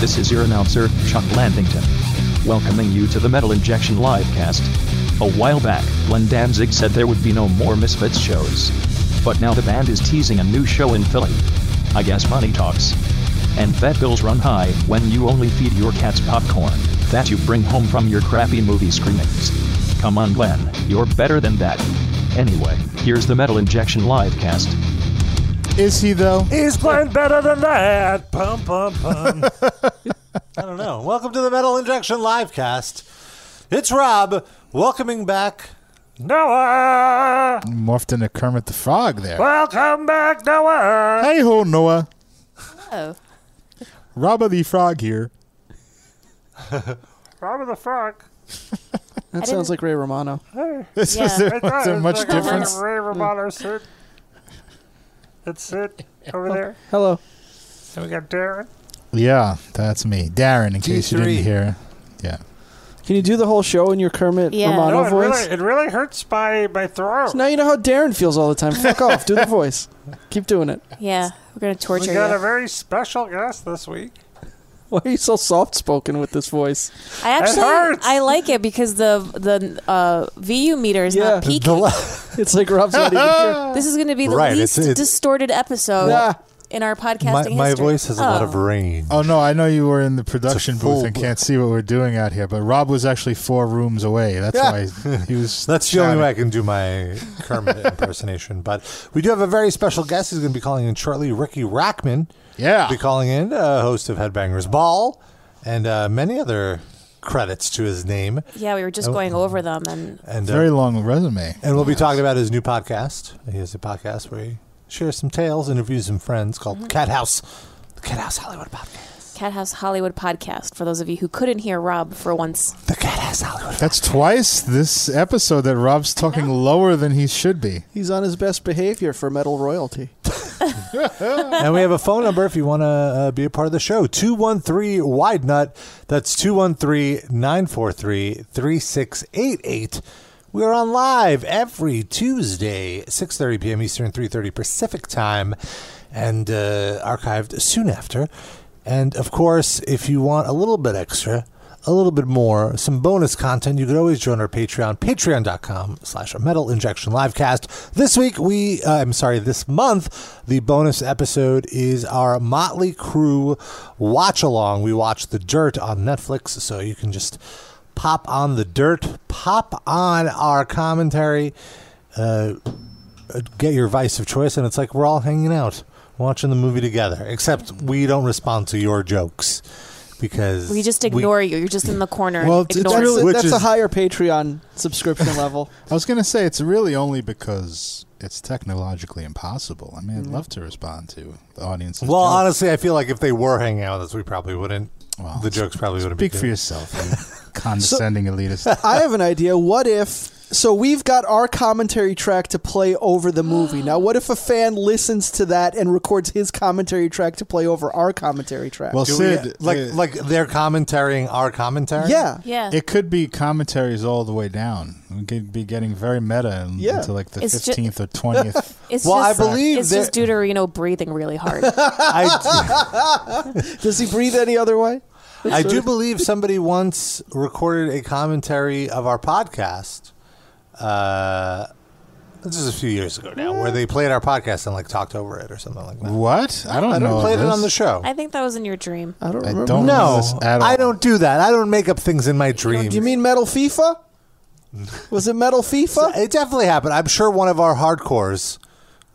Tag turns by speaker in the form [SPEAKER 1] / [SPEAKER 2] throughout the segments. [SPEAKER 1] This is your announcer, Chuck Landington, welcoming you to the Metal Injection Livecast. A while back, Glenn Danzig said there would be no more Misfits shows. But now the band is teasing a new show in Philly. I guess money talks. And vet bills run high when you only feed your cats popcorn that you bring home from your crappy movie screenings. Come on, Glenn, you're better than that. Anyway, here's the Metal Injection Livecast.
[SPEAKER 2] Is he though?
[SPEAKER 3] He's playing better than that. Pum pum pum. Um, I don't know. Welcome to the Metal Injection Livecast. It's Rob welcoming back Noah.
[SPEAKER 2] Morphed into Kermit the Frog there.
[SPEAKER 3] Welcome back, Noah.
[SPEAKER 2] Hey ho, Noah.
[SPEAKER 4] Oh,
[SPEAKER 2] Robba the Frog here.
[SPEAKER 3] Robert the Frog.
[SPEAKER 5] That sounds like Ray Romano.
[SPEAKER 2] Is,
[SPEAKER 4] Yeah.
[SPEAKER 2] there, is there much difference?
[SPEAKER 3] Ray Romano suit. That's it over there.
[SPEAKER 5] Hello.
[SPEAKER 3] And we got Darren.
[SPEAKER 2] Yeah, that's me, Darren. In case you
[SPEAKER 3] G3.
[SPEAKER 2] didn't hear. Yeah.
[SPEAKER 5] Can you do the whole show in your Kermit
[SPEAKER 4] Yeah.
[SPEAKER 5] Romano
[SPEAKER 3] No, it
[SPEAKER 5] voice?
[SPEAKER 3] really, it really hurts my, my throat.
[SPEAKER 5] Now you know how Darren feels all the time. Fuck off. Do the voice. Keep doing it.
[SPEAKER 4] yeah. We're gonna
[SPEAKER 3] we
[SPEAKER 4] torture
[SPEAKER 3] got a
[SPEAKER 4] you.
[SPEAKER 3] very special guest this week.
[SPEAKER 5] Why are you so soft spoken with this voice?
[SPEAKER 4] I actually
[SPEAKER 3] hurts.
[SPEAKER 4] I like it because the the uh, VU meter is
[SPEAKER 5] Yeah.
[SPEAKER 4] not peaking.
[SPEAKER 5] It's like Rob's not even here.
[SPEAKER 4] this is gonna be the
[SPEAKER 3] Right, it's-
[SPEAKER 4] least
[SPEAKER 3] it's-
[SPEAKER 4] distorted episode
[SPEAKER 5] Nah.
[SPEAKER 4] in our
[SPEAKER 3] my,
[SPEAKER 4] podcasting
[SPEAKER 3] my
[SPEAKER 4] history.
[SPEAKER 3] voice has a lot
[SPEAKER 4] Oh.
[SPEAKER 3] of range.
[SPEAKER 2] Oh no, I know you were in the production
[SPEAKER 3] It's a full
[SPEAKER 2] booth and
[SPEAKER 3] booth.
[SPEAKER 2] can't see what we're doing out here, but Rob was actually four rooms away. That's why he was.
[SPEAKER 3] That's the only
[SPEAKER 2] shouting.
[SPEAKER 3] way I can do my Kermit impersonation. But we do have a very special guest. He's going to be calling in shortly. Ricky Rackman
[SPEAKER 2] Yeah.
[SPEAKER 3] will be calling in, uh, host of Headbangers Ball, and uh, many other credits to his name.
[SPEAKER 4] Yeah, we were
[SPEAKER 3] Oh.
[SPEAKER 4] just going over them and
[SPEAKER 3] And uh,
[SPEAKER 2] Very long resume.
[SPEAKER 3] and we'll be talking about his new podcast. He has a podcast where he shares some tales, interviews some friends called Cat House, the Cat House Hollywood podcast.
[SPEAKER 4] Cat House Hollywood podcast for those of you who couldn't hear Rob for once.
[SPEAKER 3] The Cat House Hollywood.
[SPEAKER 2] That's twice this episode that Rob's talking lower than he should be.
[SPEAKER 5] He's on his best behavior for metal royalty.
[SPEAKER 3] and we have a phone number if you want to uh, be a part of the show 213 wide nut that's 213-943-3688 we are on live every tuesday 6.30 p.m eastern 3.30 pacific time and uh, archived soon after and of course if you want a little bit extra a little bit more, some bonus content, you could always join our Patreon, patreon.com slash metal injection livecast. This week, we, uh, I'm sorry, this month, the bonus episode is our Motley Crew watch along. We watch The Dirt on Netflix, so you can just pop on The Dirt, pop on our commentary, uh, get your vice of choice, and it's like we're all hanging out. Watching the movie together, except we don't respond to your jokes because
[SPEAKER 4] We just ignore you. You're just in the corner.
[SPEAKER 2] Well,
[SPEAKER 4] and
[SPEAKER 2] it's
[SPEAKER 4] ignore
[SPEAKER 5] That's,
[SPEAKER 2] really-
[SPEAKER 4] us.
[SPEAKER 5] a,
[SPEAKER 2] Which
[SPEAKER 5] that's
[SPEAKER 2] is-
[SPEAKER 5] a higher Patreon subscription level.
[SPEAKER 2] I was gonna say it's really only because it's technologically impossible. I mean, I'd love to respond to the audience.
[SPEAKER 3] Mm. Well, honestly, I feel like if they were hanging out with us, we probably wouldn't. the jokes probably wouldn't
[SPEAKER 2] speak
[SPEAKER 3] be
[SPEAKER 2] for
[SPEAKER 3] good.
[SPEAKER 2] yourself, you condescending elitist.
[SPEAKER 5] I have an idea. What if? So we've got our commentary track to play over the movie. Now, what if a fan listens to that and records his commentary track to play over our commentary track?
[SPEAKER 2] Well,
[SPEAKER 3] Do we- uh,
[SPEAKER 2] Sid, uh,
[SPEAKER 3] like
[SPEAKER 2] it,
[SPEAKER 3] like they're commentarying our commentary.
[SPEAKER 5] yeah.
[SPEAKER 4] yeah.
[SPEAKER 2] it could be commentaries all the way down. We could be getting very meta in-
[SPEAKER 5] Yeah.
[SPEAKER 2] into like the
[SPEAKER 4] It's ju-
[SPEAKER 2] fifteenth or twentieth.
[SPEAKER 4] it's
[SPEAKER 3] Well,
[SPEAKER 4] just,
[SPEAKER 3] I believe
[SPEAKER 4] it's
[SPEAKER 3] that-
[SPEAKER 4] just Deuterino breathing really hard.
[SPEAKER 3] I,
[SPEAKER 5] Does he breathe any other way?
[SPEAKER 3] I do believe somebody once recorded a commentary of our podcast. Uh, this is a few years ago now, where they played our podcast and like talked over it or something like that.
[SPEAKER 2] what? I don't
[SPEAKER 3] I
[SPEAKER 2] know.
[SPEAKER 3] don't play it
[SPEAKER 2] this.
[SPEAKER 3] on the show.
[SPEAKER 4] I think that was in your dream.
[SPEAKER 5] I don't
[SPEAKER 2] I
[SPEAKER 5] remember.
[SPEAKER 2] don't know
[SPEAKER 3] no,
[SPEAKER 2] this at all.
[SPEAKER 3] I don't do that. I don't make up things in my dreams.
[SPEAKER 5] Do you mean Metal FIFA? Was it Metal FIFA?
[SPEAKER 3] It definitely happened. I'm sure one of our hardcores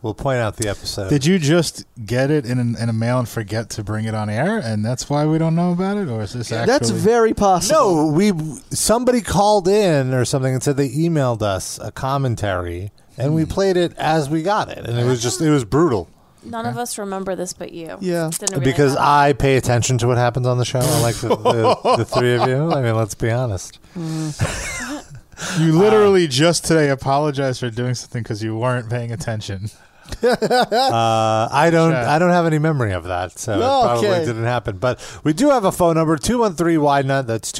[SPEAKER 3] will point out the episode.
[SPEAKER 2] Did you just get it in, an, in a mail and forget to bring it on air, and that's why we don't know about it, or is this actually?
[SPEAKER 5] That's very possible.
[SPEAKER 3] No, we somebody called in or something and said they emailed us a commentary and
[SPEAKER 5] Hmm.
[SPEAKER 3] we played it as we got it and it was just it was brutal
[SPEAKER 4] None of us remember this but you.
[SPEAKER 5] Yeah.
[SPEAKER 4] Didn't really
[SPEAKER 3] because
[SPEAKER 4] matter.
[SPEAKER 3] I pay attention to what happens on the show unlike the, the, the three of you. I mean, let's be honest.
[SPEAKER 2] You literally just today apologized for doing something because you weren't paying attention.
[SPEAKER 3] Uh, I don't
[SPEAKER 2] Sure.
[SPEAKER 3] I don't have any memory of that, so
[SPEAKER 5] No,
[SPEAKER 3] it probably
[SPEAKER 5] okay.
[SPEAKER 3] didn't happen. But we do have a phone number 213 Widenut. That's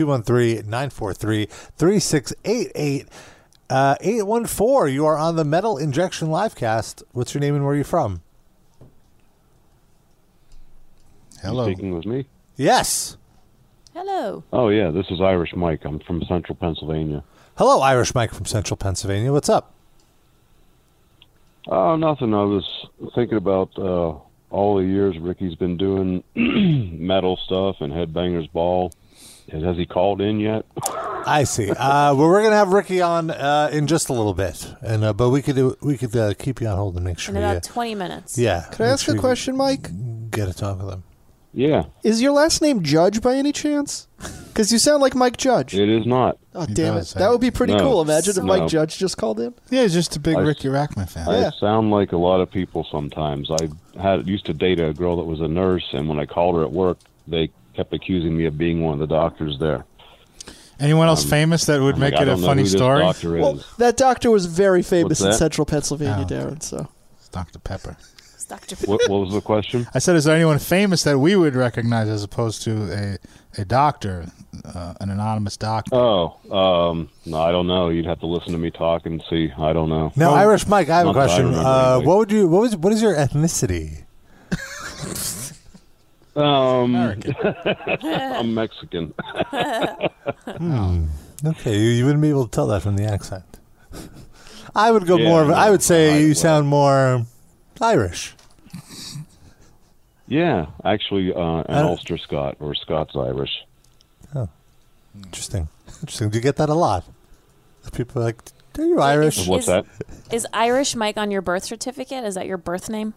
[SPEAKER 3] 213-943-3688. Uh, 814, you are on the Metal Injection Livecast. What's your name and where are you from?
[SPEAKER 2] Hello.
[SPEAKER 6] Speaking with me.
[SPEAKER 3] Yes.
[SPEAKER 4] Hello.
[SPEAKER 6] Oh yeah, this is Irish Mike. I'm from Central Pennsylvania.
[SPEAKER 3] Hello, Irish Mike from Central Pennsylvania. What's up?
[SPEAKER 6] Oh, nothing. I was thinking about uh, all the years Ricky's been doing metal stuff and Headbangers Ball. And has he called in yet?
[SPEAKER 3] I see. Uh, well, we're gonna have Ricky on uh, in just a little bit, and uh, but we could do, we could uh, keep you on hold and make sure
[SPEAKER 4] In about
[SPEAKER 3] you
[SPEAKER 4] 20 minutes.
[SPEAKER 3] yeah.
[SPEAKER 5] Could I
[SPEAKER 3] make
[SPEAKER 5] ask
[SPEAKER 3] sure
[SPEAKER 5] a
[SPEAKER 3] you
[SPEAKER 5] question, Mike?
[SPEAKER 3] Get a talk with him.
[SPEAKER 6] Yeah,
[SPEAKER 5] Is your last name Judge by any chance? Because you sound like Mike Judge.
[SPEAKER 6] it is not.
[SPEAKER 5] oh,
[SPEAKER 2] He
[SPEAKER 5] damn it.
[SPEAKER 2] does,
[SPEAKER 5] That
[SPEAKER 2] hey.
[SPEAKER 5] would be pretty
[SPEAKER 6] No.
[SPEAKER 5] cool. Imagine if
[SPEAKER 6] No.
[SPEAKER 5] Mike Judge just called in.
[SPEAKER 2] Yeah, he's just a big
[SPEAKER 6] Oh. I-
[SPEAKER 2] Ricky Rackman fan.
[SPEAKER 6] I
[SPEAKER 5] Yeah.
[SPEAKER 6] sound like a lot of people sometimes. I had used to date a girl that was a nurse, and when I called her at work, they kept accusing me of being one of the doctors there.
[SPEAKER 2] Anyone else famous that would
[SPEAKER 6] I'm
[SPEAKER 2] make
[SPEAKER 6] like, um, I
[SPEAKER 2] it a
[SPEAKER 6] don't know
[SPEAKER 2] funny
[SPEAKER 6] who this
[SPEAKER 2] story?
[SPEAKER 6] doctor is.
[SPEAKER 5] Well, that doctor was very famous
[SPEAKER 6] What's
[SPEAKER 5] in
[SPEAKER 6] that?
[SPEAKER 5] central Pennsylvania,
[SPEAKER 2] Oh, okay.
[SPEAKER 5] Darren. So
[SPEAKER 2] It's Dr. Pepper.
[SPEAKER 4] It's Dr.
[SPEAKER 6] what, what was the question?
[SPEAKER 2] I said, is there anyone famous that we would recognize as opposed to a, a doctor, uh, an anonymous doctor?
[SPEAKER 6] Oh, um, no, I don't know. You'd have to listen to me talk and see. I don't know.
[SPEAKER 3] Now, Irish Mike, I have
[SPEAKER 6] not
[SPEAKER 3] a
[SPEAKER 6] that I
[SPEAKER 3] question.
[SPEAKER 6] remember
[SPEAKER 3] uh,
[SPEAKER 6] anyway.
[SPEAKER 3] what would you? What was? What is your ethnicity? Uh,
[SPEAKER 6] Um,
[SPEAKER 2] American.
[SPEAKER 6] I'm Mexican.
[SPEAKER 3] Hmm. Okay, you, you wouldn't be able to tell that from the accent. I would go
[SPEAKER 6] Yeah,
[SPEAKER 3] more. Of, I would say
[SPEAKER 6] I-
[SPEAKER 3] you
[SPEAKER 6] well.
[SPEAKER 3] sound more Irish.
[SPEAKER 6] Yeah, actually, uh, an
[SPEAKER 3] Uh,
[SPEAKER 6] Ulster Scot or Scots Irish.
[SPEAKER 3] Interesting. Interesting. Do you get that a lot? People are like, are you Irish?
[SPEAKER 4] Is-
[SPEAKER 6] What's that?
[SPEAKER 4] Is Irish Mike on your birth certificate? Is that your birth name?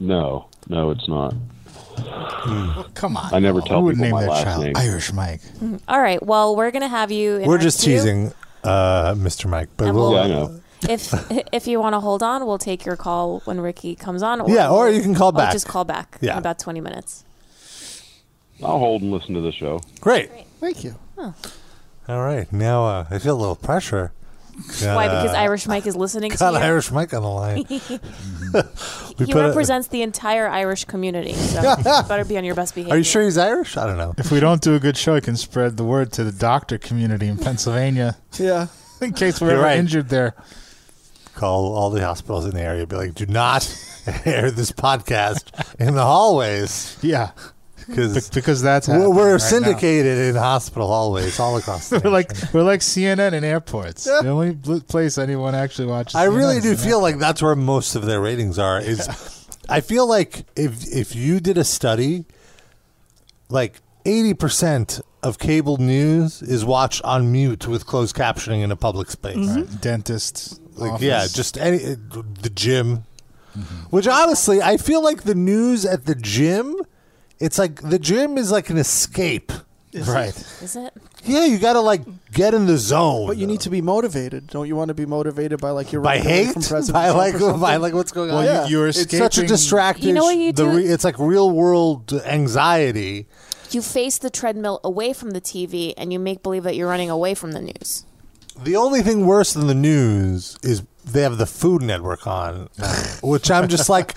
[SPEAKER 6] No, no, it's not.
[SPEAKER 3] Hmm.
[SPEAKER 2] Well, come on.
[SPEAKER 6] I never
[SPEAKER 2] Who
[SPEAKER 6] tell
[SPEAKER 2] would
[SPEAKER 6] people
[SPEAKER 2] name
[SPEAKER 6] my
[SPEAKER 2] their
[SPEAKER 6] last
[SPEAKER 2] child
[SPEAKER 6] name.
[SPEAKER 2] Irish Mike.
[SPEAKER 4] Mm-hmm. All right. Well, we're going to have you. in
[SPEAKER 3] We're
[SPEAKER 4] our
[SPEAKER 3] just
[SPEAKER 4] queue.
[SPEAKER 3] teasing, uh, Mr. Mike. But
[SPEAKER 4] And
[SPEAKER 3] we'll,
[SPEAKER 6] Yeah,
[SPEAKER 4] we'll-
[SPEAKER 6] I know.
[SPEAKER 4] If if you want to hold on, we'll take your call when Ricky comes on.
[SPEAKER 3] Yeah, or you can call
[SPEAKER 4] or
[SPEAKER 3] back.
[SPEAKER 4] Just call back
[SPEAKER 3] Yeah.
[SPEAKER 4] in about 20 minutes.
[SPEAKER 6] I'll hold and listen to the show.
[SPEAKER 3] great.
[SPEAKER 5] thank you.
[SPEAKER 3] All right. Now uh, I feel a little pressure.
[SPEAKER 4] Why?
[SPEAKER 3] Got, uh,
[SPEAKER 4] Because Irish Mike is listening to
[SPEAKER 3] got
[SPEAKER 4] you.
[SPEAKER 3] Irish Mike on the line. We
[SPEAKER 4] he
[SPEAKER 3] put a-
[SPEAKER 4] represents the entire Irish community, so you better be on your best behavior.
[SPEAKER 3] Are you sure he's Irish? I don't know.
[SPEAKER 2] If we don't do a good show, I can spread the word to the doctor community in Pennsylvania
[SPEAKER 5] Yeah.
[SPEAKER 2] in case we're
[SPEAKER 3] You're
[SPEAKER 2] ever
[SPEAKER 3] right.
[SPEAKER 2] injured there.
[SPEAKER 3] Call all the hospitals in the area. Be like, do not air this podcast in the hallways
[SPEAKER 2] Yeah, be-
[SPEAKER 3] because
[SPEAKER 2] because that's
[SPEAKER 3] we're,
[SPEAKER 2] happening
[SPEAKER 3] we're
[SPEAKER 2] right now.
[SPEAKER 3] syndicated in hospital hallways all across. The
[SPEAKER 2] We're like
[SPEAKER 3] nation.
[SPEAKER 2] we're like CNN in airports.
[SPEAKER 3] Yeah.
[SPEAKER 2] The only bl- place anyone actually watches.
[SPEAKER 3] I
[SPEAKER 2] CNN
[SPEAKER 3] really
[SPEAKER 2] is
[SPEAKER 3] do
[SPEAKER 2] in
[SPEAKER 3] feel like that's where most of their ratings are. Is I feel like if if you did a study, like eighty percent of cable news is watched on mute with closed captioning in a public space.
[SPEAKER 2] airports. dentists.
[SPEAKER 3] Like
[SPEAKER 2] office.
[SPEAKER 3] yeah, just any the gym. Which honestly, I feel like the news at the gym, it's like the gym is like an escape.
[SPEAKER 2] right.
[SPEAKER 4] Is it?
[SPEAKER 3] Yeah, you got to like get in the zone.
[SPEAKER 5] But you need to be motivated. Don't you want to be motivated by like your
[SPEAKER 3] by
[SPEAKER 5] running away
[SPEAKER 3] hate,
[SPEAKER 5] from President
[SPEAKER 3] by
[SPEAKER 5] Trump
[SPEAKER 3] like
[SPEAKER 5] or something?
[SPEAKER 3] by like what's going on.
[SPEAKER 2] Well, you, you're
[SPEAKER 3] It's
[SPEAKER 2] escaping.
[SPEAKER 3] such a distracting.
[SPEAKER 4] You know what you
[SPEAKER 3] the
[SPEAKER 4] do?
[SPEAKER 3] Re, it's like real world anxiety.
[SPEAKER 4] You face the treadmill away from the TV, and you make believe that you're running away from the news.
[SPEAKER 3] The only thing worse than the news is they have the Food Network on, which I'm just like.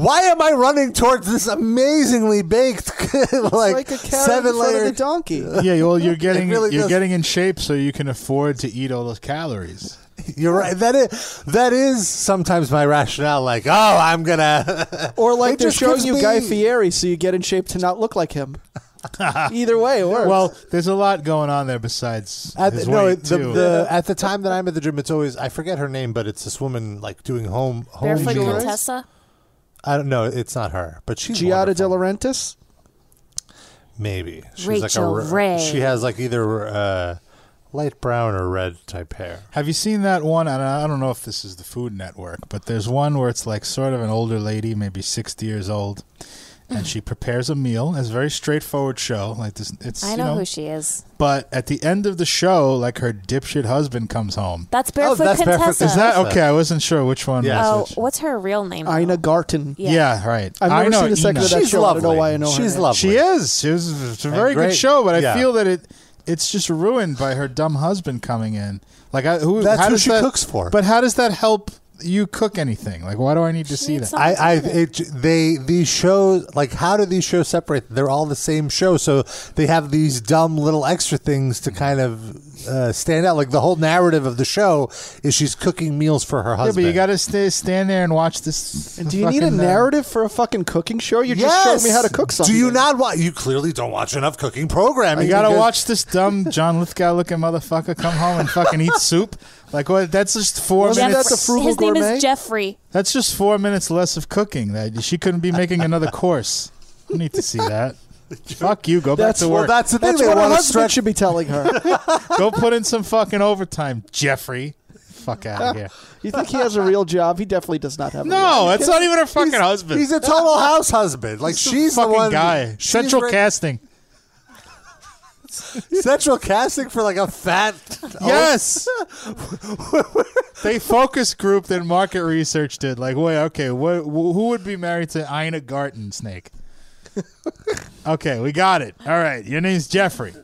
[SPEAKER 3] Why am I running towards this amazingly baked,
[SPEAKER 5] It's
[SPEAKER 3] like,
[SPEAKER 5] like a carrot in
[SPEAKER 3] seven
[SPEAKER 5] front of
[SPEAKER 3] layer?
[SPEAKER 5] the donkey.
[SPEAKER 2] Yeah, well, you're getting
[SPEAKER 3] really
[SPEAKER 2] you're
[SPEAKER 3] does.
[SPEAKER 2] getting in shape so you can afford to eat all those calories.
[SPEAKER 3] You're right. That is that is sometimes my rationale. Like, oh, I'm gonna.
[SPEAKER 5] Or like
[SPEAKER 3] It
[SPEAKER 5] they're
[SPEAKER 3] just
[SPEAKER 5] showing
[SPEAKER 3] gives
[SPEAKER 5] you Guy
[SPEAKER 3] me-
[SPEAKER 5] Fieri so you get in shape to not look like him. Either way, it works.
[SPEAKER 2] Well, there's a lot going on there besides
[SPEAKER 3] At
[SPEAKER 2] his
[SPEAKER 3] the, no,
[SPEAKER 2] weight
[SPEAKER 3] the,
[SPEAKER 2] too.
[SPEAKER 3] the at the time that I'm at the gym, it's always I forget her name, but it's this woman like doing home home
[SPEAKER 4] Barefoot
[SPEAKER 3] meals.
[SPEAKER 4] Contessa.
[SPEAKER 3] I don't know. It's not her, but she's
[SPEAKER 5] Giada De
[SPEAKER 3] wonderful.
[SPEAKER 5] Laurentiis.
[SPEAKER 3] Maybe she's
[SPEAKER 4] Rachel
[SPEAKER 3] like a,
[SPEAKER 4] Ray.
[SPEAKER 3] She has like either uh, light brown or red type hair.
[SPEAKER 2] Have you seen that one? And I don't know if this is the Food Network, but there's one where it's like sort of an older lady, maybe 60 years old, and she prepares a meal. It's a very straightforward show. Like this, it's
[SPEAKER 4] I
[SPEAKER 2] you
[SPEAKER 4] know,
[SPEAKER 2] know,
[SPEAKER 4] who she is.
[SPEAKER 2] but at the end of the show, like her dipshit husband comes home.
[SPEAKER 5] Oh,
[SPEAKER 4] That's Barefoot
[SPEAKER 3] that's Barefoot-
[SPEAKER 4] Contessa.
[SPEAKER 2] Is that
[SPEAKER 3] That's
[SPEAKER 2] okay? I wasn't sure which one.
[SPEAKER 3] Yeah.
[SPEAKER 2] Was
[SPEAKER 4] Oh,
[SPEAKER 2] which.
[SPEAKER 4] what's her real name? though?
[SPEAKER 5] Ina Garten.
[SPEAKER 4] Yeah.
[SPEAKER 2] yeah, right.
[SPEAKER 5] I've
[SPEAKER 2] I
[SPEAKER 5] never
[SPEAKER 2] know
[SPEAKER 5] seen a second of
[SPEAKER 2] Ina.
[SPEAKER 5] that
[SPEAKER 3] She's
[SPEAKER 5] show. I don't know
[SPEAKER 3] lovely.
[SPEAKER 5] why I know her
[SPEAKER 3] She's
[SPEAKER 5] name.
[SPEAKER 3] lovely.
[SPEAKER 2] She is. She was, it's a
[SPEAKER 3] And
[SPEAKER 2] very
[SPEAKER 3] great.
[SPEAKER 2] good show, but
[SPEAKER 3] Yeah.
[SPEAKER 2] I feel that it it's just ruined by her dumb husband coming in. Like, I, who?
[SPEAKER 3] That's
[SPEAKER 2] how
[SPEAKER 3] who
[SPEAKER 2] does
[SPEAKER 3] she
[SPEAKER 2] that-
[SPEAKER 3] cooks for.
[SPEAKER 2] But how does that help you cook anything? Like, why do I need to see
[SPEAKER 4] needs
[SPEAKER 2] that?
[SPEAKER 4] some-
[SPEAKER 3] I, I, it, they, these shows, like, how do these shows separate? They're all the same show, so they have these dumb little extra things to kind of uh, stand out. Like the whole narrative of the show is she's cooking meals for her
[SPEAKER 2] Yeah,
[SPEAKER 3] husband.
[SPEAKER 2] but you got to stay stand there and watch this.
[SPEAKER 5] Do you need a
[SPEAKER 2] fucking, uh,
[SPEAKER 5] narrative for a fucking cooking show? You just showed me how to cook something.
[SPEAKER 3] Do you not watch? You clearly don't watch enough cooking programming.
[SPEAKER 2] You gotta
[SPEAKER 3] because-
[SPEAKER 2] watch this dumb John Lithgow looking motherfucker come home and fucking eat soup. Like what? That's just 4
[SPEAKER 5] Wasn't
[SPEAKER 2] minutes.
[SPEAKER 5] that the frugal
[SPEAKER 4] His name
[SPEAKER 5] gourmet?
[SPEAKER 4] is Jeffrey.
[SPEAKER 2] That's just four minutes less of cooking. That she couldn't be making another course. You need to see that. Fuck you. Go back
[SPEAKER 5] That's
[SPEAKER 2] to
[SPEAKER 5] well,
[SPEAKER 2] work.
[SPEAKER 3] That's the thing.
[SPEAKER 5] That's
[SPEAKER 3] they
[SPEAKER 5] what her
[SPEAKER 3] want to
[SPEAKER 5] husband
[SPEAKER 3] stretch.
[SPEAKER 5] should be telling her.
[SPEAKER 2] go put in some fucking overtime, Jeffrey. Fuck out of here.
[SPEAKER 5] You think he has a real job? He definitely does not have. a real
[SPEAKER 2] No, that's not even her fucking husband.
[SPEAKER 3] He's a total house husband. Like she's the
[SPEAKER 2] fucking
[SPEAKER 3] one.
[SPEAKER 2] guy.
[SPEAKER 3] she's
[SPEAKER 2] Central
[SPEAKER 3] re-
[SPEAKER 2] casting.
[SPEAKER 3] Central casting for like a fat.
[SPEAKER 2] Yes. they focus grouped and market research did. Like, wait, okay, what, who would be married to Ina Garten Snake? okay, we got it. All right, your name's Jeffrey.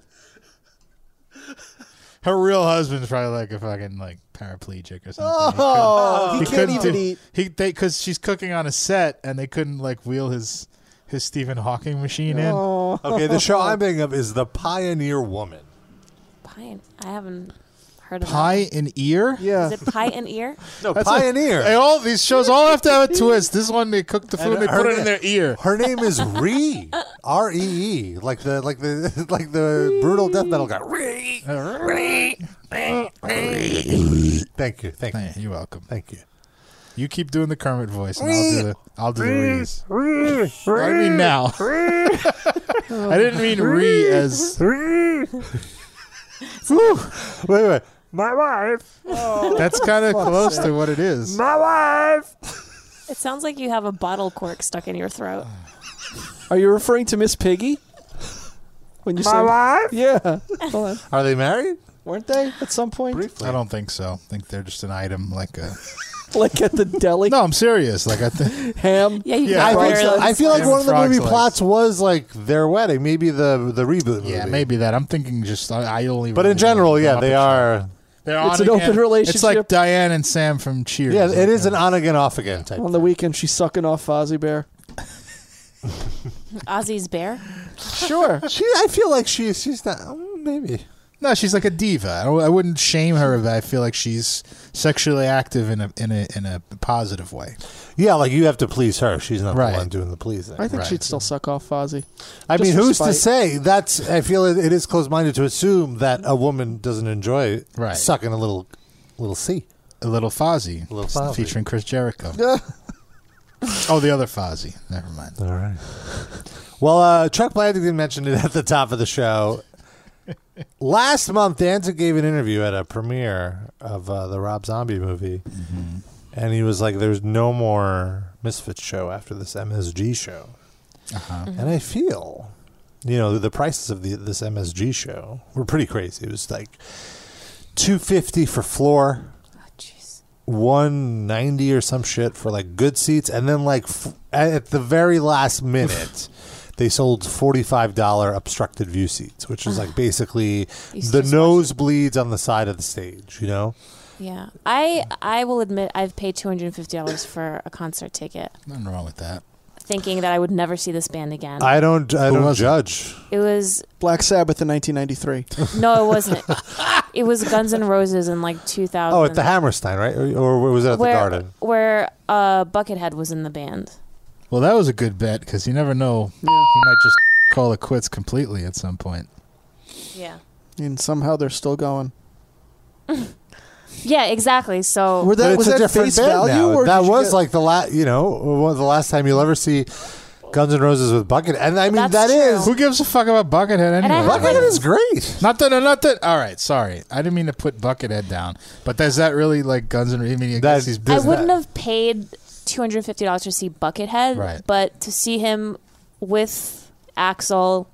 [SPEAKER 2] Her real husband's probably like a fucking like paraplegic or something.
[SPEAKER 5] Oh, he can't
[SPEAKER 2] couldn't
[SPEAKER 5] even
[SPEAKER 2] do-
[SPEAKER 5] eat.
[SPEAKER 2] He they because she's cooking on a set and they couldn't like wheel his his Stephen Hawking machine in.
[SPEAKER 5] Oh,
[SPEAKER 3] Okay, the show I'm thinking of is the Pioneer Woman.
[SPEAKER 4] Pine. I haven't heard of that.
[SPEAKER 2] Pie and ear.
[SPEAKER 5] yeah.
[SPEAKER 4] Is it pie and ear?
[SPEAKER 3] No,
[SPEAKER 2] That's a-
[SPEAKER 3] Pioneer.
[SPEAKER 2] Hey, oh. all these shows all have to have a twist. This one they cook the food and, they
[SPEAKER 3] her
[SPEAKER 2] put it
[SPEAKER 3] na-
[SPEAKER 2] in their ear.
[SPEAKER 3] Her name is Ree, R E E, like the like the like the brutal death metal guy. Ree. Thank you, thank you,
[SPEAKER 2] Hey, you're welcome.
[SPEAKER 3] thank you.
[SPEAKER 2] You keep doing the Kermit voice, and I'll do the I'll do the rees. I mean now. I didn't mean re as
[SPEAKER 3] Wait, wait. Oh.
[SPEAKER 2] that's kind of close to what it is.
[SPEAKER 4] It sounds like you have a bottle cork stuck in your throat.
[SPEAKER 5] Are you referring to Miss Piggy? When you say Yeah. Hold on.
[SPEAKER 3] Are they married?
[SPEAKER 5] Weren't they at some point?
[SPEAKER 2] I don't think so. I think they're just an item, like a.
[SPEAKER 5] Like at the deli
[SPEAKER 2] No, I'm serious. Like I think
[SPEAKER 5] ham.
[SPEAKER 4] Yeah, you
[SPEAKER 2] Yeah,
[SPEAKER 4] got
[SPEAKER 3] I think
[SPEAKER 4] butter
[SPEAKER 3] so.
[SPEAKER 4] legs.
[SPEAKER 3] I feel like
[SPEAKER 2] Him and
[SPEAKER 3] one of the
[SPEAKER 2] Frog's
[SPEAKER 3] movie
[SPEAKER 2] legs.
[SPEAKER 3] plots was like their wedding, maybe the the reboot. Movie.
[SPEAKER 2] yeah, maybe that. I'm thinking just I, I only.
[SPEAKER 3] But in
[SPEAKER 2] really
[SPEAKER 3] general,
[SPEAKER 2] know
[SPEAKER 3] yeah,
[SPEAKER 2] the
[SPEAKER 3] they
[SPEAKER 2] Muppet
[SPEAKER 3] are.
[SPEAKER 2] Show. They're
[SPEAKER 5] It's
[SPEAKER 2] on
[SPEAKER 5] an open
[SPEAKER 2] again. It's like
[SPEAKER 5] relationship.
[SPEAKER 2] Diane and Sam from Cheers.
[SPEAKER 3] Yeah, it is an on again, off again type.
[SPEAKER 5] On the weekend, she's sucking off Fozzie Bear.
[SPEAKER 4] Ozzy's bear.
[SPEAKER 5] Sure.
[SPEAKER 3] She, I feel like she, she's not. mm, Maybe.
[SPEAKER 2] No, she's like a diva. I, don't- I wouldn't shame her, but I feel like she's sexually active in a in a in a positive way.
[SPEAKER 3] Yeah, like you have to please her. She's not
[SPEAKER 2] Right.
[SPEAKER 3] the one doing the pleasing.
[SPEAKER 5] I think
[SPEAKER 2] Right.
[SPEAKER 5] she'd still suck off Fozzie.
[SPEAKER 3] I mean,
[SPEAKER 5] Just for
[SPEAKER 3] who's to
[SPEAKER 5] spite.
[SPEAKER 3] say? That's I feel it, it is closed-minded to assume that a woman doesn't enjoy
[SPEAKER 2] Right.
[SPEAKER 3] sucking a little, little C.
[SPEAKER 2] A little Fozzie,
[SPEAKER 3] Little Fozzie.
[SPEAKER 2] featuring Chris Jericho. oh, the other Fozzie. Never mind.
[SPEAKER 3] All right. well, uh, Chuck Blandington mentioned it at the top of the show. Last month, Danzig gave an interview at a premiere of uh, the Rob Zombie movie, Mm-hmm. and he was like, "There's no more Misfits show after this MSG show,"
[SPEAKER 5] Mm-hmm.
[SPEAKER 3] and I feel, you know, the prices of the, this MSG show were pretty crazy. It was like two fifty for floor,
[SPEAKER 4] Oh, Jeez.
[SPEAKER 3] 190 or some shit for like good seats and then like f- at the very last minute they sold $45 obstructed view seats which is like basically
[SPEAKER 4] You s-
[SPEAKER 3] the
[SPEAKER 4] just watch
[SPEAKER 3] nosebleeds on the side of the stage you know
[SPEAKER 4] Yeah. I I will admit I've paid two hundred and fifty dollars for a concert ticket,
[SPEAKER 2] Nothing wrong with that.
[SPEAKER 4] thinking that I would never see this band again.
[SPEAKER 3] i don't i
[SPEAKER 2] Who
[SPEAKER 3] don't
[SPEAKER 2] was it?
[SPEAKER 3] judge
[SPEAKER 4] it was
[SPEAKER 5] Black Sabbath in 1993.
[SPEAKER 4] no, it wasn't. it was Guns N' Roses in like two thousand.
[SPEAKER 3] oh at the hammerstein right or, or was it at
[SPEAKER 4] where,
[SPEAKER 3] the garden
[SPEAKER 4] Where uh, Buckethead was in the band.
[SPEAKER 2] Well, that was a good bet because you never know. He might just call it quits completely at some point.
[SPEAKER 4] Yeah.
[SPEAKER 5] And somehow they're still going.
[SPEAKER 4] Yeah, exactly. So
[SPEAKER 5] Were that,
[SPEAKER 3] but
[SPEAKER 5] was
[SPEAKER 3] it's a
[SPEAKER 5] that
[SPEAKER 3] different
[SPEAKER 5] face
[SPEAKER 3] band
[SPEAKER 5] value?
[SPEAKER 3] now.
[SPEAKER 5] Or
[SPEAKER 3] that
[SPEAKER 5] did you
[SPEAKER 3] was
[SPEAKER 5] get-
[SPEAKER 3] like the last, you know, one of the last time you'll ever see Guns N' Roses with Bucket. And I mean,
[SPEAKER 4] That's
[SPEAKER 3] that
[SPEAKER 4] true.
[SPEAKER 3] is
[SPEAKER 2] Who gives a fuck about Buckethead
[SPEAKER 4] And I
[SPEAKER 2] anyway?
[SPEAKER 4] have,
[SPEAKER 3] Buckethead is great.
[SPEAKER 2] Not that, not that. All right, sorry. I didn't mean to put Buckethead down, but does that really like Guns and I mean, I
[SPEAKER 3] That-
[SPEAKER 2] guess he's
[SPEAKER 4] I
[SPEAKER 3] Does
[SPEAKER 4] wouldn't
[SPEAKER 3] that-
[SPEAKER 4] have paid two hundred and fifty dollars to see Buckethead,
[SPEAKER 2] Right.
[SPEAKER 4] but to see him with Axel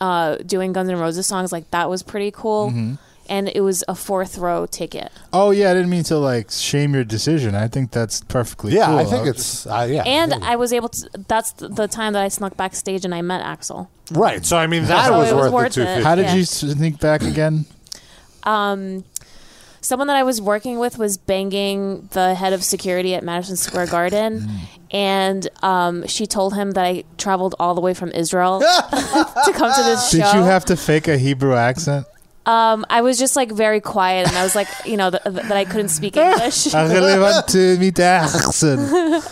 [SPEAKER 4] uh, doing Guns N' Roses songs, like that was pretty cool.
[SPEAKER 3] Mm-hmm.
[SPEAKER 4] And it was a fourth row ticket.
[SPEAKER 2] Oh yeah, I didn't mean to like shame your decision. I think that's perfectly.
[SPEAKER 3] Yeah,
[SPEAKER 2] cool.
[SPEAKER 3] I think
[SPEAKER 2] was
[SPEAKER 3] it's uh, yeah.
[SPEAKER 4] And
[SPEAKER 3] yeah.
[SPEAKER 4] I was able to. That's th- the time that I snuck backstage and I met Axel.
[SPEAKER 3] Right. So I mean, that
[SPEAKER 4] So
[SPEAKER 3] was,
[SPEAKER 4] it was
[SPEAKER 3] worth,
[SPEAKER 4] worth
[SPEAKER 3] the two
[SPEAKER 4] it.
[SPEAKER 3] fifty.
[SPEAKER 2] How did
[SPEAKER 4] Yeah.
[SPEAKER 2] you sneak back again?
[SPEAKER 4] Um, someone that I was working with was banging the head of security at Madison Square Garden,
[SPEAKER 3] Mm.
[SPEAKER 4] and um, she told him that I traveled all the way from Israel to come to this show.
[SPEAKER 2] Did you have to fake a Hebrew accent?
[SPEAKER 4] Um, I was just like very quiet, and I was like, you know, th- th- that I couldn't speak English.
[SPEAKER 2] I really want to meet Axel.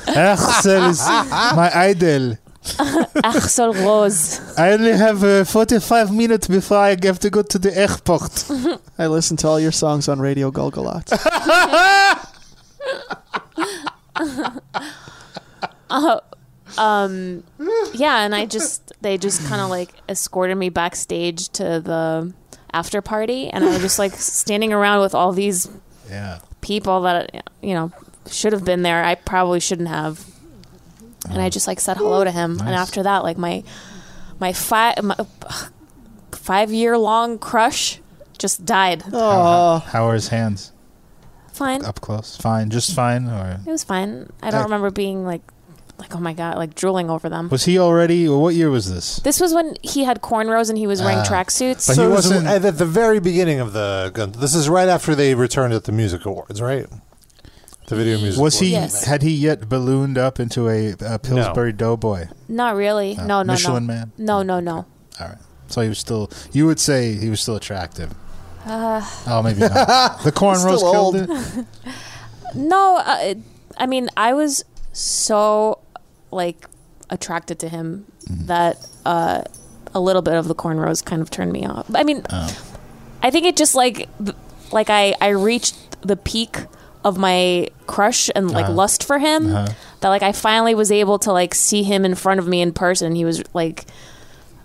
[SPEAKER 2] Axel is my idol.
[SPEAKER 4] Axel Rose.
[SPEAKER 2] I only have uh, 45 minutes before I have to go to the airport.
[SPEAKER 5] I listen to all your songs on Radio Golgolots.
[SPEAKER 4] Uh, Um, yeah, and I just they just kind of like escorted me backstage to the after party, and I was just like standing around with all these
[SPEAKER 2] Yeah.
[SPEAKER 4] people that you know should have been there. I probably shouldn't have. And I just like said hello to him, and
[SPEAKER 2] Nice.
[SPEAKER 4] after that, like my my five my, ugh, five year long crush just died.
[SPEAKER 5] Oh,
[SPEAKER 2] How are his hands?
[SPEAKER 4] Fine,
[SPEAKER 2] Up close? Fine. Just fine? Or
[SPEAKER 4] it was fine. I don't
[SPEAKER 2] I-
[SPEAKER 4] remember being like like oh my god, like drooling over them.
[SPEAKER 2] was he already? Or what year was this?
[SPEAKER 4] This was when he had cornrows and he was wearing tracksuits.
[SPEAKER 2] Ah. Uh, but
[SPEAKER 3] So
[SPEAKER 2] he
[SPEAKER 3] this is
[SPEAKER 2] wasn't-
[SPEAKER 3] at the- the very beginning of the gun. This is right after they returned at the music awards, right? The video music.
[SPEAKER 2] Was he?
[SPEAKER 4] Yes.
[SPEAKER 2] Had he yet ballooned up into a, a Pillsbury Doughboy?
[SPEAKER 4] Not really. no, no,
[SPEAKER 2] Michelin
[SPEAKER 4] no.
[SPEAKER 2] Man?
[SPEAKER 4] No, no, no.
[SPEAKER 2] All right. So he was still. You would say he was still attractive. oh, maybe not. The cornrows
[SPEAKER 5] Still old.
[SPEAKER 2] killed it.
[SPEAKER 4] No, uh, it- I mean, I was so like attracted to him
[SPEAKER 2] Mm-hmm.
[SPEAKER 4] that uh, a little bit of the cornrows kind of turned me off. I mean,
[SPEAKER 2] Oh.
[SPEAKER 4] I think it just like th- like I I reached the peak of my crush and
[SPEAKER 2] Uh-huh.
[SPEAKER 4] like lust for him that like I finally was able to like see him in front of me in person. He was like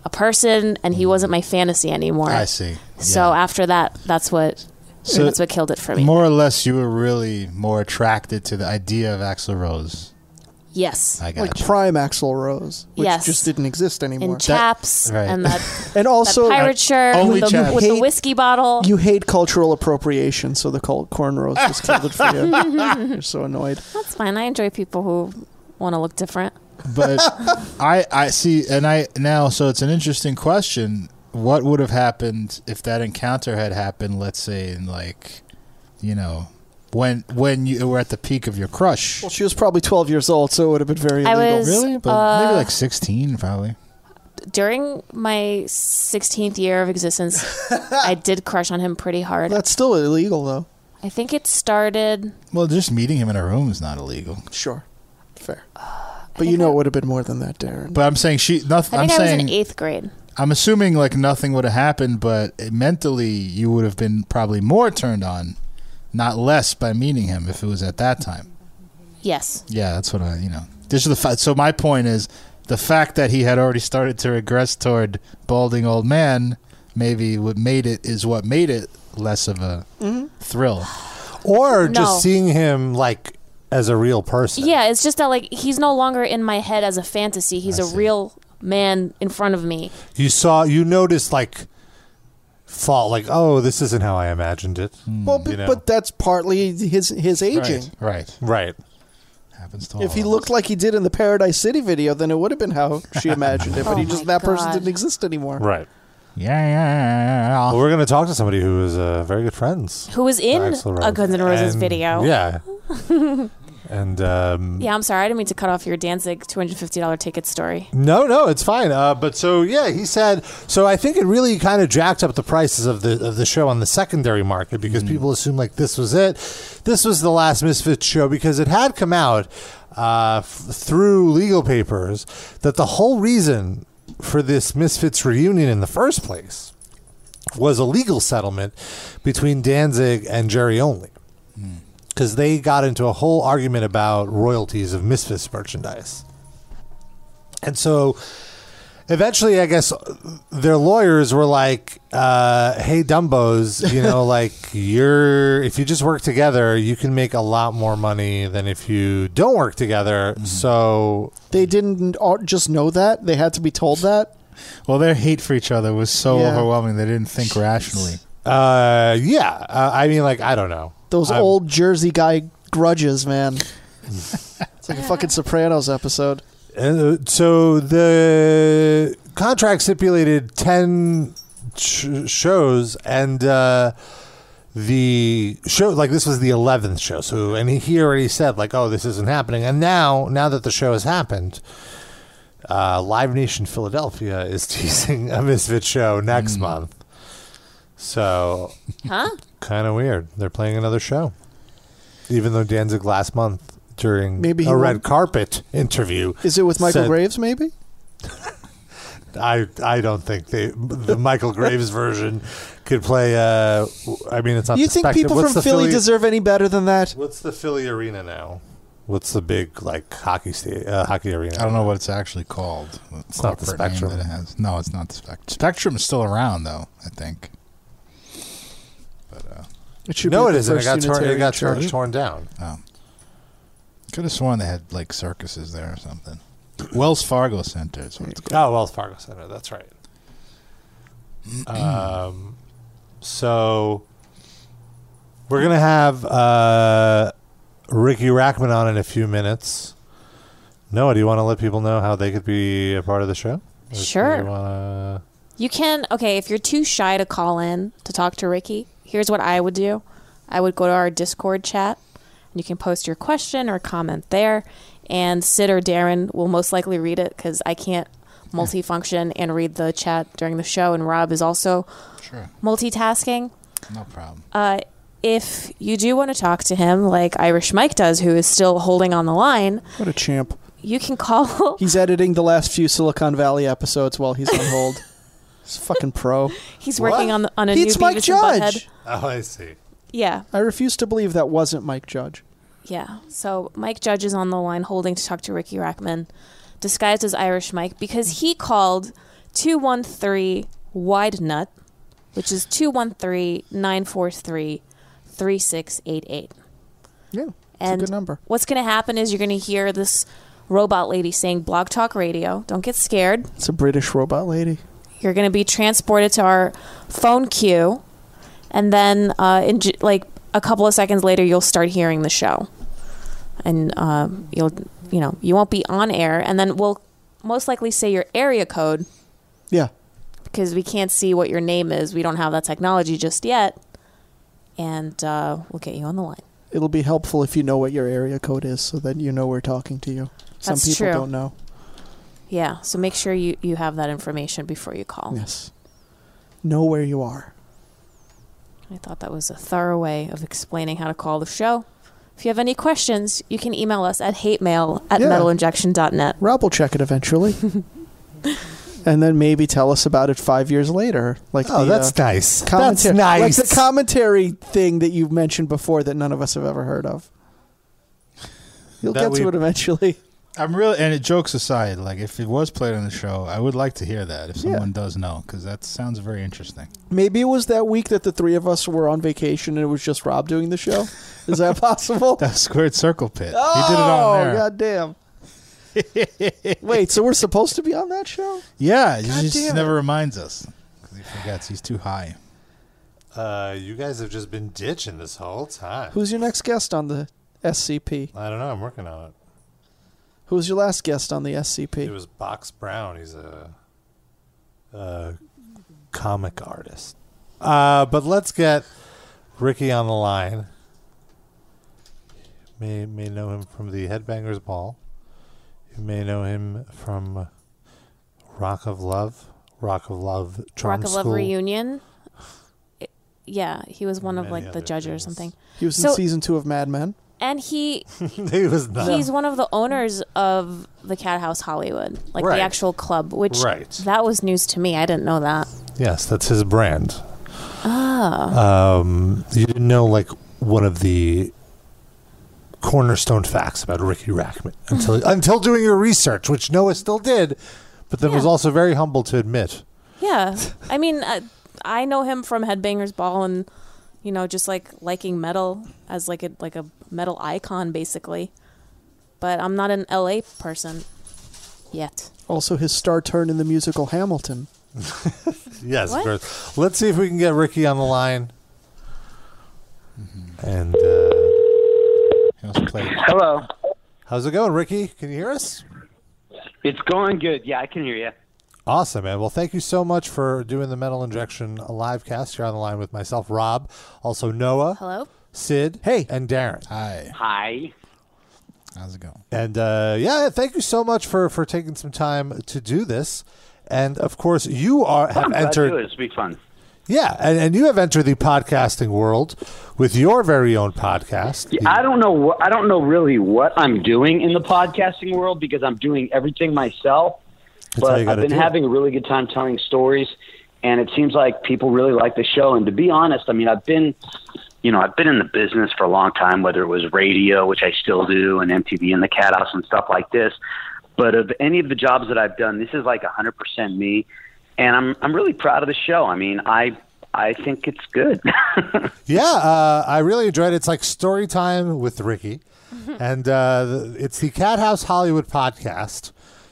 [SPEAKER 4] a person and he wasn't my fantasy anymore.
[SPEAKER 2] Mm. I see.
[SPEAKER 4] So
[SPEAKER 2] Yeah.
[SPEAKER 4] after that, that's what
[SPEAKER 2] So-
[SPEAKER 4] that's what killed it for me.
[SPEAKER 2] More or less, you were really more attracted to the idea of Axl Rose.
[SPEAKER 4] yes,
[SPEAKER 2] I got
[SPEAKER 5] like prime Axl Rose, which
[SPEAKER 4] Yes.
[SPEAKER 5] just didn't exist anymore.
[SPEAKER 4] in chaps
[SPEAKER 2] right.
[SPEAKER 4] and that,
[SPEAKER 5] and
[SPEAKER 4] that
[SPEAKER 5] also,
[SPEAKER 4] pirate shirt
[SPEAKER 2] only
[SPEAKER 4] with, the,
[SPEAKER 2] chaps.
[SPEAKER 4] with the
[SPEAKER 5] Hate-
[SPEAKER 4] whiskey bottle.
[SPEAKER 5] you hate cultural appropriation, so the col- cornrows just killed it for you. You're so annoyed.
[SPEAKER 3] Mm,
[SPEAKER 4] that's fine. I enjoy people who want to look different.
[SPEAKER 2] but I I see, and I now so it's an interesting question. What would have happened if that encounter had happened? Let's say in like, you know, when when you were at the peak of your crush.
[SPEAKER 5] Well, she was probably 12 years old, so it would have been very
[SPEAKER 4] I
[SPEAKER 5] illegal.
[SPEAKER 4] was-
[SPEAKER 2] Really, but
[SPEAKER 4] uh,
[SPEAKER 2] maybe like sixteen, probably.
[SPEAKER 4] During my 16th year of existence, I did crush on him pretty hard.
[SPEAKER 5] That's still illegal, though.
[SPEAKER 4] I think it started.
[SPEAKER 2] Well, just meeting him in a room is not illegal.
[SPEAKER 5] Sure. Fair.
[SPEAKER 4] Uh,
[SPEAKER 5] But you know it would have been more than that, Darren.
[SPEAKER 2] But I'm saying she. Nothing.
[SPEAKER 4] I
[SPEAKER 2] I'm
[SPEAKER 4] think I was in
[SPEAKER 2] saying.
[SPEAKER 4] eighth grade.
[SPEAKER 2] I'm assuming like nothing would have happened, but mentally you would have been probably more turned on, not less, by meeting him if it was at that time.
[SPEAKER 4] Yes.
[SPEAKER 2] Yeah, that's what I, you know. This is the fa- so my point is the fact that he had already started to regress toward balding old man maybe what made it is what made it less of a
[SPEAKER 5] Mm-hmm.
[SPEAKER 2] thrill.
[SPEAKER 3] or
[SPEAKER 4] No.
[SPEAKER 3] just seeing him like as a real person?
[SPEAKER 4] Yeah, it's just that like he's no longer in my head as a fantasy. He's a real man in front of me.
[SPEAKER 3] You saw. You noticed like fall. Like oh, this isn't how I imagined it.
[SPEAKER 2] Hmm.
[SPEAKER 5] Well, but,
[SPEAKER 3] you know.
[SPEAKER 5] but that's partly his his aging.
[SPEAKER 2] Right, right.
[SPEAKER 3] Right.
[SPEAKER 2] Happens to all.
[SPEAKER 5] If he
[SPEAKER 2] of us.
[SPEAKER 5] looked like he did in the Paradise City video, then it would have been how she imagined it. But
[SPEAKER 4] Oh
[SPEAKER 5] he just
[SPEAKER 4] my
[SPEAKER 5] that person
[SPEAKER 4] God.
[SPEAKER 5] didn't exist anymore.
[SPEAKER 3] Right.
[SPEAKER 2] yeah, yeah, yeah,
[SPEAKER 3] Well,
[SPEAKER 2] yeah.
[SPEAKER 3] we're gonna talk to somebody who is uh, very good friends.
[SPEAKER 4] Who was in
[SPEAKER 3] Axl Rose.
[SPEAKER 4] a Guns N' Roses
[SPEAKER 3] And-
[SPEAKER 4] video?
[SPEAKER 3] Yeah. and um,
[SPEAKER 4] Yeah, I'm sorry. I didn't mean to cut off your Danzig $250 ticket story.
[SPEAKER 3] No, no, it's fine. Uh, but so yeah, he said. So I think it really kind of jacked up the prices of the of the show on the secondary market because people assume like this was it, this was the last Misfits show because it had come out uh, f- through legal papers that the whole reason for this Misfits reunion in the first place was a legal settlement between Danzig and Jerry Only. Because they got into a whole argument about royalties of Misfits merchandise. And so eventually, I guess their lawyers were like, uh, hey, Dumbos, you know, like you're, if you just work together, you can make a lot more money than if you don't work together. So
[SPEAKER 5] They didn't all- just know that. They had to be told that.
[SPEAKER 2] Well, their hate for each other was so
[SPEAKER 5] Yeah.
[SPEAKER 2] overwhelming they didn't think rationally.
[SPEAKER 3] uh, yeah, uh, I mean, like, I don't know.
[SPEAKER 5] Those
[SPEAKER 3] I'm-
[SPEAKER 5] old Jersey guy grudges, man. it's like a fucking Sopranos episode.
[SPEAKER 3] Uh, so the contract stipulated 10 sh- shows and uh, the show like this was the 11th show so and he, he already said like oh this isn't happening and now now that the show has happened uh, live nation philadelphia is teasing a misfit show next month So,
[SPEAKER 4] Huh?
[SPEAKER 3] kind of weird. They're playing another show, even though Danzig last month during
[SPEAKER 5] Maybe he
[SPEAKER 3] a red
[SPEAKER 5] won't-
[SPEAKER 3] carpet interview
[SPEAKER 5] Is it with Michael
[SPEAKER 3] said-
[SPEAKER 5] Graves? Maybe.
[SPEAKER 3] I I don't think they the Michael Graves version could play. Uh, I mean, it's not.
[SPEAKER 5] You
[SPEAKER 3] the
[SPEAKER 5] think
[SPEAKER 3] Spectre-
[SPEAKER 5] people
[SPEAKER 3] what's
[SPEAKER 5] from
[SPEAKER 3] the
[SPEAKER 5] Philly deserve any better than that?
[SPEAKER 3] What's the Philly arena now? What's the big like hockey sta- uh, hockey arena?
[SPEAKER 2] I don't know what it's actually called. what
[SPEAKER 3] It's not the
[SPEAKER 2] corporate name
[SPEAKER 3] Spectrum.
[SPEAKER 2] That it has. No, it's not the Spectrum. Spectrum is still around, though, I think. uh,
[SPEAKER 5] It should
[SPEAKER 3] no,
[SPEAKER 5] be
[SPEAKER 3] it
[SPEAKER 5] the
[SPEAKER 3] isn't. It
[SPEAKER 5] First
[SPEAKER 3] got torn. It
[SPEAKER 5] Unitarian
[SPEAKER 3] got
[SPEAKER 5] Church.
[SPEAKER 3] torn, torn down.
[SPEAKER 5] Oh.
[SPEAKER 2] Could have sworn they had, like, circuses there or something. Wells Fargo Center is what it's called.
[SPEAKER 3] Oh, Wells Fargo Center. That's right. um, so we're gonna have uh, Ricky Rackman on in a few minutes. Noah, do you want to let people know how they could be a part of the show? Or do
[SPEAKER 4] Sure.
[SPEAKER 3] You wanna...
[SPEAKER 4] You can okay, if you're too shy to call in to talk to Ricky, here's what I would do. I would go to our Discord chat and you can post your question or comment there and Sid or Darren will most likely read it cuz I can't
[SPEAKER 2] Hmm.
[SPEAKER 4] multifunction and read the chat during the show and Rob is also
[SPEAKER 2] Sure.
[SPEAKER 4] multitasking.
[SPEAKER 2] No problem.
[SPEAKER 4] Uh, if you do want to talk to him like Irish Mike does who is still holding on the line,
[SPEAKER 5] What a champ!
[SPEAKER 4] you can call
[SPEAKER 5] He's editing the last few Silicon Valley episodes while he's on hold. He's a fucking pro.
[SPEAKER 4] He's
[SPEAKER 3] What?
[SPEAKER 4] working on the, on a
[SPEAKER 5] It's
[SPEAKER 4] new
[SPEAKER 5] Mike
[SPEAKER 4] Beavis and
[SPEAKER 5] Judge.
[SPEAKER 4] Butthead.
[SPEAKER 3] Oh, I see.
[SPEAKER 4] Yeah,
[SPEAKER 5] I refuse to believe that wasn't Mike Judge.
[SPEAKER 4] yeah. So Mike Judge is on the line holding to talk to Ricky Rackman, disguised as Irish Mike, because he called 213 Wide Nut, which is 213 943 3688.
[SPEAKER 5] Yeah, it's
[SPEAKER 4] And
[SPEAKER 5] a good number.
[SPEAKER 4] what's going to happen is you're going to hear this robot lady saying Blog Talk Radio. Don't get scared.
[SPEAKER 5] It's a British robot lady.
[SPEAKER 4] You're going to be transported to our phone queue, and then uh, in j- like a couple of seconds later, you'll start hearing the show, and um, you'll you know you won't be on air, and then we'll most likely say your area code
[SPEAKER 5] Yeah,
[SPEAKER 4] because we can't see what your name is. We don't have that technology just yet, and uh, we'll get you on the line.
[SPEAKER 5] it'll be helpful if you know what your area code is, so that you know we're talking to you. Some
[SPEAKER 4] That's
[SPEAKER 5] people
[SPEAKER 4] true.
[SPEAKER 5] don't know.
[SPEAKER 4] Yeah, so make sure you you have that information before you call.
[SPEAKER 5] Yes, know where you are.
[SPEAKER 4] I thought that was a thorough way of explaining how to call the show. If you have any questions, you can email us at hatemail at
[SPEAKER 5] Yeah.
[SPEAKER 4] metalinjection.net.
[SPEAKER 5] Rob will check it eventually, and then maybe tell us about it five years later. Like the, uh,
[SPEAKER 3] Oh, that's nice. That's
[SPEAKER 5] commentary-
[SPEAKER 3] nice.
[SPEAKER 5] Like the commentary thing that you've mentioned before that none of us have ever heard of. You'll
[SPEAKER 3] That
[SPEAKER 5] get to
[SPEAKER 3] we-
[SPEAKER 5] it eventually.
[SPEAKER 2] I'm really, and it jokes aside, like, if it was played on the show, I would like to hear that if someone does know, because that sounds very interesting.
[SPEAKER 5] Maybe it was that week that the three of us were on vacation and it was just Rob doing the show. Is that possible?
[SPEAKER 2] That squared circle pit. he did it on there.
[SPEAKER 5] God damn. Wait, so we're supposed to be on that show?
[SPEAKER 2] Yeah, he just
[SPEAKER 5] damn
[SPEAKER 2] never reminds us. 'Cause he forgets he's too high.
[SPEAKER 3] Uh, you guys have just been ditching this whole time.
[SPEAKER 5] Who's your next guest on the SCP?
[SPEAKER 3] I don't know. I'm working on it.
[SPEAKER 5] Who was your last guest on the
[SPEAKER 3] It
[SPEAKER 5] SCP?
[SPEAKER 3] was Box Brown. He's a, a comic artist. Uh, but let's get Ricky on the line. May may know him from the Headbangers Ball. You may know him from Rock of Love, Rock of Love, Charm
[SPEAKER 4] Rock of
[SPEAKER 3] School.
[SPEAKER 4] Love Reunion. It- yeah, he was one of
[SPEAKER 3] Many
[SPEAKER 4] like the
[SPEAKER 3] other
[SPEAKER 4] judge or
[SPEAKER 3] things.
[SPEAKER 4] something.
[SPEAKER 5] He was in
[SPEAKER 4] So-
[SPEAKER 5] season two of Mad Men.
[SPEAKER 4] And he
[SPEAKER 3] he was not.
[SPEAKER 4] he's one of the owners of the Cat House Hollywood, like
[SPEAKER 3] Right.
[SPEAKER 4] the actual club, which
[SPEAKER 3] Right.
[SPEAKER 4] that was news to me. I didn't know that. Ah.
[SPEAKER 3] Yes, that's his brand. Um, you didn't know like one of the cornerstone facts about Ricky Rackman
[SPEAKER 4] Mm-hmm.
[SPEAKER 3] until until doing your research, which Noah still did, but then was
[SPEAKER 4] Yeah.
[SPEAKER 3] also very humble to admit.
[SPEAKER 4] Yeah. I mean, I, I know him from Headbangers Ball and you know, just like liking metal as like a like a metal icon basically. But I'm not an LA person yet.
[SPEAKER 5] Also, his star turn in the musical Hamilton.
[SPEAKER 3] Yes,
[SPEAKER 4] What?
[SPEAKER 3] course. Let's see if we can get Ricky on the line. And uh,
[SPEAKER 2] He also played.
[SPEAKER 7] Hello.
[SPEAKER 3] how's it going, Ricky? Can you hear us?
[SPEAKER 7] It's going good. Yeah, I can hear you.
[SPEAKER 3] Awesome, man. Well, thank you so much for doing the Metal Injection live cast. You're on the line with myself, Rob, also Noah.
[SPEAKER 4] Hello?
[SPEAKER 3] Sid, hey, and Darren,
[SPEAKER 2] Hi.
[SPEAKER 7] Hi.
[SPEAKER 2] How's it going?
[SPEAKER 3] and uh, yeah, thank you so much for for taking some time to do this. And of course, you are have
[SPEAKER 7] I'm glad to do
[SPEAKER 3] entered.
[SPEAKER 7] it. It's be fun.
[SPEAKER 3] Yeah, and, and you have entered the podcasting world with your very own podcast.
[SPEAKER 7] Yeah, I don't know. What, I don't know really what I'm doing in the podcasting world because I'm doing everything myself.
[SPEAKER 3] how
[SPEAKER 7] but
[SPEAKER 3] you
[SPEAKER 7] I've
[SPEAKER 3] gotta
[SPEAKER 7] been
[SPEAKER 3] do it.
[SPEAKER 7] having a really good time telling stories, and it seems like people really like the show. And to be honest, I mean, I've been, you know, I've been in the business for a long time, whether it was radio, which I still do, and MTV and the Cat House and stuff like this. But of any of the jobs that I've done, this is like 100% me, and I'm I'm really proud of the show. I mean, I I think it's good.
[SPEAKER 3] Yeah, uh, I really enjoyed it. It's like story time with Ricky, and uh, the- it's the Cat House Hollywood podcast.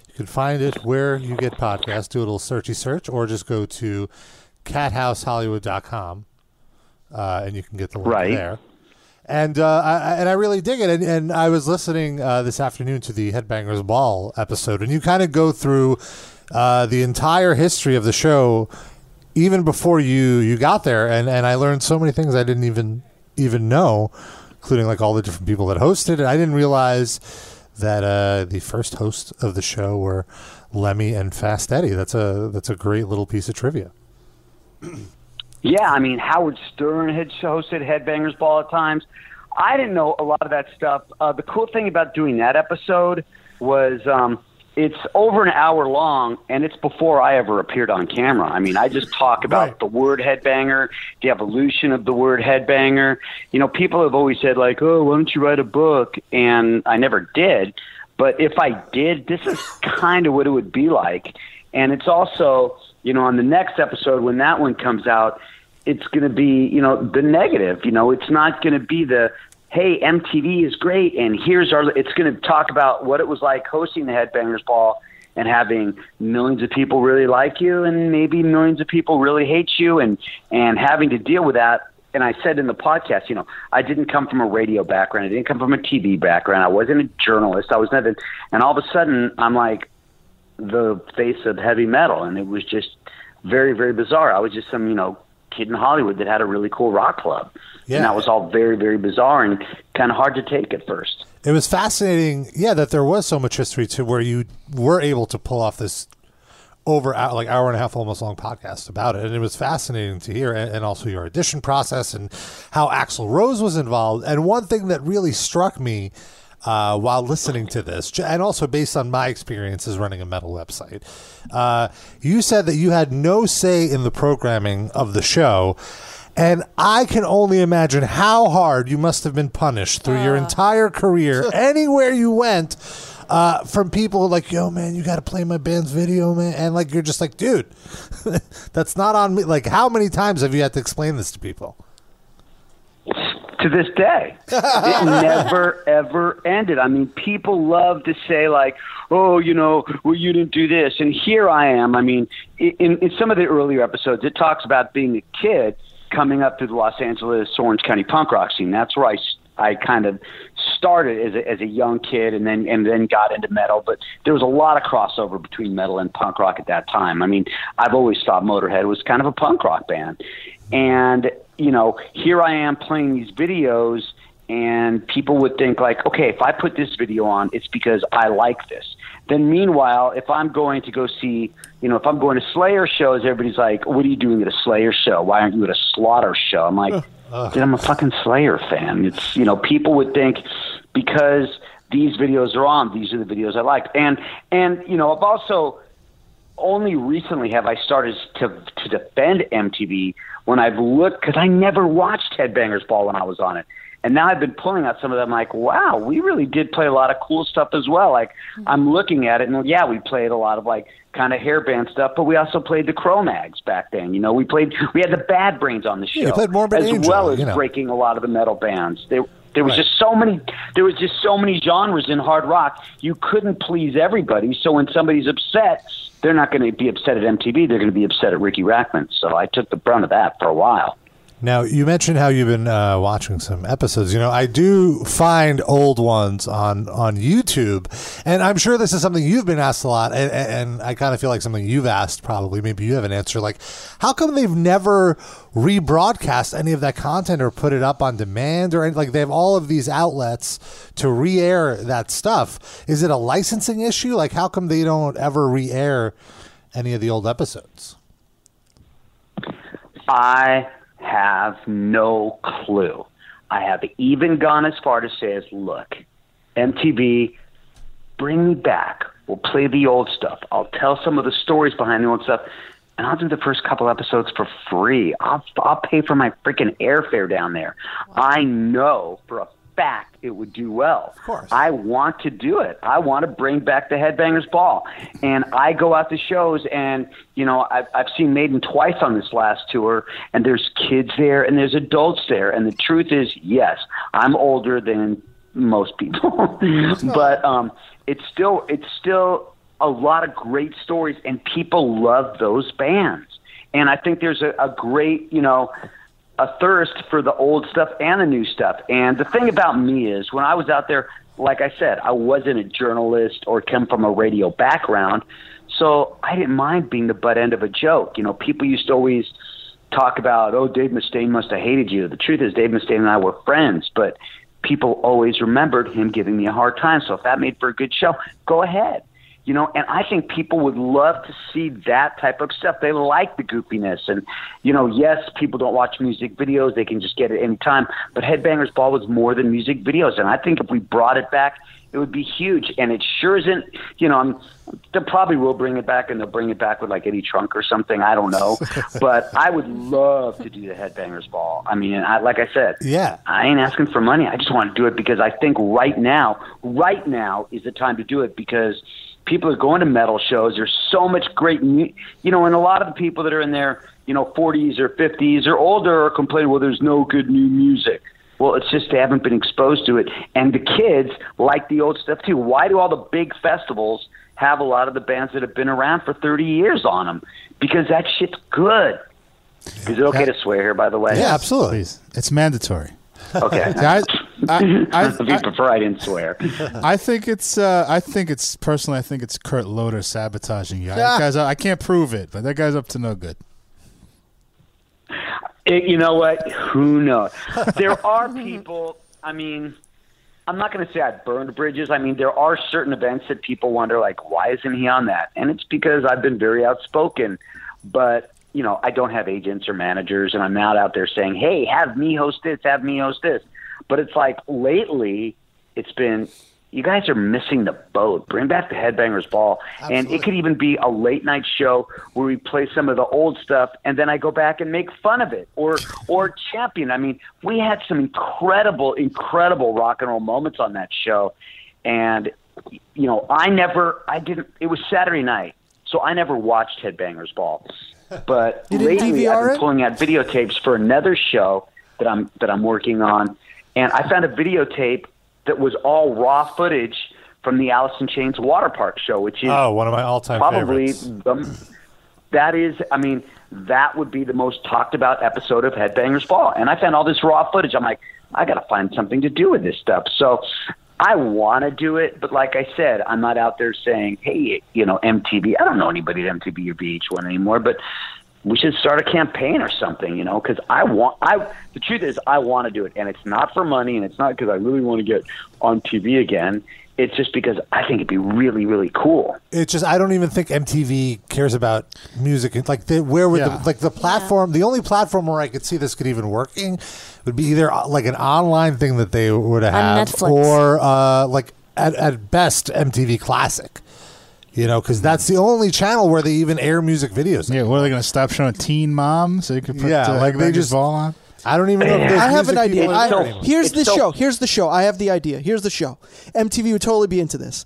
[SPEAKER 3] You can find it where you get podcasts. Do a little searchy search, or just go to cathousehollywood.com, uh, and you can get the link
[SPEAKER 7] Right.
[SPEAKER 3] there. And uh, I, I- and I really dig it. And, and I was listening uh, this afternoon to the Headbangers Ball episode, and you kind of go through uh, the entire history of the show, even before you you got there. And, and I learned so many things I didn't even even know, including like all the different people that hosted it. I didn't realize that uh, the first host of the show were Lemmy and Fast Eddie. That's a that's a great little piece of trivia.
[SPEAKER 7] Yeah, I mean Howard Stern had hosted Headbangers Ball at times. I didn't know a lot of that stuff. Uh, the cool thing about doing that episode was um, it's over an hour long, and it's before I ever appeared on camera. I mean, I just talk about the word headbanger, the evolution of the word headbanger. You know, people have always said like, "Oh, why don't you write a book?" And I never did. But if I did, this is kind of what it would be like. And it's also, you know, on the next episode when that one comes out, it's going to be, you know, the negative. You know, it's not going to be the, hey, MTV is great and here's our, it's going to talk about what it was like hosting the Headbangers Ball and having millions of people really like you and maybe millions of people really hate you and, and having to deal with that and I said in the podcast, you know, I didn't come from a radio background. I didn't come from a TV background. I wasn't a journalist. I was nothing. And all of a sudden, I'm like the face of heavy metal, and it was just very, very bizarre. I was just some, you know, kid in Hollywood that had a really cool rock club,
[SPEAKER 3] Yeah.
[SPEAKER 7] and that was all very, very bizarre and kind of hard to take at first.
[SPEAKER 3] It was fascinating, yeah, that there was so much history to where you were able to pull off this over hour, like hour and a half, almost long podcast about it, and it was fascinating to hear, and, and also your audition process and how Axl Rose was involved. And one thing that really struck me uh, while listening to this, j- and also based on my experiences running a metal website, uh, you said that you had no say in the programming of the show. And I can only imagine how hard you must have been punished through your entire career, anywhere you went, uh, from people like, "Yo, man, you got to play my band's video, man," and like you're just like, "Dude, that's not on me." Like, how many times have you had to explain this to people?
[SPEAKER 7] to this day. It never ever ended. I mean, people love to say like, "Oh, you know, well, you didn't do this," and here I am. I mean, i- in, in some of the earlier episodes, it talks about being a kid coming up through the Los Angeles Orange County punk rock scene. That's where I s- I kind of started as a, as a young kid and then and then got into metal but there was a lot of crossover between metal and punk rock at that time i mean i've always thought motorhead was kind of a punk rock band and you know here i am playing these videos and people would think like okay if i put this video on it's because i like this then meanwhile if i'm going to go see you know if i'm going to slayer shows everybody's like what are you doing at a slayer show why aren't you at a slaughter show i'm like dude i'm a fucking slayer fan it's you know people would think because these videos are on these are the videos i like and and you know i've also only recently have I started to to defend MTV when I've looked because I never watched Headbangers Ball when I was on it, and now I've been pulling out some of them. Like, wow, we really did play a lot of cool stuff as well. Like, I'm looking at it, and yeah, we played a lot of like kind of hairband stuff, but we also played the Cro-Mags back then. You know, we played we had the Bad Brains on the show
[SPEAKER 3] you played Morbid
[SPEAKER 7] as
[SPEAKER 3] Angel,
[SPEAKER 7] well as
[SPEAKER 3] you know.
[SPEAKER 7] breaking a lot of the metal bands. There, there was just so many. There was just so many genres in hard rock. You couldn't please everybody. So when somebody's upset, they're not going to be upset at MTV. They're going to be upset at Ricky Rackman. So I took the brunt of that for a while.
[SPEAKER 3] Now, you mentioned how you've been uh, watching some episodes. You know, I do find old ones on on YouTube, and I'm sure this is something you've been asked a lot, and, and and I kind of feel like something you've asked probably. Maybe you have an answer. Like, how come they've never rebroadcast any of that content or put it up on demand or any, like they have all of these outlets to re-air that stuff? Is it a licensing issue? Like, how come they don't ever re-air any of the old episodes?
[SPEAKER 7] I have no clue. I have even gone as far to say, as, look, MTV, bring me back. We'll play the old stuff. I'll tell some of the stories behind the old stuff, and I'll do the first couple episodes for free. I'll, I'll pay for my freaking airfare down there. I know for a fact it would do well. Of course. I want to do it. I want to bring back the Headbangers Ball. And I go out to shows, and, you know, I've, I've seen Maiden twice on this last tour, and there's kids there, and there's adults there. And the truth is, yes, I'm older than most people. but um, it's still it's still a lot of great stories, and people love those bands. And I think there's a, a great you know a thirst for the old stuff and the new stuff. And the thing about me is, when I was out there, like I said, I wasn't a journalist or came from a radio background, so I didn't mind being the butt end of a joke. You know, people used to always talk about, oh, Dave Mustaine must have hated you. The truth is, Dave Mustaine and I were friends, but people always remembered him giving me a hard time. So if that made for a good show, go ahead. You know, and I think people would love to see that type of stuff. They like the goofiness. And, you know, yes, people don't watch music videos. They can just get it any time. But Headbangers Ball was more than music videos. And I think if we brought it back, it would be huge. And it sure isn't, you know, I'm, they probably will bring it back and they'll bring it back with like Eddie Trunk or something. I don't know. but I would love to do the Headbangers Ball. I mean, I, like I said,
[SPEAKER 3] Yeah.
[SPEAKER 7] I ain't asking for money. I just want to do it because I think right now, right now is the time to do it because people are going to metal shows. There's so much great, mu- you know, and a lot of the people that are in their, you know, 40s or 50s or older are complaining, well, there's no good new music. Well, it's just they haven't been exposed to it. And the kids like the old stuff too. Why do all the big festivals have a lot of the bands that have been around for 30 years on them? Because that shit's good. Is it okay to swear here, by the way?
[SPEAKER 3] Yeah, absolutely.
[SPEAKER 2] It's mandatory.
[SPEAKER 7] Okay.
[SPEAKER 2] I, I, I,
[SPEAKER 7] if you prefer, I didn't swear.
[SPEAKER 2] I think it's. Uh, I think it's personally. I think it's Kurt Loder sabotaging you. That guy's. I can't prove it, but that guy's up to no good.
[SPEAKER 7] It, Eh, you know what? Who knows? There are people. I mean, I'm not going to say I burned bridges. I mean, there are certain events that people wonder, like, why isn't he on that? And it's because I've been very outspoken. But you know, I don't have agents or managers, and I'm not out there saying, "Hey, have me host this, have me host this." But it's like lately, it's been. You guys are missing the boat. Bring back the Headbangers Ball. And it could even be a late night show where we play some of the old stuff and then I go back and make fun of it or or champion. I mean, we had some incredible incredible rock and roll moments on that show. And you know, I never I didn't it was Saturday night. So I never watched Headbangers Ball. But lately I've
[SPEAKER 5] DVR
[SPEAKER 7] been
[SPEAKER 5] it?
[SPEAKER 7] pulling out videotapes for another show that I'm that I'm working on and I found a videotape that was all raw footage from the Alice in Chains Water Park show, which is
[SPEAKER 3] Oh, one of my all-time
[SPEAKER 7] probably
[SPEAKER 3] favorites.
[SPEAKER 7] the, that is i mean that would be the most talked about episode of headbangers ball and i found all this raw footage i'm like i gotta find something to do with this stuff so i want to do it but like i said i'm not out there saying hey you know mtv i don't know anybody at mtv or vh1 anymore but we should start a campaign or something you know because i want i the truth is i want to do it and it's not for money and it's not because i really want to get on tv again it's just because i think it'd be really really cool
[SPEAKER 3] It's just I don't even think MTV cares about music. It's Like the, where would
[SPEAKER 2] Yeah.
[SPEAKER 3] the, like the platform? The only platform where I could see this could even working would be either uh, like an online thing that they would have,
[SPEAKER 4] Netflix.
[SPEAKER 3] or uh, like at, at best MTV Classic. You know, because that's the only channel where they even air music videos.
[SPEAKER 2] Yeah. What are they going to stop showing Teen Mom so you can put
[SPEAKER 3] Yeah,
[SPEAKER 2] uh,
[SPEAKER 3] like, they
[SPEAKER 2] Headbangers
[SPEAKER 3] just-
[SPEAKER 2] ball on?
[SPEAKER 3] I don't even know. If there's
[SPEAKER 5] I have
[SPEAKER 3] music
[SPEAKER 5] an idea.
[SPEAKER 3] people
[SPEAKER 5] I,
[SPEAKER 3] in there
[SPEAKER 7] so-
[SPEAKER 3] anymore.
[SPEAKER 5] here's
[SPEAKER 7] It's
[SPEAKER 5] the
[SPEAKER 7] so-
[SPEAKER 5] show. Here's the show. I have the idea. Here's the show. MTV would totally be into this.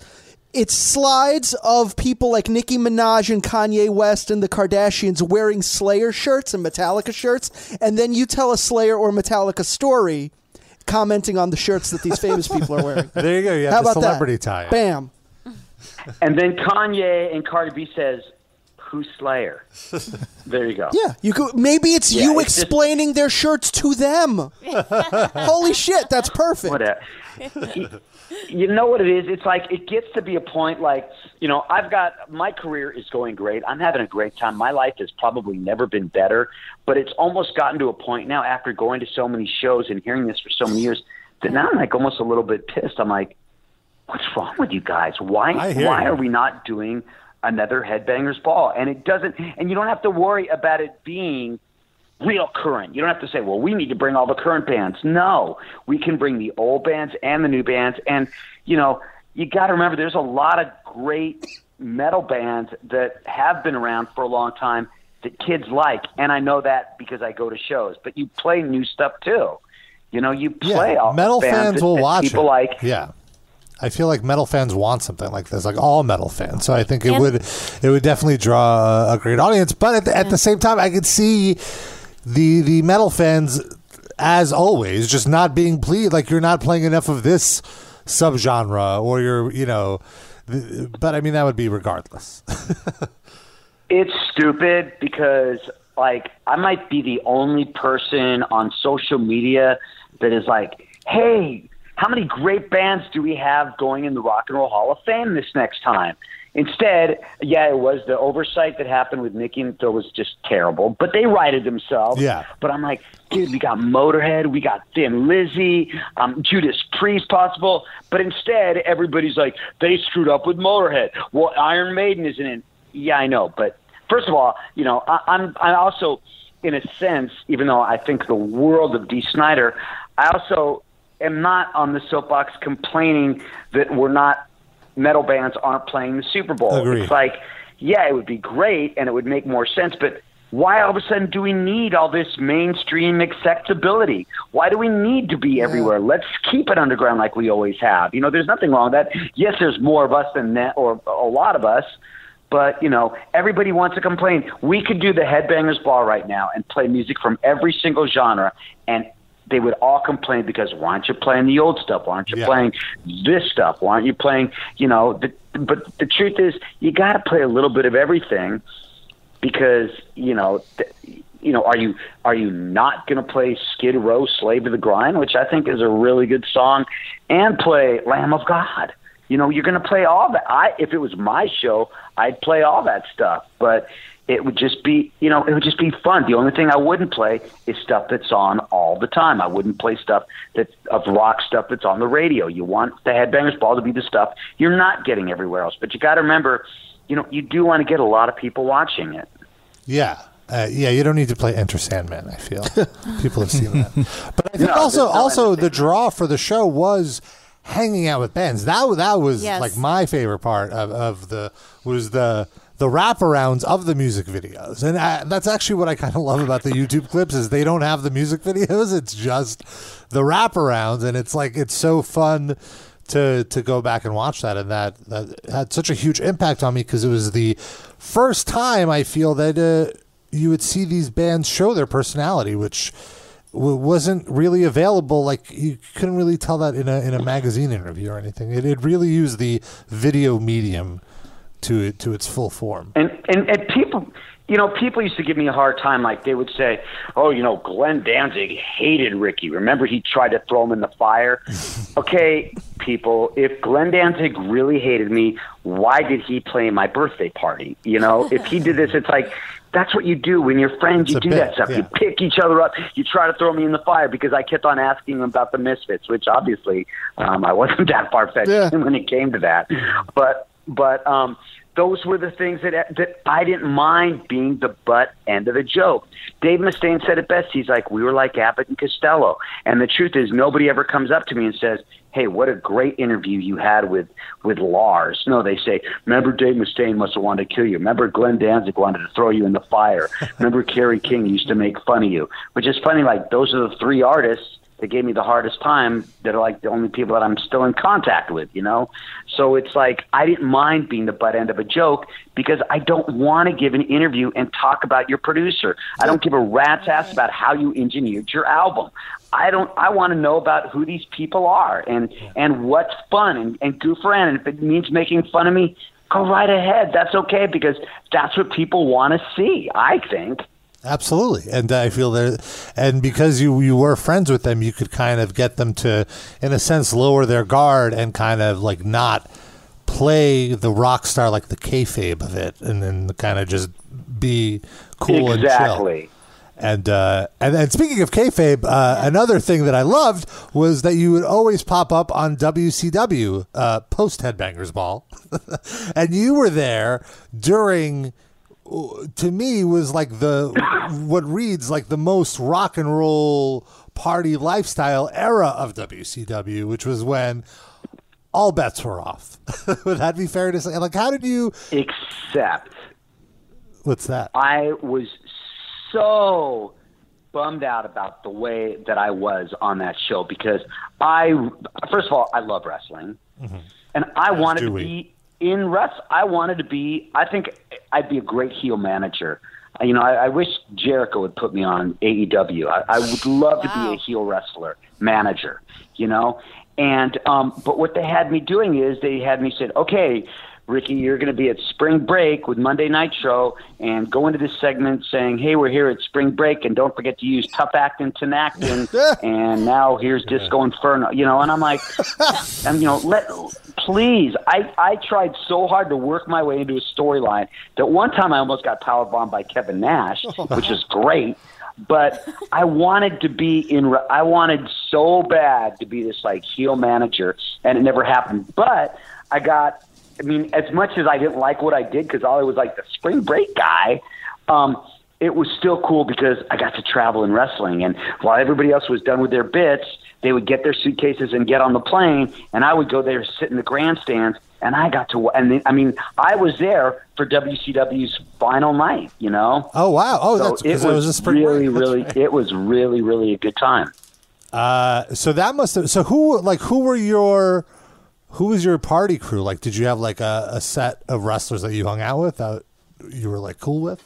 [SPEAKER 5] It's slides of people like Nicki Minaj and Kanye West and the Kardashians wearing Slayer shirts and Metallica shirts, and then you tell a Slayer or Metallica story, commenting on the shirts that these famous people are wearing.
[SPEAKER 3] There you go. You have
[SPEAKER 5] How
[SPEAKER 3] the
[SPEAKER 5] about
[SPEAKER 3] celebrity
[SPEAKER 5] that?
[SPEAKER 3] tie.
[SPEAKER 5] Bam.
[SPEAKER 7] And then Kanye and Cardi B says, "Who's Slayer?" there you go.
[SPEAKER 5] Yeah, you could. Maybe it's
[SPEAKER 7] Yeah,
[SPEAKER 5] you
[SPEAKER 7] it's just-
[SPEAKER 5] explaining their shirts to them. Holy shit, that's perfect.
[SPEAKER 7] What a, you know what it is? It's like it gets to be a point like, you know, I've got my career is going great. I'm having a great time. My life has probably never been better, but it's almost gotten to a point now after going to so many shows and hearing this for so many years that now I'm like almost a little bit pissed. I'm like, what's wrong with you guys? Why
[SPEAKER 3] I hear
[SPEAKER 7] why
[SPEAKER 3] you.
[SPEAKER 7] are we not doing another headbangers ball? And it doesn't and you don't have to worry about it being real current. You don't have to say, well, we need to bring all the current bands. No, we can bring the old bands and the new bands. And, you know, you got to remember there's a lot of great metal bands that have been around for a long time that kids like. And I know that because I go to shows, but you play new stuff too. You know, you play all
[SPEAKER 3] metal
[SPEAKER 7] bands
[SPEAKER 3] fans
[SPEAKER 7] that-
[SPEAKER 3] will
[SPEAKER 7] that
[SPEAKER 3] watch
[SPEAKER 7] people
[SPEAKER 3] it.
[SPEAKER 7] like.
[SPEAKER 3] Yeah. I feel like metal fans want something like this, like all metal fans. So I think it
[SPEAKER 4] And-
[SPEAKER 3] would it would definitely draw a great audience. But at the, at the same time, I could see the the metal fans, as always, just not being pleased. Like you're not playing enough of this subgenre, or you're you know. th- But I mean, that would be regardless.
[SPEAKER 7] It's stupid because like I might be the only person on social media that is like, "Hey, how many great bands do we have going in the Rock and Roll Hall of Fame this next time?" Instead, yeah, it was the oversight that happened with Nikki and Phil was just terrible, but they righted themselves.
[SPEAKER 3] Yeah.
[SPEAKER 7] But I'm like, dude, we got Motorhead, we got Thin Lizzy, um, Judas Priest possible. But instead, everybody's like, they screwed up with Motorhead. Well, Iron Maiden isn't in. Yeah, I know. But first of all, you know, I, I'm, I also, in a sense, even though I think the world of D. Snyder, I also am not on the soapbox complaining that we're not, metal bands aren't playing the Super Bowl.
[SPEAKER 3] Agreed.
[SPEAKER 7] It's like, yeah, it would be great and it would make more sense, but why all of a sudden do we need all this mainstream acceptability? Why do we need to be everywhere? Let's keep it underground like we always have. You know, there's nothing wrong with that. Yes, there's more of us than that, or a lot of us, but, you know, everybody wants to complain. We could do the Headbangers Ball right now and play music from every single genre, and they would all complain because why aren't you playing the old stuff? Why aren't you
[SPEAKER 3] Yeah.
[SPEAKER 7] playing this stuff? Why aren't you playing, you know, the, but the truth is you got to play a little bit of everything because, you know, th- you know, are you are you not going to play Skid Row Slave to the Grind, which I think is a really good song and play Lamb of God? You know, you're going to play all that. I if it was my show, I'd play all that stuff, but it would just be, you know, it would just be fun. The only thing I wouldn't play is stuff that's on all the time. I wouldn't play stuff that of rock stuff that's on the radio. You want the Headbangers Ball to be the stuff you're not getting everywhere else. But you got to remember, you know, you do want to get a lot of people watching it.
[SPEAKER 3] Yeah. Uh, yeah, you don't need to play Enter Sandman. I feel people have seen that, but I think
[SPEAKER 7] No,
[SPEAKER 3] also
[SPEAKER 7] there's no
[SPEAKER 3] also
[SPEAKER 7] Enter
[SPEAKER 3] the draw for the show was hanging out with bands. That that was
[SPEAKER 4] Yes.
[SPEAKER 3] like my favorite part of, of the was the the wraparounds of the music videos, and I, that's actually what I kind of love about the YouTube clips is they don't have the music videos. It's just the wraparounds, and it's like it's so fun to to go back and watch that and that that had such a huge impact on me because it was the first time I feel that uh, you would see these bands show their personality which w- wasn't really available like you couldn't really tell that in a in a magazine interview or anything it, it really used the video medium to it to its full form
[SPEAKER 7] And, and and people, you know, people used to give me a hard time. Like they would say, "Oh, you know, Glenn Danzig hated Ricky. Remember, he tried to throw him in the fire." okay, people, if Glenn Danzig really hated me, why did he play my birthday party? You know, if he did this, it's like. That's what you do when you're friends. you
[SPEAKER 3] It's
[SPEAKER 7] do
[SPEAKER 3] a bit,
[SPEAKER 7] that stuff.
[SPEAKER 3] yeah.
[SPEAKER 7] You pick each other up. You try to throw me in the fire because I kept on asking him about the Misfits, which obviously um, I wasn't that far fetched
[SPEAKER 5] Yeah.
[SPEAKER 7] when it came to that. But but um, those were the things that that I didn't mind being the butt end of a joke. Dave Mustaine said it best. He's like, we were like Abbott and Costello. And the truth is, nobody ever comes up to me and says, "Hey, what a great interview you had with with Lars." No, they say, "Remember Dave Mustaine must have wanted to kill you. Remember Glenn Danzig wanted to throw you in the fire. Remember Kerry King used to make fun of you." Which is funny. Like those are the three artists that gave me the hardest time that are like the only people that I'm still in contact with, you know? So it's like I didn't mind being the butt end of a joke because I don't want to give an interview and talk about your producer. I don't give a rat's ass about how you engineered your album. I don't I want to know about who these people are and and what's fun and, and goof around and if it means making fun of me, go right ahead. That's okay because that's what people want to see, I think.
[SPEAKER 3] Absolutely, and I feel that, and because you you were friends with them, you could kind of get them to, in a sense, lower their guard and kind of like not play the rock star like the kayfabe of it, and then kind of just be cool and
[SPEAKER 7] exactly.
[SPEAKER 3] chill. And uh, and and speaking of kayfabe, uh, another thing that I loved was that you would always pop up on WCW uh, post Headbangers Ball, and you were there during to me was like the what reads like the most rock and roll party lifestyle era of WCW, which was when all bets were off. Would that be fair to say? Like, how did you?
[SPEAKER 7] Except
[SPEAKER 3] What's that?
[SPEAKER 7] I was so bummed out about the way that I was on that show because I, first of all, I love wrestling,
[SPEAKER 8] Mm-hmm.
[SPEAKER 7] and I
[SPEAKER 8] As
[SPEAKER 7] wanted
[SPEAKER 8] do
[SPEAKER 7] to
[SPEAKER 8] we.
[SPEAKER 7] be in wrestling. I wanted to be. I think I'd be a great heel manager. You know, I, I wish Jericho would put me on AEW. I, I would love to be a heel wrestler manager. You know, and um, but what they had me doing is they had me said, okay. Ricky, you're going to be at spring break with Monday Night Show and go into this segment saying, hey, we're here at spring break and don't forget to use tough actin, tenactin, and now here's Disco Inferno, you know, and I'm like, and, you know, let, please, I, I tried so hard to work my way into a storyline that one time I almost got powerbombed by Kevin Nash, which is great but I wanted to be in. re- I wanted so bad to be this like heel manager, and it never happened. But I got. I mean, as much as I didn't like what I did because I was like the spring break guy. Um, it was still cool because I got to travel in wrestling, and while everybody else was done with their bits, they would get their suitcases and get on the plane, and I would go there, sit in the grandstands, and I got to. And then, I mean, I was there for WCW's final night. You know?
[SPEAKER 3] Oh wow! Oh,
[SPEAKER 7] So
[SPEAKER 3] that's
[SPEAKER 7] it
[SPEAKER 3] because
[SPEAKER 7] was,
[SPEAKER 3] it was a spring
[SPEAKER 7] really, really. It was really, really a good time.
[SPEAKER 3] Uh, so that must have. So who like who were your who was your party crew? Like, did you have like a, a set of wrestlers that you hung out with that you were like cool with?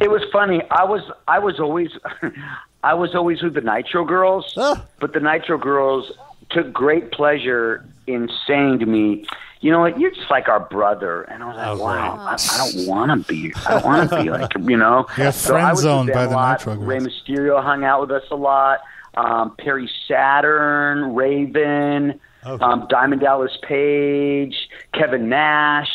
[SPEAKER 7] It was funny. I was, I was always, I was always with the Nitro Girls, but the Nitro Girls took great pleasure in saying to me, "You know what? You're just like our brother." And I was
[SPEAKER 3] Oh,
[SPEAKER 7] like, "Wow, I, I don't want to be. I don't want to be like him," you know."
[SPEAKER 2] You're
[SPEAKER 7] I
[SPEAKER 2] friend
[SPEAKER 7] was with
[SPEAKER 2] zoned
[SPEAKER 7] them
[SPEAKER 2] by
[SPEAKER 7] a
[SPEAKER 2] the
[SPEAKER 7] lot.
[SPEAKER 2] Nitro Girls.
[SPEAKER 7] Rey Mysterio hung out with us a lot. Um, Perry Saturn, Raven,
[SPEAKER 2] Oh.
[SPEAKER 7] um, Diamond Dallas Page, Kevin Nash,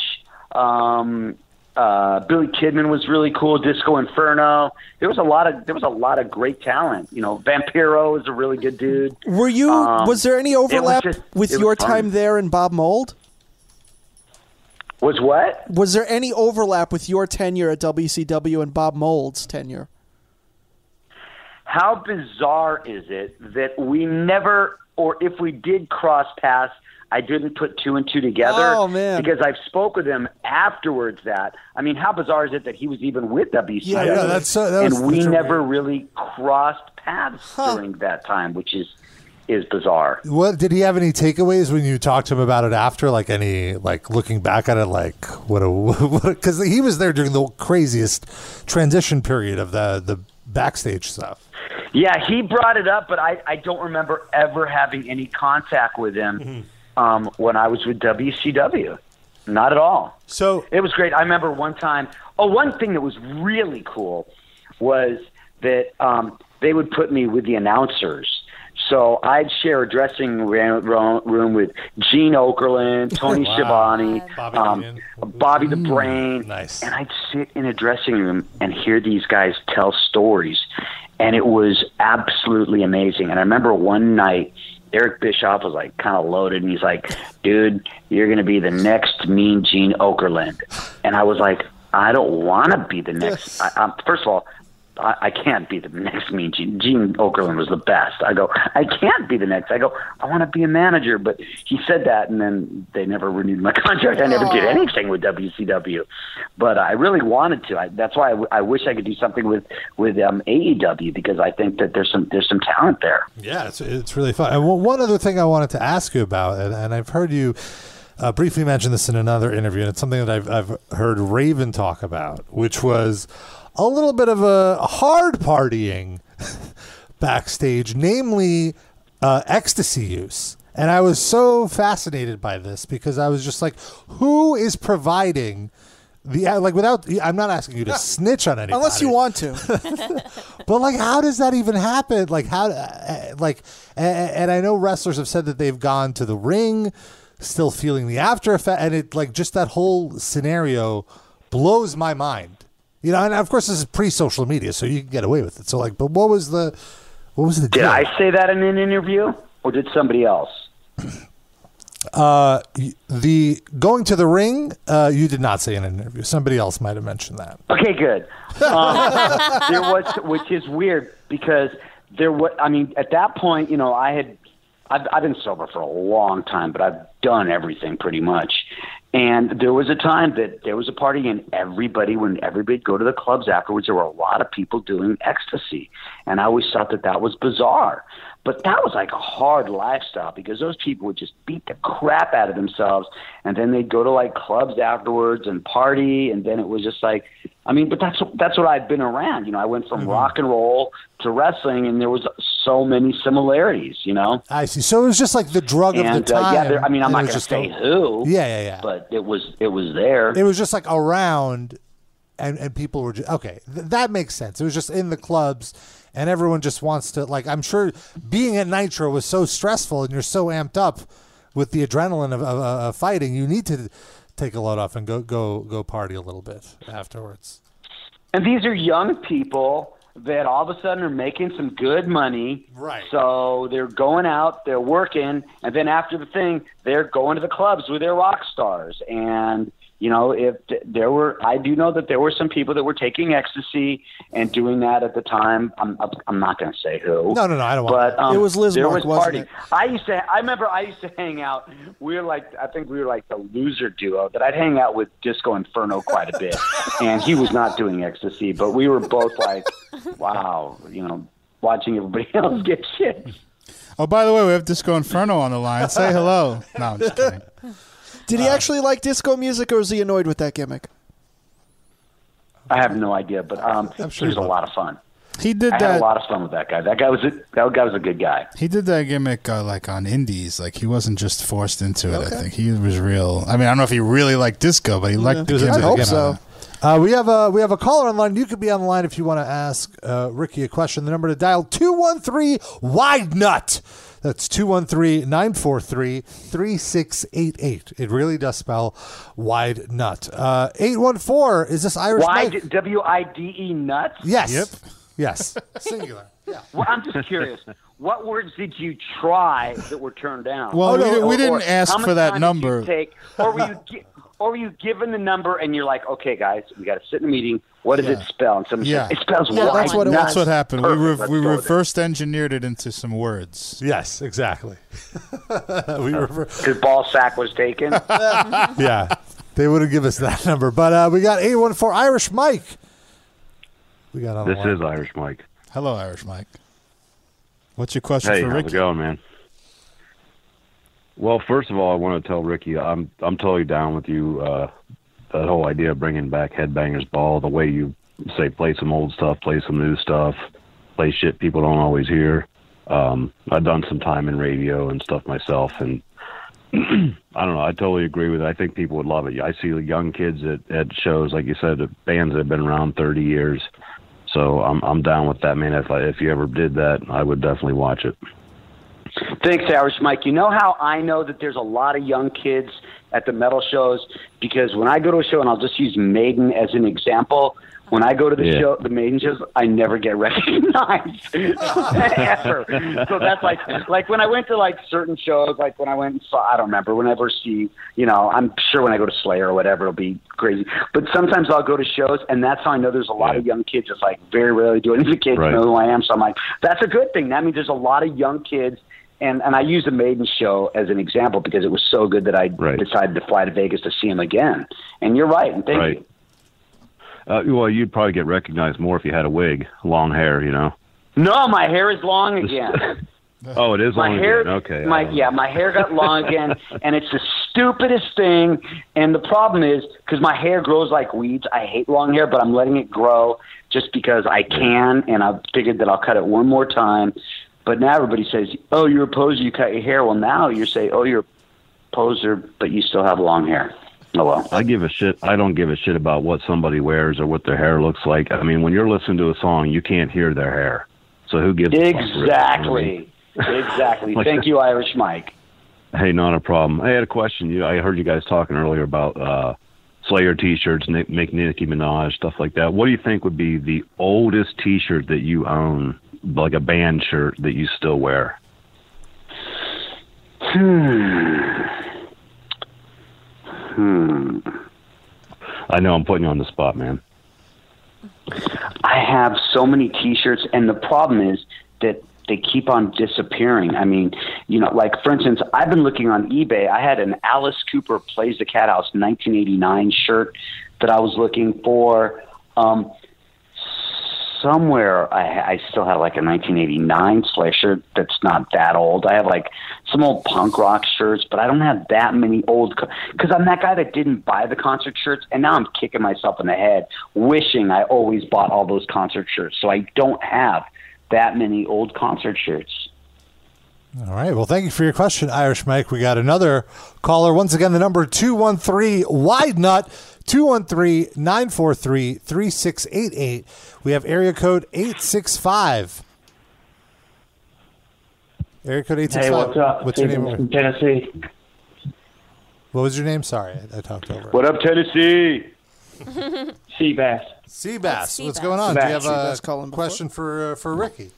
[SPEAKER 7] um, uh, Billy Kidman was really cool. Disco Inferno. There was a lot of there was a lot of great talent. You know, Vampiro is a really good dude.
[SPEAKER 5] Were you?
[SPEAKER 7] Um,
[SPEAKER 5] was there any
[SPEAKER 7] it was
[SPEAKER 5] overlap
[SPEAKER 7] just-
[SPEAKER 5] with
[SPEAKER 7] it was
[SPEAKER 5] your
[SPEAKER 7] fun.
[SPEAKER 5] time there and Bob Mold?
[SPEAKER 7] Was what?
[SPEAKER 5] Was there any overlap with your tenure at WCW and Bob Mold's tenure?
[SPEAKER 7] how bizarre is it that we never, or if we did cross paths, I didn't put two and two together?
[SPEAKER 5] Oh, man.
[SPEAKER 7] Because I've spoke with him afterwards. That I mean, how bizarre is it that he was even with WCW?
[SPEAKER 3] Yeah, I know, that's so- that was
[SPEAKER 7] and we
[SPEAKER 3] such a
[SPEAKER 7] never really crossed paths during that time, which is is bizarre.
[SPEAKER 3] What did he have any takeaways when you talked to him about it after? Like any like looking back at it, like what a because he was there during the craziest transition period of the the backstage stuff.
[SPEAKER 7] Yeah, he brought it up, but I, I don't remember ever having any contact with him
[SPEAKER 3] Mm-hmm.
[SPEAKER 7] um, when I was with WCW. Not at all.
[SPEAKER 3] So
[SPEAKER 7] it was great. I remember one time. Oh, one thing that was really cool was that um, they would put me with the announcers. So I'd share a dressing ra- ro- room with Gene Okerlund, Tony
[SPEAKER 3] Wow. Mm.
[SPEAKER 7] Schiavone,
[SPEAKER 3] Bobby
[SPEAKER 7] um,
[SPEAKER 3] Heenan.
[SPEAKER 7] Bobby the Brain,
[SPEAKER 3] Nice.
[SPEAKER 7] and I'd sit in a dressing room and hear these guys tell stories. And it was absolutely amazing. And I remember one night, Eric Bischoff was like kind of loaded, and he's like, dude, you're going to be the next mean Gene Okerlund. And I was like, I don't want to be the next. I, I'm, first of all, I, I can't be the next mean Gene. Gene Okerlund was the best. I go, I can't be the next. I go, I want to be a manager. But he said that, and then they never renewed my contract. I never did anything with WCW, but I really wanted to. I, that's why I, w- I wish I could do something with with um, AEW because I think that there's some there's some talent there.
[SPEAKER 3] Yeah, it's, it's really fun. And one- one other thing I wanted to ask you about, and, and I've heard you uh, briefly mention this in another interview, and it's something that I've, I've heard Raven talk about, which was a little bit of a hard partying backstage, namely uh, ecstasy use. And I was so fascinated by this because I was just like, who is providing the, like, without, I'm not asking you to snitch on anybody.
[SPEAKER 5] Unless you want to.
[SPEAKER 3] But like, how does that even happen? Like, how? uh, Like, a- a- and I know wrestlers have said that they've gone to the ring, still feeling the after effect, and it like just that whole scenario blows my mind. You know, and of course this is pre-social media, so you can get away with it. So like, but what was the, what was the
[SPEAKER 7] Did
[SPEAKER 3] deal?
[SPEAKER 7] I say that in an interview, or did somebody else?
[SPEAKER 3] Uh, y- the going to the ring, uh, you did not say in an interview. Somebody else might have mentioned that.
[SPEAKER 7] Okay, good. Um, there was, which is weird because there was. I mean, at that point, you know, I had, I've, I've been sober for a long time, but I've done everything pretty much. And there was a time that there was a party, and everybody, when everybody'd go to the clubs afterwards, there were a lot of people doing ecstasy, and I always thought that that was bizarre. But that was like a hard lifestyle because those people would just beat the crap out of themselves. And then they'd go to like clubs afterwards and party. And then it was just like, I mean, but that's, that's what I'd been around. You know, I went
[SPEAKER 3] Mm-hmm.
[SPEAKER 7] from rock and roll to wrestling and there was so many similarities, you know?
[SPEAKER 3] I see. So it was just like the drug of
[SPEAKER 7] And
[SPEAKER 3] the
[SPEAKER 7] uh,
[SPEAKER 3] time.
[SPEAKER 7] yeah, there, I mean, I'm
[SPEAKER 3] It
[SPEAKER 7] not going
[SPEAKER 3] was
[SPEAKER 7] to
[SPEAKER 3] just
[SPEAKER 7] say
[SPEAKER 3] a-
[SPEAKER 7] who.
[SPEAKER 3] Yeah, yeah, yeah.
[SPEAKER 7] But it was, it was there.
[SPEAKER 3] It was just like around, and and people were just okay. Th- that makes sense. It was just in the clubs, and everyone just wants to like. I'm sure being at Nitro was so stressful, and you're so amped up with the adrenaline of, of, of fighting. You need to take a load off and go go go party a little bit afterwards.
[SPEAKER 7] And these are young people that all of a sudden are making some good money.
[SPEAKER 3] Right.
[SPEAKER 7] So they're going out, they're working, and then after the thing, they're going to the clubs with their rock stars. And you know, if th- there were, I do know that there were some people that were taking ecstasy and doing that at the time. I'm I'm not going to say who.
[SPEAKER 3] No, no, no. I don't want.
[SPEAKER 7] But um,
[SPEAKER 5] It was Liz
[SPEAKER 7] there
[SPEAKER 5] Mark,
[SPEAKER 7] was
[SPEAKER 5] wasn't it?
[SPEAKER 7] party. I used to. I remember. I used to hang out. We were like. I think we were like the loser duo that I'd hang out with Disco Inferno quite a bit, and he was not doing ecstasy, but we were both like, wow, you know, watching everybody else get shit.
[SPEAKER 2] Oh, by the way, we have Disco Inferno on the line. Say hello. No, I'm just kidding.
[SPEAKER 5] Did he actually like disco music, or was he annoyed with that gimmick?
[SPEAKER 7] I have no idea, but um, he
[SPEAKER 3] sure
[SPEAKER 7] was a
[SPEAKER 3] you will.
[SPEAKER 7] lot of fun.
[SPEAKER 2] He did
[SPEAKER 7] I had a
[SPEAKER 2] that.
[SPEAKER 7] lot of fun with that guy. That guy was a, that guy was a good guy.
[SPEAKER 2] He did that gimmick uh, like on indies. Like he wasn't just forced into it. I think he was real. I mean, I don't know if he really liked disco, but he liked
[SPEAKER 3] It
[SPEAKER 2] the
[SPEAKER 3] was
[SPEAKER 2] gimmick.
[SPEAKER 3] into the
[SPEAKER 5] hope
[SPEAKER 3] gimmick.
[SPEAKER 5] so.
[SPEAKER 3] Uh, we have a we have a caller online. You could be on the line if you want to ask uh, Ricky a question. The number to dial 213 wide nut. That's 213-943-3688. It really does spell wide nut. Uh, 814 is this Irish
[SPEAKER 7] Why
[SPEAKER 3] Mike?
[SPEAKER 7] W I D E nuts?
[SPEAKER 3] Yes.
[SPEAKER 2] Yep.
[SPEAKER 3] Yes. Singular. Yeah.
[SPEAKER 7] Well, I'm just curious. What words did you try that were turned down?
[SPEAKER 2] Well, we didn't- we
[SPEAKER 7] Oh, Or-
[SPEAKER 2] didn't
[SPEAKER 7] or
[SPEAKER 2] ask
[SPEAKER 7] how much
[SPEAKER 2] for that
[SPEAKER 7] time did you
[SPEAKER 2] number.
[SPEAKER 7] take, or were you, gi- or were you given the number and you're like, okay, guys, we got to sit in a meeting. What does it spell? And somebody
[SPEAKER 2] Yeah.
[SPEAKER 7] said, it spells
[SPEAKER 5] Yeah,
[SPEAKER 7] wide
[SPEAKER 5] that's what it
[SPEAKER 7] nuts."
[SPEAKER 2] That's what happened.
[SPEAKER 7] Perfect,
[SPEAKER 2] we re-
[SPEAKER 7] let's
[SPEAKER 2] we
[SPEAKER 7] go there.
[SPEAKER 2] reversed engineered it into some words.
[SPEAKER 3] Yes, exactly. we refer-
[SPEAKER 7] 'Cause ball sack was taken.
[SPEAKER 3] yeah. They wouldn't give us that number. But uh, we got 814 Irish Mike. We got on the
[SPEAKER 6] This
[SPEAKER 3] line.
[SPEAKER 6] is Irish Mike.
[SPEAKER 2] Hello, Irish Mike. What's your question
[SPEAKER 6] Hey,
[SPEAKER 2] for
[SPEAKER 6] how's
[SPEAKER 2] Ricky?
[SPEAKER 6] it going, man? Well, first of all, I want to tell Ricky I'm I'm totally down with you. Uh, that whole idea of bringing back Headbangers Ball, the way you say play some old stuff, play some new stuff, play shit people don't always hear. Um, I've done some time in radio and stuff myself, and I don't know. I totally agree with it. I think people would love it. I see the young kids at, at shows, like you said, at bands that have been around 30 years. So I'm I'm down with that, man. If I, if you ever did that, I would definitely watch it.
[SPEAKER 7] Thanks, Irish Mike. You know how I know that there's a lot of young kids at the metal shows because when I go to a show, and I'll just use Maiden as an example. When I go to the
[SPEAKER 6] Yeah.
[SPEAKER 7] show, the Maiden shows, I never get recognized ever. So that's like, like when I went to like certain shows, like when I went and saw, I don't remember. Whenever see, you know, I'm sure when I go to Slayer or whatever, it'll be crazy. But sometimes I'll go to shows, and that's how I know there's a lot of young kids. It's like very rarely do any of the kids
[SPEAKER 6] Right.
[SPEAKER 7] know who I am. So I'm like, that's a good thing. That means there's a lot of young kids and and I use the Maiden show as an example because it was so good that I
[SPEAKER 6] Right.
[SPEAKER 7] decided to fly to Vegas to see him again. And you're right, and thank
[SPEAKER 6] right.
[SPEAKER 7] you.
[SPEAKER 6] Uh, well, you'd probably get recognized more if you had a wig, long hair, you know.
[SPEAKER 7] No, my hair is long again.
[SPEAKER 6] Oh, it is
[SPEAKER 7] My
[SPEAKER 6] long.
[SPEAKER 7] hair,
[SPEAKER 6] again. Okay.
[SPEAKER 7] my
[SPEAKER 6] I don't
[SPEAKER 7] yeah, my hair got long again, and it's the stupidest thing. And the problem is because my hair grows like weeds. I hate long hair, but I'm letting it grow just because I can, and I figured that I'll cut it one more time. But now everybody says, "Oh, you're a poser. You cut your hair." Well, now you say, "Oh, you're a poser, but you still have long hair." Oh well.
[SPEAKER 6] I give a shit. I don't give a shit about what somebody wears or what their hair looks like. I mean, when you're listening to a song, you can't hear their hair. So who gives a fuck, really? You know what I mean?
[SPEAKER 7] Exactly. Exactly. Thank you, Irish Mike.
[SPEAKER 6] Hey, not a problem. I had a question. You, I heard you guys talking earlier about uh, Slayer T-shirts, Nick, make Nicki Minaj stuff like that. What do you think would be the oldest T-shirt that you own, like a band shirt that you still wear? Hmm. I know I'm putting you on the spot, man.
[SPEAKER 7] I have so many T-shirts, and the problem is that they keep on disappearing. I mean, you know, like for instance, I've been looking on eBay. I had an Alice Cooper plays the Cat House 1989 shirt that I was looking for. Um, somewhere I, I still have like a 1989 Slayer shirt that's not that old. I have like some old punk rock shirts, but I don't have that many old because I'm that guy that didn't buy the concert shirts, and now I'm kicking myself in the head, wishing I always bought all those concert shirts. So I don't have that many old concert shirts.
[SPEAKER 3] All right. Well, thank you for your question, Irish Mike. We got another caller. Once again, the number 213 Wide Nut, 213 943 3688. We have area code 865. Area code 865.
[SPEAKER 8] Hey, what's up?
[SPEAKER 3] What's your
[SPEAKER 8] Stephen
[SPEAKER 3] name?
[SPEAKER 8] from Tennessee.
[SPEAKER 3] What was your name? Sorry, I, I talked over.
[SPEAKER 6] What up, Tennessee?
[SPEAKER 8] Seabass.
[SPEAKER 3] Seabass. What's going on? Do you have a question for uh, for Ricky?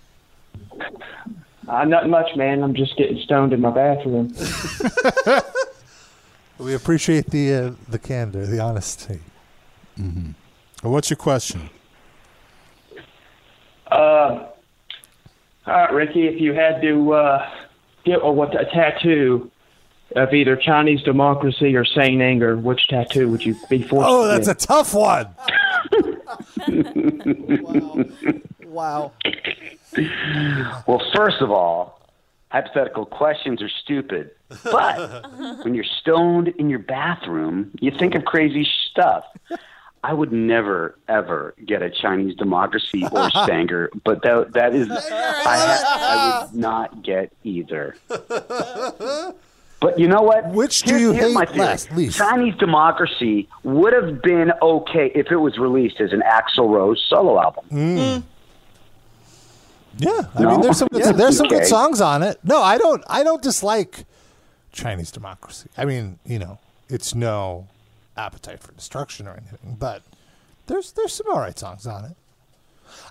[SPEAKER 8] Uh, not much, man. I'm just getting stoned in my bathroom.
[SPEAKER 3] We appreciate the uh, the candor, the honesty.
[SPEAKER 2] Mm-hmm. Well, What's your question?
[SPEAKER 8] Uh, all right, Ricky, if you had to uh, get or what a tattoo of either Chinese democracy or sane anger, which tattoo would you be forced?
[SPEAKER 3] Oh,
[SPEAKER 8] to
[SPEAKER 3] that's a
[SPEAKER 8] get?
[SPEAKER 3] tough one.
[SPEAKER 5] Wow.
[SPEAKER 7] Well, first of all, hypothetical questions are stupid. But when you're stoned in your bathroom, you think of crazy stuff. I would never ever get a Chinese democracy or Stanger, but that that is I, ha- I would not get either. But you know what?
[SPEAKER 3] Which do
[SPEAKER 7] Here's-
[SPEAKER 3] you
[SPEAKER 7] here's
[SPEAKER 3] hate
[SPEAKER 7] my theory.
[SPEAKER 3] less, least?
[SPEAKER 7] Chinese democracy would have been okay if it was released as an Axl Rose solo album.
[SPEAKER 3] Mm. Yeah, I
[SPEAKER 7] Mm. No?
[SPEAKER 3] mean, there's some good,
[SPEAKER 7] Yeah.
[SPEAKER 3] there's some good
[SPEAKER 7] Okay.
[SPEAKER 3] songs on it. No, I don't. I don't dislike Chinese democracy. I mean, you know, it's no appetite for destruction or anything, but there's there's some all right songs on it.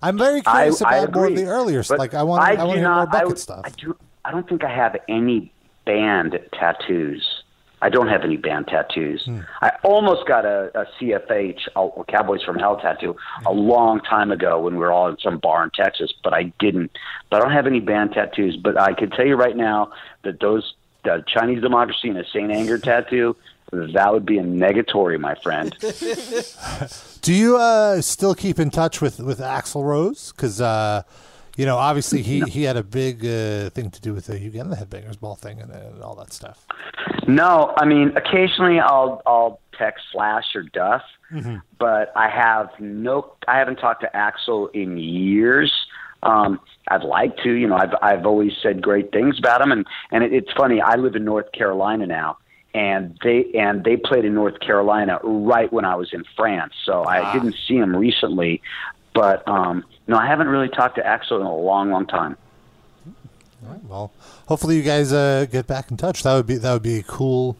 [SPEAKER 3] I'm very
[SPEAKER 7] I,
[SPEAKER 3] curious
[SPEAKER 7] I
[SPEAKER 3] about more of
[SPEAKER 7] agree,
[SPEAKER 3] the earlier
[SPEAKER 7] but
[SPEAKER 3] stuff. Like I want I,
[SPEAKER 7] do
[SPEAKER 3] want to hear
[SPEAKER 7] not-
[SPEAKER 3] more
[SPEAKER 7] I
[SPEAKER 3] bucket
[SPEAKER 7] would-
[SPEAKER 3] stuff.
[SPEAKER 7] I do. I don't think I have any band tattoos. I don't have any band tattoos. I almost got a, a CFH, a Cowboys from Hell tattoo, a long time ago when we were all in some bar in Texas, but I didn't. But I don't have any band tattoos. But I can tell you right now that those the Chinese democracy and a Saint Anger tattoo, that would be a negatory, my friend.
[SPEAKER 3] Do you uh, still keep in touch with with Axl Rose? Because uh, you know, obviously he he had a big uh, thing to do with the you getting the Headbangers Ball thing and, and all that stuff.
[SPEAKER 7] No, I mean occasionally I'll I'll text Slash or Duff, but I have no I haven't talked to Axel in years. Um, I'd like to, you know, I've I've always said great things about him, and and it, it's funny. I live in North Carolina now, and they and they played in North Carolina right when I was in France, so I didn't see him recently, but um, no, I haven't really talked to Axel in a long, long time.
[SPEAKER 3] Well, hopefully you guys uh, get back in touch. That would be that would be a cool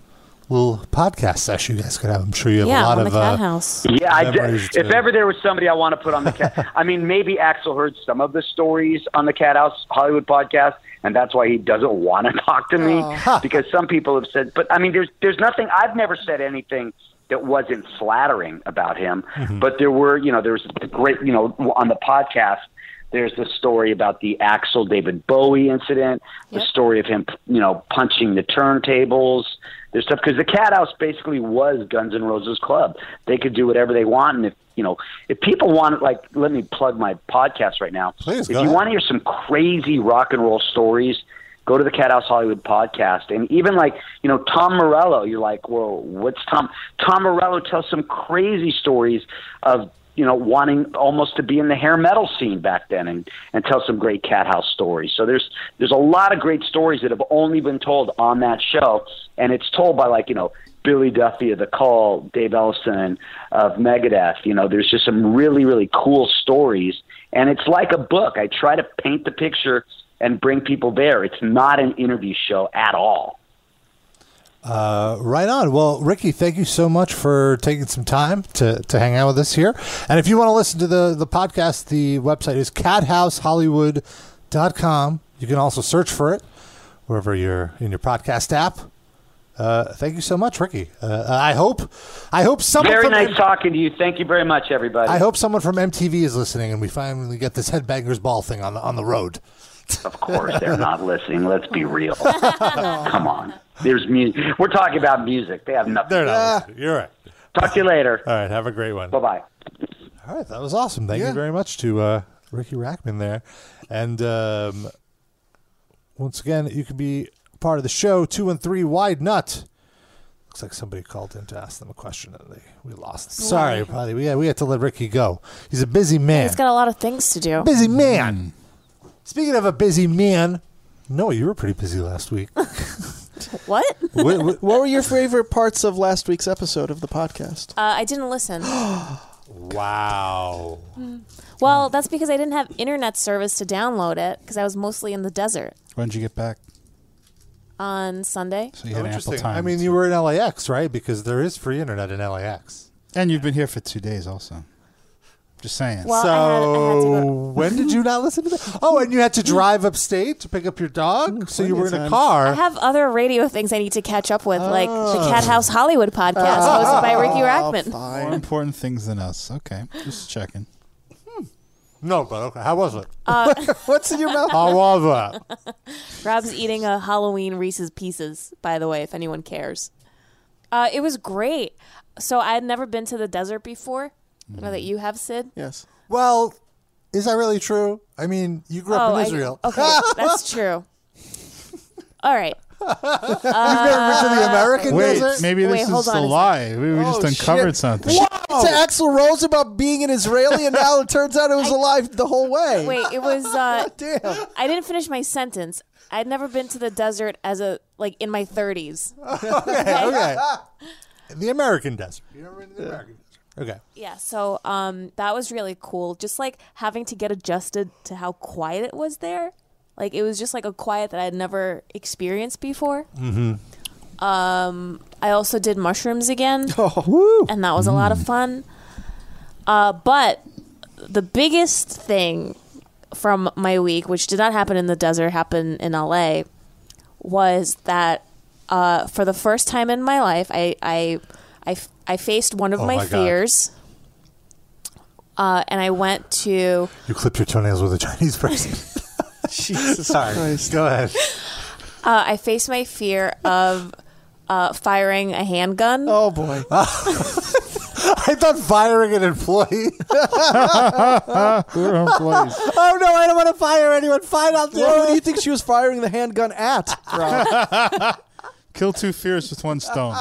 [SPEAKER 3] little podcast session you guys could have. I'm sure you have a
[SPEAKER 4] Yeah,
[SPEAKER 3] lot
[SPEAKER 4] on
[SPEAKER 3] of
[SPEAKER 4] the cat
[SPEAKER 3] uh,
[SPEAKER 4] house.
[SPEAKER 7] Yeah, I d-
[SPEAKER 3] memories
[SPEAKER 7] if
[SPEAKER 3] to-
[SPEAKER 7] ever there was somebody I want to put on the cat, I mean, maybe Axel heard some of the stories on the Cat House Hollywood podcast, and that's why he doesn't want to talk to
[SPEAKER 4] Oh.
[SPEAKER 7] me because some people have said. But I mean, there's there's nothing. I've never said anything that wasn't flattering about him.
[SPEAKER 3] Mm-hmm.
[SPEAKER 7] But there were, you know, there was the great, you know, on the podcast. There's the story about the Axel David Bowie incident, the story of him, you know, punching the turntables. There's stuff because the Cat House basically was Guns N' Roses club. They could do whatever they want, and if you know, if people want, like, let me plug my podcast right now.
[SPEAKER 3] Please,
[SPEAKER 7] if
[SPEAKER 3] go
[SPEAKER 7] you
[SPEAKER 3] ahead.
[SPEAKER 7] want to hear some crazy rock and roll stories, go to the Cat House Hollywood podcast. And even like, you know, Tom Morello, you're like, whoa, what's Tom? Tom Morello tells some crazy stories of, you know, wanting almost to be in the hair metal scene back then and, and tell some great Cat House stories. So there's, there's a lot of great stories that have only been told on that show. And it's told by like, you know, Billy Duffy of The Call, Dave Ellison of Megadeth. You know, there's just some really, really cool stories. And it's like a book. I try to paint the picture and bring people there. It's not an interview show at all.
[SPEAKER 3] Uh, right on. Well, Ricky, thank you so much for taking some time to, to hang out with us here. And if you want to listen to the, the podcast, the website is cathousehollywood.com. You can also search for it wherever you're in your podcast app. Uh, thank you so much, Ricky. Uh, I hope, I hope someone
[SPEAKER 7] Very
[SPEAKER 3] from
[SPEAKER 7] nice talking to you. Thank you very much, everybody.
[SPEAKER 3] I hope someone from MTV is listening, and we finally get this headbangers ball thing on the on the road.
[SPEAKER 7] Of course, they're not listening. Let's be real. Come on. There's music. We're talking about music. They have nothing.
[SPEAKER 3] They're not listening. You're right.
[SPEAKER 7] Talk to you later.
[SPEAKER 3] All right, have a great one.
[SPEAKER 7] Bye bye.
[SPEAKER 3] All right, that was awesome. Thank you very much to uh, Ricky Rackman there. And um, once again, you can be part of the show. Two and three wide nut. Looks like somebody called in to ask them a question and they we lost. Sorry, buddy. We had, we had to let Ricky go. He's a busy man.
[SPEAKER 4] He's got a lot of things to do.
[SPEAKER 3] busy man. Speaking of a busy man, no, you were pretty busy last week.
[SPEAKER 4] What? Uh,
[SPEAKER 3] Wh- wh-
[SPEAKER 5] What were your favorite parts of last week's episode of the podcast?
[SPEAKER 4] I didn't listen.
[SPEAKER 3] wow.
[SPEAKER 4] Well, that's because I didn't have internet service to download it because I was mostly in the desert
[SPEAKER 2] When did you get back?
[SPEAKER 4] on Sunday.
[SPEAKER 2] So you had ample
[SPEAKER 3] Interesting.
[SPEAKER 2] time.
[SPEAKER 3] I mean, you were in LAX, right? Because there is free internet in LAX.
[SPEAKER 2] and you've been here for two days also. Just saying.
[SPEAKER 4] Well,
[SPEAKER 3] so
[SPEAKER 4] I, had, I had to go.
[SPEAKER 3] when did you not listen to that? Oh, and you had to drive upstate to pick up your
[SPEAKER 4] Mm,
[SPEAKER 3] dog, so you were in a
[SPEAKER 4] I
[SPEAKER 3] Oh. car.
[SPEAKER 4] have other radio things I need to catch up with, like
[SPEAKER 3] Oh.
[SPEAKER 4] the Cat House Hollywood podcast hosted by Ricky Rackman.
[SPEAKER 2] More important things than us. Okay. Just checking.
[SPEAKER 3] Hmm. No, but okay. How was it?
[SPEAKER 5] What's in your mouth?
[SPEAKER 3] How was it?
[SPEAKER 4] Uh, Rob's eating a Halloween Reese's Pieces, by the way, if anyone cares. Uh, it was great. So I had never been to the desert before. I know that you have, Sid.
[SPEAKER 5] Yes.
[SPEAKER 3] Well, is that really true? I mean, you grew up
[SPEAKER 4] Oh, I-
[SPEAKER 3] in Israel.
[SPEAKER 4] okay, that's true. All right. Uh,
[SPEAKER 3] You've never been to the American
[SPEAKER 2] Wait,
[SPEAKER 3] desert.
[SPEAKER 2] maybe
[SPEAKER 4] Wait,
[SPEAKER 2] this
[SPEAKER 4] hold
[SPEAKER 2] is
[SPEAKER 4] on a
[SPEAKER 2] a
[SPEAKER 4] second.
[SPEAKER 2] lie. We, we just uncovered something.
[SPEAKER 5] To Axel Rose about being an Israeli, and now it turns out it was alive the whole way.
[SPEAKER 4] Wait, it was. Uh,
[SPEAKER 5] Damn.
[SPEAKER 4] I didn't finish my sentence. I'd never been to the desert as a like in my 30s.
[SPEAKER 3] okay, okay. The American desert. You never been to the American desert. Okay.
[SPEAKER 4] Yeah, so um, that was really cool. Just like having to get adjusted to how quiet it was there. Like it was just like a quiet that I had never experienced before. Mm-hmm. Um, I also did mushrooms again, and that was a lot of fun. Uh, but the biggest thing from my week, which did not happen in the desert, happened in LA, was that uh, for the first time in my life, I I I, f- I faced one of
[SPEAKER 3] Oh
[SPEAKER 4] my,
[SPEAKER 3] my God.
[SPEAKER 4] fears. Uh, and I went to
[SPEAKER 3] You clipped your toenails with a Chinese person.
[SPEAKER 5] Jesus
[SPEAKER 3] Sorry.
[SPEAKER 5] Christ.
[SPEAKER 3] Go ahead.
[SPEAKER 4] uh, I faced my fear of uh, firing a handgun.
[SPEAKER 5] Oh boy.
[SPEAKER 3] I thought firing an employee.
[SPEAKER 5] Oh,
[SPEAKER 2] We're on place.
[SPEAKER 3] oh no, I don't want to fire anyone. Fine, I'll do
[SPEAKER 5] What
[SPEAKER 3] it.
[SPEAKER 5] do you think she was firing the handgun at?
[SPEAKER 2] Kill two fears with one stone.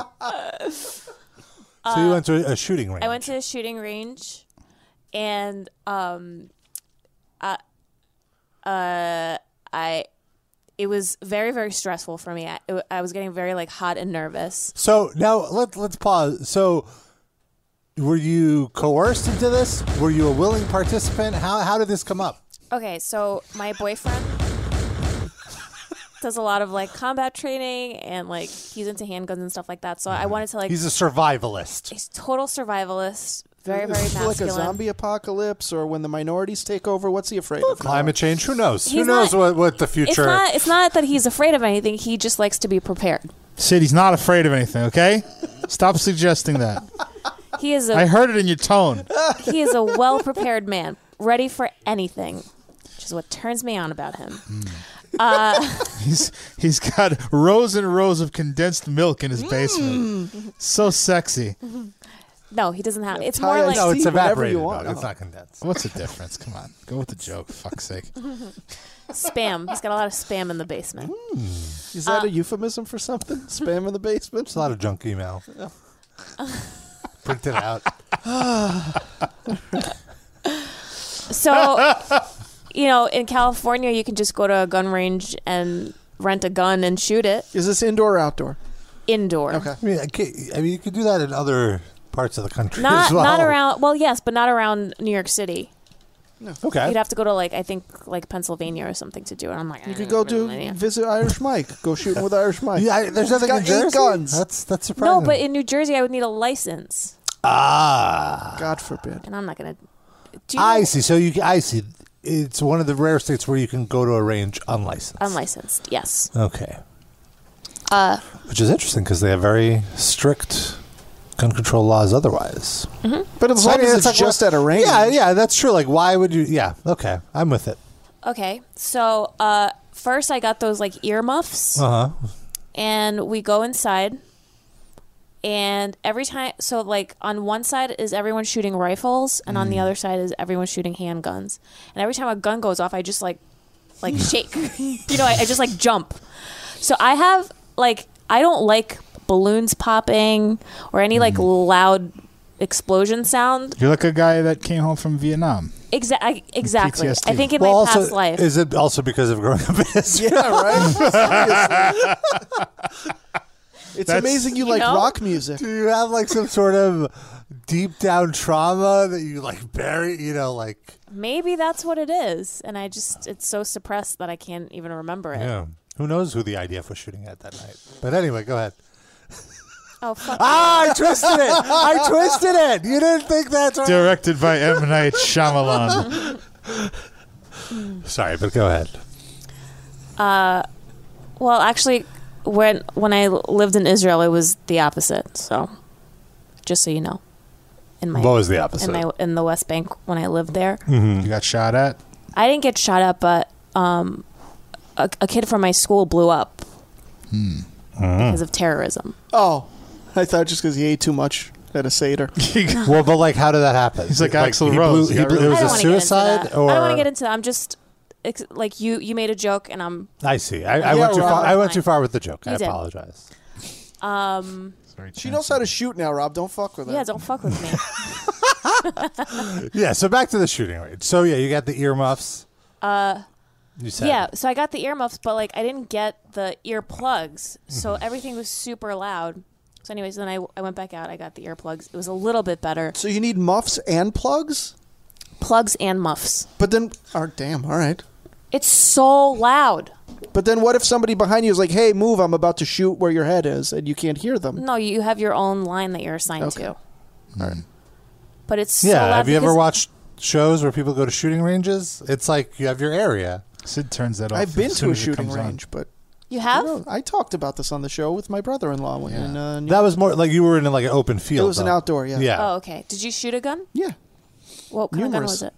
[SPEAKER 3] So you went to a, a shooting range.
[SPEAKER 4] I went to a shooting range, and um, uh, uh, I it was very very stressful for me. I, it- I was getting very like hot and nervous.
[SPEAKER 3] So now let let's pause. So were you coerced into this? Were you a willing participant? How how did this come up?
[SPEAKER 4] Okay, so my boyfriend does a lot of like combat training, and like he's into handguns and stuff like that. So I wanted to like
[SPEAKER 3] He's a survivalist.
[SPEAKER 4] he's total survivalist, very very
[SPEAKER 5] Is it
[SPEAKER 4] masculine.
[SPEAKER 5] like a zombie apocalypse or when the minorities take over? What's he afraid of?
[SPEAKER 3] Climate change. Who knows? Who
[SPEAKER 4] He's
[SPEAKER 3] knows
[SPEAKER 4] not-
[SPEAKER 3] what, what the
[SPEAKER 4] It's
[SPEAKER 3] future?
[SPEAKER 4] not. It's not that he's afraid of anything. He just likes to be prepared.
[SPEAKER 2] Sid, he's not afraid of anything, okay? Stop suggesting that.
[SPEAKER 4] He is
[SPEAKER 2] I
[SPEAKER 4] a
[SPEAKER 2] heard it in your tone.
[SPEAKER 4] he is a well prepared man, ready for anything, which is what turns me on about him.
[SPEAKER 2] Hmm.
[SPEAKER 4] Uh,
[SPEAKER 2] He's he's got rows and rows of condensed milk in his
[SPEAKER 4] Mm.
[SPEAKER 2] basement. So sexy.
[SPEAKER 4] Hmm. No, he doesn't have. It's
[SPEAKER 5] tie
[SPEAKER 4] more
[SPEAKER 5] it
[SPEAKER 4] like
[SPEAKER 3] no, it's
[SPEAKER 5] See, whatever
[SPEAKER 3] evaporated.
[SPEAKER 5] you want.
[SPEAKER 3] though. It's not condensed.
[SPEAKER 2] What's the difference? Come on, go with the joke. Fuck's sake.
[SPEAKER 4] spam. He's got a lot of spam in the basement.
[SPEAKER 2] Hmm.
[SPEAKER 4] Uh,
[SPEAKER 5] Is that a euphemism for something? Spam in the basement?
[SPEAKER 3] It's a lot of junk email. Print it out.
[SPEAKER 4] So, you know, in California, you can just go to a gun range and rent a gun and shoot it
[SPEAKER 5] Is this indoor or outdoor?
[SPEAKER 4] indoor.
[SPEAKER 5] Okay.
[SPEAKER 3] I mean, I, can't, I mean, you could do that in other parts of the country
[SPEAKER 4] Not
[SPEAKER 3] as well.
[SPEAKER 4] not around. Well, yes, but not around New York City.
[SPEAKER 3] Okay.
[SPEAKER 4] You'd have to go to like I think like Pennsylvania or something to do it. I'm like,
[SPEAKER 5] You could go do visit Irish Mike. Go shooting with Irish Mike.
[SPEAKER 3] yeah, I- there's nothing
[SPEAKER 5] got
[SPEAKER 3] in
[SPEAKER 5] eight
[SPEAKER 3] Jersey.
[SPEAKER 5] guns.
[SPEAKER 3] That's that's surprising.
[SPEAKER 4] No, but in New Jersey, I would need a license,
[SPEAKER 3] ah,
[SPEAKER 5] God forbid.
[SPEAKER 4] and I'm not gonna. Do you
[SPEAKER 3] I
[SPEAKER 4] know-
[SPEAKER 3] see. So you, I see. it's one of the rare states where you can go to a range unlicensed.
[SPEAKER 4] Unlicensed, yes.
[SPEAKER 3] Okay.
[SPEAKER 4] Uh,
[SPEAKER 3] Which is interesting because they have very strict gun control laws otherwise.
[SPEAKER 4] Mm-hmm.
[SPEAKER 5] But as
[SPEAKER 3] So, I
[SPEAKER 5] long
[SPEAKER 3] mean,
[SPEAKER 5] as
[SPEAKER 3] it's
[SPEAKER 5] it's
[SPEAKER 3] like,
[SPEAKER 5] just
[SPEAKER 3] well,
[SPEAKER 5] at a range.
[SPEAKER 3] Yeah, yeah, that's true. Like, why would you? Yeah, okay, I'm with it.
[SPEAKER 4] Okay, so uh, first I got those like earmuffs,
[SPEAKER 3] Uh huh.
[SPEAKER 4] and we go inside. And every time, so like on one side is everyone shooting rifles, and on the other side is everyone shooting handguns. And every time a gun goes off, I just like, like shake, you know, I, I just like jump. So I have like I don't like balloons popping or any like loud explosion sound.
[SPEAKER 2] You're like a guy that came home from Vietnam.
[SPEAKER 4] Exa- exactly.
[SPEAKER 2] PTSD.
[SPEAKER 4] I think in
[SPEAKER 3] well,
[SPEAKER 4] my
[SPEAKER 3] also,
[SPEAKER 4] past life.
[SPEAKER 3] is it also because of growing up in Israel?
[SPEAKER 5] Yeah, right? Seriously. it's
[SPEAKER 2] That's-
[SPEAKER 5] amazing you,
[SPEAKER 4] You
[SPEAKER 5] like
[SPEAKER 4] know?
[SPEAKER 5] rock music.
[SPEAKER 3] Do you have like some sort of deep down trauma that you like bury? You know, like
[SPEAKER 4] Maybe that's what it is, and I just it's so suppressed that I can't even remember it.
[SPEAKER 3] yeah. Who knows who the IDF was shooting at that night? But anyway, go ahead.
[SPEAKER 4] Oh fuck!
[SPEAKER 3] Ah, I twisted it. I twisted it. You didn't think that's right.
[SPEAKER 2] Directed by M. Night Shyamalan.
[SPEAKER 3] Sorry, but go ahead.
[SPEAKER 4] Uh, Well, actually, when when I lived in Israel, it was the opposite. So, just so you know, in my
[SPEAKER 3] What was the
[SPEAKER 4] in
[SPEAKER 3] opposite?
[SPEAKER 4] my in the West Bank when I lived there,
[SPEAKER 3] Mm-hmm.
[SPEAKER 2] you got shot at?
[SPEAKER 4] I didn't get shot up, but um, a, a kid from my school blew up
[SPEAKER 3] Hmm.
[SPEAKER 4] because of terrorism.
[SPEAKER 5] Oh, I thought just because he ate too much at a Seder.
[SPEAKER 3] well, but like, how did that happen?
[SPEAKER 2] He's like Axl
[SPEAKER 3] he
[SPEAKER 2] Rose.
[SPEAKER 3] Blew,
[SPEAKER 2] Yeah,
[SPEAKER 3] he blew,
[SPEAKER 2] really.
[SPEAKER 3] it
[SPEAKER 4] I don't
[SPEAKER 3] was
[SPEAKER 4] wanna
[SPEAKER 3] a
[SPEAKER 4] get into
[SPEAKER 3] suicide,
[SPEAKER 4] that.
[SPEAKER 3] or
[SPEAKER 4] I don't want to get into that. I'm just ex- like you. You made a joke, and I'm
[SPEAKER 3] I see. I, I
[SPEAKER 5] Yeah,
[SPEAKER 3] went too
[SPEAKER 5] Rob.
[SPEAKER 3] far. I went too far with the joke. I
[SPEAKER 4] You did.
[SPEAKER 3] apologize.
[SPEAKER 4] um
[SPEAKER 2] Sorry,
[SPEAKER 5] She knows how to shoot now, Rob. Don't fuck with her.
[SPEAKER 4] yeah. Don't fuck with me.
[SPEAKER 3] Yeah. So back to the shooting range. So yeah, you got the earmuffs. Uh, you said
[SPEAKER 4] Yeah, so I got the earmuffs, but like I didn't get the earplugs, so
[SPEAKER 5] Mm-hmm.
[SPEAKER 4] everything was super loud. So, anyways, then I, I went back out. I got the earplugs. It was a little bit better.
[SPEAKER 5] So you need muffs and plugs?
[SPEAKER 4] Plugs and muffs.
[SPEAKER 5] But then, oh, damn, all right.
[SPEAKER 4] It's so loud.
[SPEAKER 5] But then what if somebody behind you is like, hey, move, I'm about to shoot where your head is, and you can't hear them?
[SPEAKER 4] No, you have your own line that you're assigned to, but it's so
[SPEAKER 3] Yeah.
[SPEAKER 4] loud.
[SPEAKER 3] have you ever
[SPEAKER 4] because-
[SPEAKER 3] watched shows where people go to shooting ranges? It's like you have your area.
[SPEAKER 2] Sid turns that off.
[SPEAKER 5] I've been
[SPEAKER 2] as
[SPEAKER 5] to
[SPEAKER 2] soon
[SPEAKER 5] a
[SPEAKER 2] as it
[SPEAKER 5] shooting
[SPEAKER 2] comes on.
[SPEAKER 5] range, but
[SPEAKER 4] You
[SPEAKER 5] I,
[SPEAKER 4] have?
[SPEAKER 5] don't- I talked about this on the show with my brother in law. when in, uh, New-
[SPEAKER 3] That was more like you were in like an open field.
[SPEAKER 5] was an
[SPEAKER 3] though.
[SPEAKER 5] outdoor, yeah.
[SPEAKER 3] Yeah.
[SPEAKER 4] Oh, okay. Did you shoot a gun?
[SPEAKER 5] Uh, yeah.
[SPEAKER 4] What kind
[SPEAKER 5] Numerous.
[SPEAKER 4] of gun was it?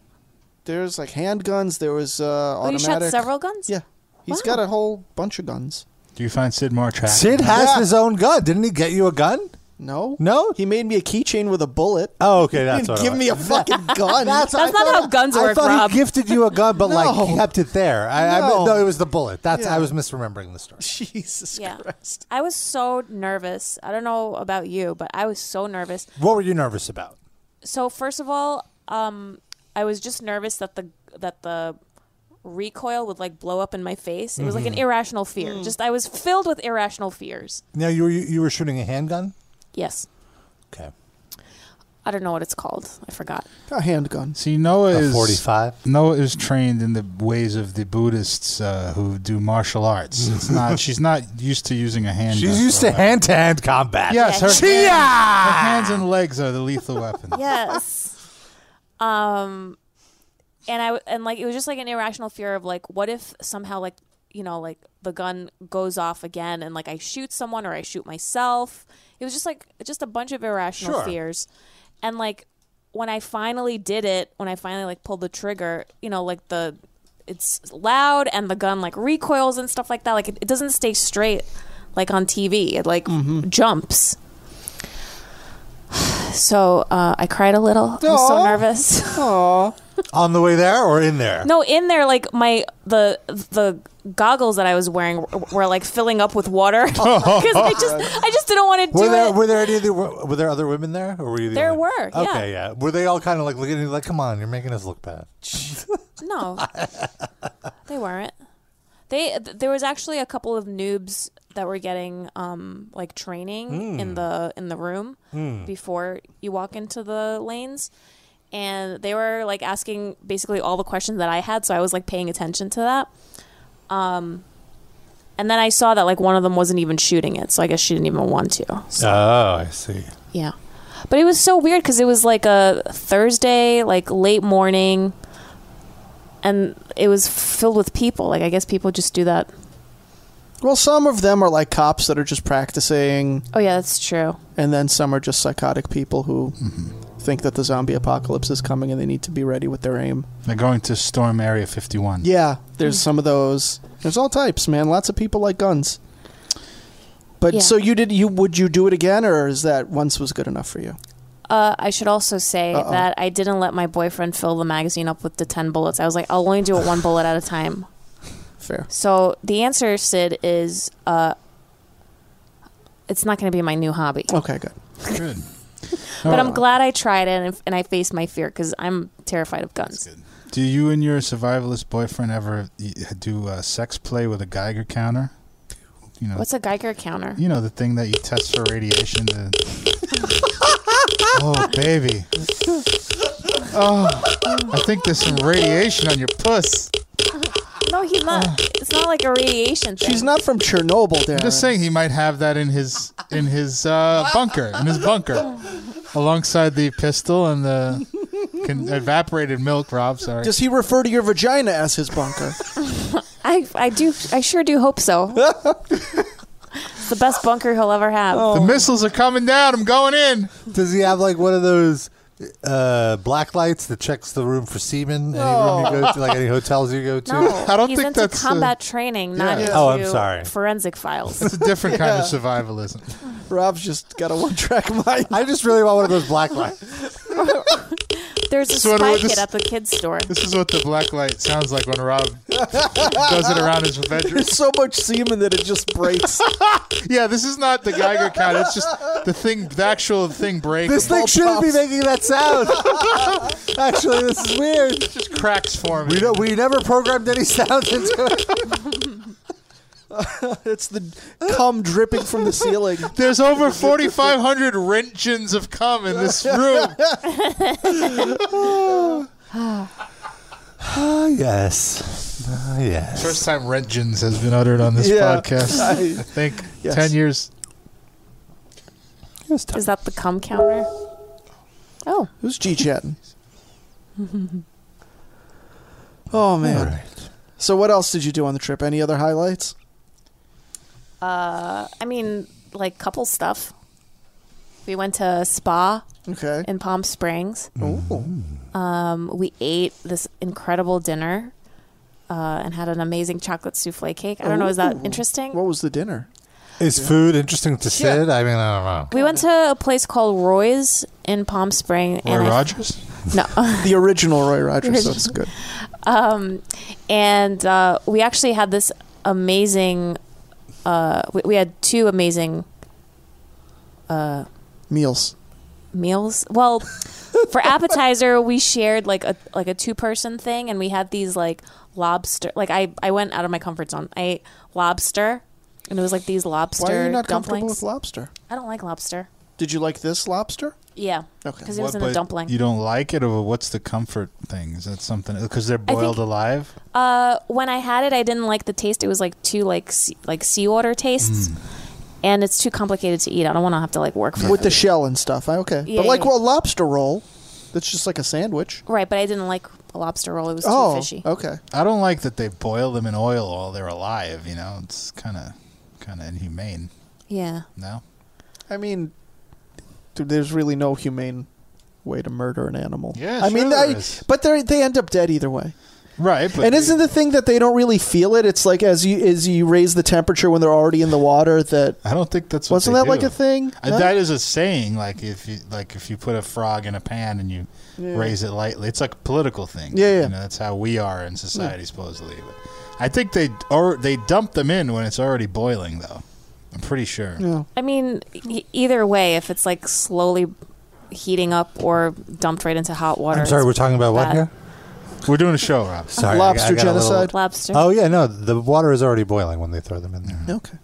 [SPEAKER 5] There's like handguns, there was uh,
[SPEAKER 4] Oh, you
[SPEAKER 5] automatic.
[SPEAKER 4] shot several guns.
[SPEAKER 5] Yeah. he's
[SPEAKER 4] Wow.
[SPEAKER 5] got a whole bunch of guns.
[SPEAKER 2] Do you find Sid more attractive?
[SPEAKER 3] Sid has
[SPEAKER 5] Yeah.
[SPEAKER 3] his own gun. Didn't he get you a gun?
[SPEAKER 5] No?
[SPEAKER 3] No?
[SPEAKER 5] He made me a keychain with a bullet.
[SPEAKER 3] Oh, okay. That's
[SPEAKER 5] didn't
[SPEAKER 3] what it
[SPEAKER 5] give
[SPEAKER 3] was.
[SPEAKER 5] me a fucking gun.
[SPEAKER 4] That's not how guns
[SPEAKER 3] I
[SPEAKER 4] work,
[SPEAKER 3] thought
[SPEAKER 4] Rob.
[SPEAKER 3] he gifted you a gun, but like he
[SPEAKER 5] No.
[SPEAKER 3] kept it there. I, I
[SPEAKER 5] No.
[SPEAKER 3] meant, no, it was the bullet. That's
[SPEAKER 5] Yeah.
[SPEAKER 3] I was misremembering the story.
[SPEAKER 5] Jesus
[SPEAKER 4] Yeah.
[SPEAKER 5] Christ.
[SPEAKER 4] I was so nervous. I don't know about you, but I was so nervous.
[SPEAKER 3] What were you nervous about?
[SPEAKER 4] so first of all, um, I was just nervous that the that the recoil would like blow up in my face. It was
[SPEAKER 5] Mm-hmm.
[SPEAKER 4] like an irrational fear. Just I was filled with irrational fears.
[SPEAKER 3] Now you were you, you were shooting a handgun.
[SPEAKER 4] Yes.
[SPEAKER 3] Okay,
[SPEAKER 4] I don't know what it's called. I forgot.
[SPEAKER 5] A handgun.
[SPEAKER 2] See, Noah
[SPEAKER 3] a
[SPEAKER 2] is
[SPEAKER 3] forty-five.
[SPEAKER 2] Noah is trained in the ways of the Buddhists uh, who do martial arts. It's not. she's not used to using a hand.
[SPEAKER 3] She's used to hand-to-hand combat.
[SPEAKER 2] Yes, her,
[SPEAKER 3] Chia!
[SPEAKER 2] hand- her hands and legs are the lethal weapon.
[SPEAKER 4] Yes. um and I w- and like it was just like an irrational fear of like what if somehow like you know like the gun goes off again and like I shoot someone or I shoot myself. It was just like just a bunch of irrational
[SPEAKER 3] Sure.
[SPEAKER 4] fears. And like when I finally did it, when I finally like pulled the trigger, you know, like the it's loud and the gun like recoils and stuff like that. Like it, it doesn't stay straight like on TV. It like jumps. So uh, I cried a little. I was so
[SPEAKER 5] Aw.
[SPEAKER 4] nervous.
[SPEAKER 5] Aww.
[SPEAKER 3] On the way there or in there?
[SPEAKER 4] No, in there, like my the the goggles that I was wearing were, were like filling up with water because I just I just didn't want to do
[SPEAKER 3] Were there
[SPEAKER 4] it.
[SPEAKER 3] were there any other, were there other women there or were you? The
[SPEAKER 4] There
[SPEAKER 3] only-
[SPEAKER 4] were, yeah.
[SPEAKER 3] Okay. Yeah. Were they all kind of like looking at you like, "Come on, you're making us look bad."
[SPEAKER 4] no, they weren't. They th- there was actually a couple of noobs that were getting um like training in the in the room before you walk into the lanes. And they were like asking basically all the questions that I had, so I was like paying attention to that. Um, And then I saw that like one of them wasn't even shooting it, so I guess she didn't even want to. So,
[SPEAKER 3] Oh, I see.
[SPEAKER 4] yeah. But it was so weird because it was like a Thursday, like late morning, and it was filled with people. Like I guess people just do that.
[SPEAKER 5] Well, some of them are like cops that are just practicing,
[SPEAKER 4] Oh yeah, that's true.
[SPEAKER 5] and then some are just psychotic people who think that the zombie apocalypse is coming and they need to be ready with their aim.
[SPEAKER 2] They're going to storm Area 51.
[SPEAKER 5] Yeah, there's some of those. There's all types, man. Lots of people like guns. But
[SPEAKER 4] Yeah.
[SPEAKER 5] so you did you would you do it again or is that once was good enough for you?
[SPEAKER 4] Uh, I should also say
[SPEAKER 5] Uh-oh.
[SPEAKER 4] that I didn't let my boyfriend fill the magazine up with the ten bullets. I was like, I'll only do it one bullet at a time.
[SPEAKER 5] Fair.
[SPEAKER 4] So the answer, Sid, is uh, it's not going to be my new hobby.
[SPEAKER 5] Okay, good.
[SPEAKER 2] Good.
[SPEAKER 4] But I'm glad I tried it and, and I faced my fear because I'm terrified of guns.
[SPEAKER 2] Do you and your survivalist boyfriend ever y- do uh, sex play with a Geiger counter? You know,
[SPEAKER 4] What's a Geiger counter?
[SPEAKER 2] you know the thing that you test for radiation. To... oh, baby. Oh, I think there's some radiation on your puss.
[SPEAKER 4] No, he's not. It's not like a radiation thing.
[SPEAKER 5] She's not from Chernobyl, Darren.
[SPEAKER 2] I'm just saying he might have that in his in his uh, bunker in his bunker, alongside the pistol and the con- evaporated milk. Rob, sorry.
[SPEAKER 5] Does he refer to your vagina as his bunker?
[SPEAKER 4] I, I do. I sure do hope so. it's the best bunker he'll ever have.
[SPEAKER 2] Oh. the missiles are coming down. I'm going in.
[SPEAKER 3] Does he have like one of those uh, black lights that checks the room for semen? Any room you go to, like any hotels you go to?
[SPEAKER 4] No,
[SPEAKER 2] I don't
[SPEAKER 4] he's
[SPEAKER 2] think
[SPEAKER 4] into
[SPEAKER 2] that's, uh,
[SPEAKER 4] combat training, not
[SPEAKER 2] yeah.
[SPEAKER 4] into
[SPEAKER 3] Oh, I'm sorry.
[SPEAKER 4] forensic files.
[SPEAKER 2] It's a different kind of survivalism.
[SPEAKER 5] Rob's just got a one track mind.
[SPEAKER 3] I just really want one of those black lights.
[SPEAKER 4] There's a
[SPEAKER 2] So what do
[SPEAKER 4] spy
[SPEAKER 2] we- this-
[SPEAKER 4] kit at the kids' store.
[SPEAKER 2] This is what the black light sounds like when Rob does it around his bedroom.
[SPEAKER 5] There's so much semen that it just breaks.
[SPEAKER 2] Yeah, this is not the Geiger count. It's just the thing, the actual thing breaks.
[SPEAKER 3] This thing shouldn't be making that sound. Actually, this is weird.
[SPEAKER 2] just cracks forming.
[SPEAKER 3] We don't. We never programmed any sounds into it.
[SPEAKER 5] it's the cum dripping from the ceiling.
[SPEAKER 2] There's over 4,500 wrenchins of cum in this room.
[SPEAKER 3] Oh, yes. Ah, yes.
[SPEAKER 2] First time wrenchins has been uttered on this
[SPEAKER 5] Yeah.
[SPEAKER 2] podcast. I think
[SPEAKER 5] Yes.
[SPEAKER 2] 10 years.
[SPEAKER 4] Is that the cum counter? Oh,
[SPEAKER 5] Who's G chatting? oh man.
[SPEAKER 3] All right.
[SPEAKER 5] So what else did you do on the trip? Any other highlights?
[SPEAKER 4] Uh, I mean, like couple stuff. We went to a spa
[SPEAKER 5] Okay.
[SPEAKER 4] in Palm Springs.
[SPEAKER 5] Ooh.
[SPEAKER 4] Um, we ate this incredible dinner uh, and had an amazing chocolate souffle cake. I don't know, is that interesting?
[SPEAKER 5] What was the dinner?
[SPEAKER 3] Is food interesting to Sid? I mean, I don't know.
[SPEAKER 4] we went to a place called Roy's in Palm Spring.
[SPEAKER 2] Roy
[SPEAKER 4] and I-
[SPEAKER 2] Rogers?
[SPEAKER 4] no.
[SPEAKER 5] The original Roy Rogers. so That's good.
[SPEAKER 4] um, and uh, we actually had this amazing. Uh, we, we had two amazing uh,
[SPEAKER 5] Meals.
[SPEAKER 4] meals. Well, for appetizer, we shared like a like a two person thing, and we had these like lobster. Like I I went out of my comfort zone. I ate lobster, and it was like these lobster
[SPEAKER 5] Why are you not comfortable
[SPEAKER 4] dumplings.
[SPEAKER 5] with lobster?
[SPEAKER 4] I don't like lobster.
[SPEAKER 5] Did you like this lobster?
[SPEAKER 4] Yeah,
[SPEAKER 5] Okay.
[SPEAKER 4] because it was in a dumpling.
[SPEAKER 2] You don't like it, or what's the comfort thing? Is that something? Because they're
[SPEAKER 4] think-
[SPEAKER 2] boiled alive?
[SPEAKER 4] Uh, when I had it, I didn't like the taste. It was like too like sea, like seawater tastes, and it's too complicated to eat. I don't want to have to like work for
[SPEAKER 5] Mm. With
[SPEAKER 4] it.
[SPEAKER 5] the shell and stuff. I- Okay.
[SPEAKER 4] Yeah,
[SPEAKER 5] but like
[SPEAKER 4] yeah.
[SPEAKER 5] well, a lobster roll, that's just like a sandwich.
[SPEAKER 4] Right, but I didn't like a lobster roll. It was too
[SPEAKER 5] oh.
[SPEAKER 4] fishy.
[SPEAKER 5] Okay.
[SPEAKER 2] I don't like that they boil them in oil while they're alive. You know, it's kind of kind of inhumane.
[SPEAKER 4] Yeah.
[SPEAKER 2] No,
[SPEAKER 5] I mean, dude, there's really no humane way to murder an animal.
[SPEAKER 2] Yeah,
[SPEAKER 5] I
[SPEAKER 2] sure
[SPEAKER 5] mean,
[SPEAKER 2] there
[SPEAKER 5] I,
[SPEAKER 2] is.
[SPEAKER 5] but they they end up dead either way.
[SPEAKER 2] right? But
[SPEAKER 5] and isn't the thing that they don't really feel it? It's like as you as you raise the temperature when they're already in the water. That
[SPEAKER 2] I don't think that's what
[SPEAKER 5] wasn't
[SPEAKER 2] they
[SPEAKER 5] that like
[SPEAKER 2] do.
[SPEAKER 5] a thing.
[SPEAKER 2] Uh,
[SPEAKER 5] No?
[SPEAKER 2] That is a saying. Like if you like if you put a frog in a pan and you raise it lightly, it's like a political thing.
[SPEAKER 5] Yeah, yeah.
[SPEAKER 2] You know, that's how we are in society supposedly. But I think they or they dump them in when it's already boiling, though. I'm pretty sure.
[SPEAKER 5] Yeah.
[SPEAKER 4] I mean, e- either way, if it's like slowly heating up or dumped right into hot water.
[SPEAKER 3] I'm sorry. We're talking about what
[SPEAKER 4] Bad.
[SPEAKER 3] here?
[SPEAKER 2] We're doing a show, Rob.
[SPEAKER 3] Sorry. I- I
[SPEAKER 5] Lobster
[SPEAKER 3] got a little-
[SPEAKER 5] genocide.
[SPEAKER 4] lobster.
[SPEAKER 3] Oh yeah, no. The water is already boiling when they throw them in there.
[SPEAKER 5] Okay.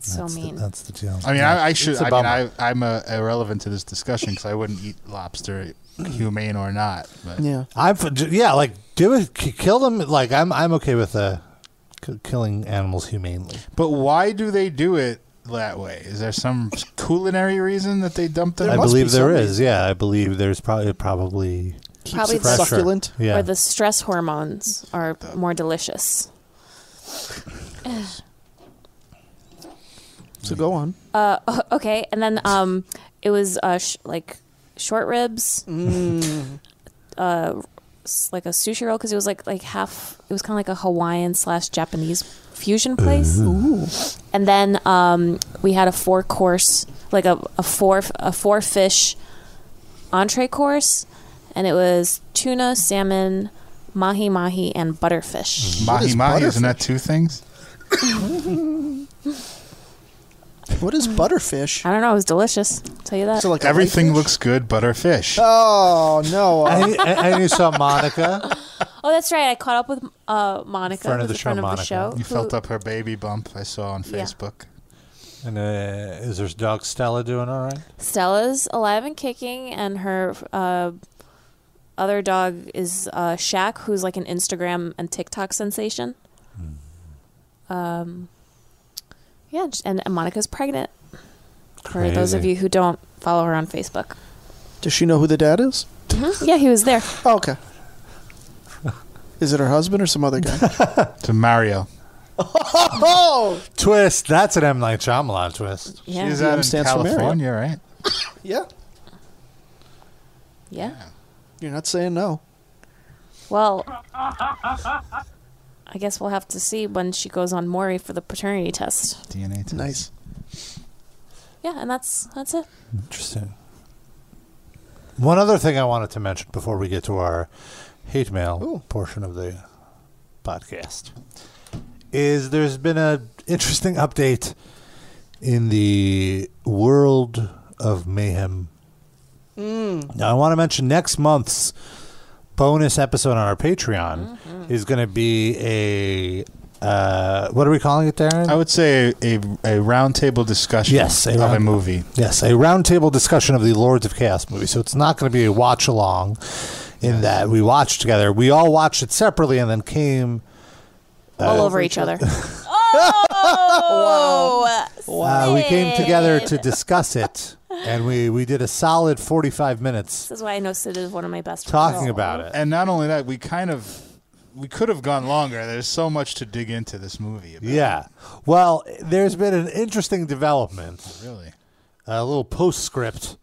[SPEAKER 4] so
[SPEAKER 3] That's
[SPEAKER 4] mean.
[SPEAKER 3] The, that's the deal.
[SPEAKER 2] I mean, I, I should.
[SPEAKER 3] It's a
[SPEAKER 2] I mean,
[SPEAKER 3] bummer.
[SPEAKER 2] I, I'm uh irrelevant to this discussion because I wouldn't eat lobster, humane or not. But
[SPEAKER 5] Yeah.
[SPEAKER 3] I'm for, yeah, like do it, k- kill them. Like I'm, I'm okay with uh, k- killing animals humanely.
[SPEAKER 2] But why do they do it that way? Is there some culinary reason that they dump them?
[SPEAKER 3] I
[SPEAKER 5] must be
[SPEAKER 3] believe there
[SPEAKER 5] somebody-
[SPEAKER 3] is. Yeah, I believe there's probably probably
[SPEAKER 5] keeps
[SPEAKER 4] Probably
[SPEAKER 5] it
[SPEAKER 4] the-
[SPEAKER 5] succulent.
[SPEAKER 4] Or the stress hormones are more delicious.
[SPEAKER 5] So go on.
[SPEAKER 4] Uh, o- okay, and then um, it was uh, sh- like short ribs, uh, s- like a sushi roll because it was like like half. It was kind of like a Hawaiian slash Japanese fusion place. Ooh. And then um, we had a four course, like a, a four a four fish entree course, and it was tuna, salmon, mahi mahi, and butterfish.
[SPEAKER 2] Mahi mahi, isn't that two things?
[SPEAKER 5] What is butterfish?
[SPEAKER 4] Mm. I don't know. It was delicious. I'll tell you that.
[SPEAKER 5] So like a
[SPEAKER 2] Everything
[SPEAKER 5] whitefish?
[SPEAKER 2] looks good, but our fish.
[SPEAKER 5] Oh no!
[SPEAKER 3] and, and you saw Monica.
[SPEAKER 4] Oh, that's right. I caught up with uh, Monica,
[SPEAKER 3] Friend
[SPEAKER 4] who's
[SPEAKER 3] of the
[SPEAKER 4] a
[SPEAKER 3] show,
[SPEAKER 4] friend of
[SPEAKER 3] Monica.
[SPEAKER 4] the show.
[SPEAKER 2] You
[SPEAKER 4] who-
[SPEAKER 2] felt up her baby bump I saw on
[SPEAKER 4] Yeah.
[SPEAKER 2] Facebook.
[SPEAKER 3] And uh, is her dog Stella doing all right?
[SPEAKER 4] Stella's alive and kicking, and her uh, other dog is uh, Shaq, who's like an Instagram and TikTok sensation.
[SPEAKER 3] Hmm.
[SPEAKER 4] Um, yeah, j- and, and Monica's pregnant. For those of
[SPEAKER 3] Crazy.
[SPEAKER 4] you who don't follow her on Facebook,
[SPEAKER 5] Does she know who the dad is?
[SPEAKER 4] yeah, he was there.
[SPEAKER 5] Oh, okay. Is it her husband or some other guy?
[SPEAKER 2] To Mario.
[SPEAKER 5] oh,
[SPEAKER 3] Twist. That's an M Night Shyamalan twist.
[SPEAKER 4] Yeah,
[SPEAKER 2] She's out in
[SPEAKER 5] stands for Mario.
[SPEAKER 2] California, right?
[SPEAKER 5] yeah.
[SPEAKER 4] yeah.
[SPEAKER 5] You're not saying no.
[SPEAKER 4] Well, I guess we'll have to see when she goes on Maury for the paternity test.
[SPEAKER 2] DNA test.
[SPEAKER 5] Nice.
[SPEAKER 4] Yeah, and that's that's it.
[SPEAKER 3] Interesting. One other thing I wanted to mention before we get to our hate mail
[SPEAKER 5] Ooh.
[SPEAKER 3] portion of the podcast is there's been a interesting update in the world of mayhem.
[SPEAKER 5] Mm.
[SPEAKER 3] Now I want to mention next month's bonus episode on our Patreon is going to be a uh, what are we calling it, Darren?
[SPEAKER 2] I would say a, a roundtable discussion
[SPEAKER 3] Yes, a
[SPEAKER 2] of a
[SPEAKER 3] round-
[SPEAKER 2] movie.
[SPEAKER 3] Yes, a roundtable discussion of the Lords of Chaos movie. So it's not going to be a watch along in that we watched together. We all watched it separately and then came. uh,
[SPEAKER 4] all over each other. oh,
[SPEAKER 3] Uh, we came together to discuss it, and we, we did a solid 45 minutes
[SPEAKER 4] This is why I know Sid is one of my best
[SPEAKER 3] talking
[SPEAKER 4] friends.
[SPEAKER 3] about it.
[SPEAKER 2] And not only that, we kind of we could have gone longer. There's so much to dig into this movie about.
[SPEAKER 3] Yeah. Well, there's been an interesting development,
[SPEAKER 2] Really.
[SPEAKER 3] a little postscript,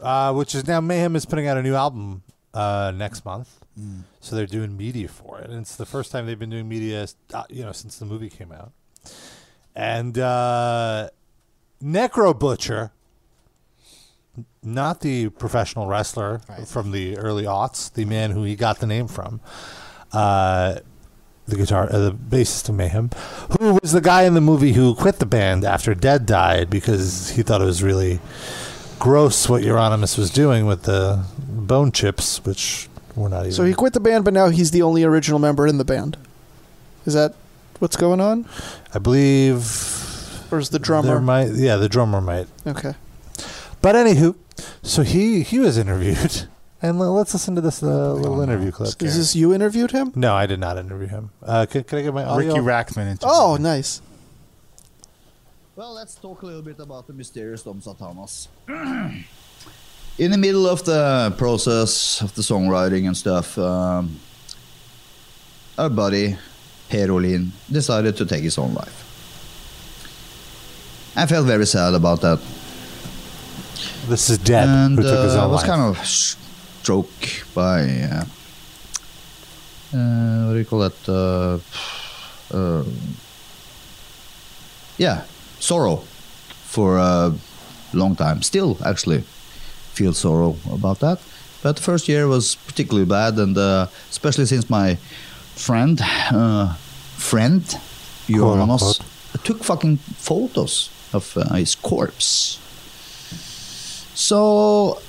[SPEAKER 3] uh, which is now Mayhem is putting out a new album uh, next month. So they're doing media for it, and it's the first time they've been doing media, uh, you know, since the movie came out. And uh, Necro Butcher, n- not the professional wrestler from the early aughts, the man who he got the name from, uh, the guitar, uh, the bassist of Mayhem, who was the guy in the movie who quit the band after Dead died because he thought it was really gross what Euronymous was doing with the bone chips, which were not even.
[SPEAKER 5] So he quit the band, but now he's the only original member in the band. Is that what's going on,
[SPEAKER 3] I believe
[SPEAKER 5] or is the
[SPEAKER 3] There
[SPEAKER 5] drummer?
[SPEAKER 3] might, yeah, the drummer might.
[SPEAKER 5] okay.
[SPEAKER 3] But anywho, so he he was interviewed, and l- let's listen to this uh, little interview clip.
[SPEAKER 5] Is this you interviewed him?
[SPEAKER 3] No, I did not interview him. Uh, could, could I get my audio?
[SPEAKER 2] Ricky Rackman. Into
[SPEAKER 5] Oh, nice.
[SPEAKER 9] Well, let's talk a little bit about the mysterious Dom Satanas. In the middle of the process of the songwriting and stuff, um, our buddy Per Olin decided to take his own life. I felt very sad about that,
[SPEAKER 3] this is Deb,
[SPEAKER 9] and
[SPEAKER 3] who took his
[SPEAKER 9] uh,
[SPEAKER 3] own
[SPEAKER 9] was
[SPEAKER 3] life.
[SPEAKER 9] kind of stroked by uh, uh, what do you call that? Uh, uh, yeah, sorrow for a long time. Still, actually, feel sorrow about that. But the first year was particularly bad, and uh, especially since my friend, uh, friend, Jonas, took fucking photos of uh, his corpse. So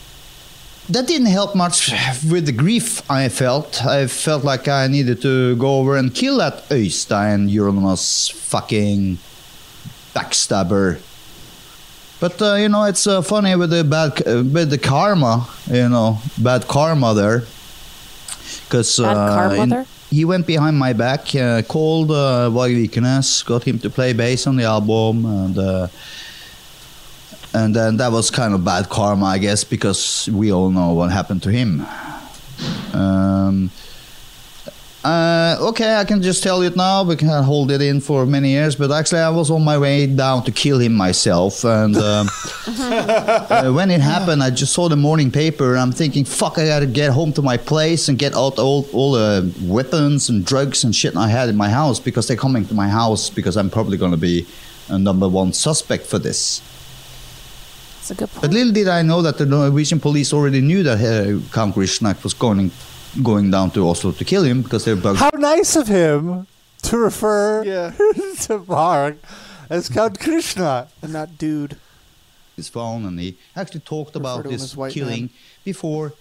[SPEAKER 9] that didn't help much with the grief I felt. I felt like I needed to go over and kill that Øystein Euronymous fucking backstabber. But uh, you know, it's uh, funny with the bad, uh, with the karma. You know, bad karma there. Because
[SPEAKER 4] Bad
[SPEAKER 9] uh,
[SPEAKER 4] karma
[SPEAKER 9] in-
[SPEAKER 4] there?
[SPEAKER 9] he went behind my back, uh, called uh, Vikernes, got him to play bass on the album, and uh, and then that was kind of bad karma, I guess, because we all know what happened to him. Um, uh, okay, I can just tell you it now because I hold it in for many years. But actually, I was on my way down to kill him myself, and um, uh, when it happened, I just saw the morning paper. And I'm thinking, fuck, I gotta get home to my place and get out all all the weapons and drugs and shit I had in my house because they're coming to my house because I'm probably gonna be a number one suspect for this.
[SPEAKER 4] It's a good point.
[SPEAKER 9] But little did I know that the Norwegian police already knew that uh, Count Grishnak was going going down to Oslo to kill him because they're bugged.
[SPEAKER 3] How nice of him to refer to Mark as Count Krishna.
[SPEAKER 5] And not dude.
[SPEAKER 9] his phone and he actually talked about
[SPEAKER 5] to him
[SPEAKER 9] this
[SPEAKER 5] as white
[SPEAKER 9] killing before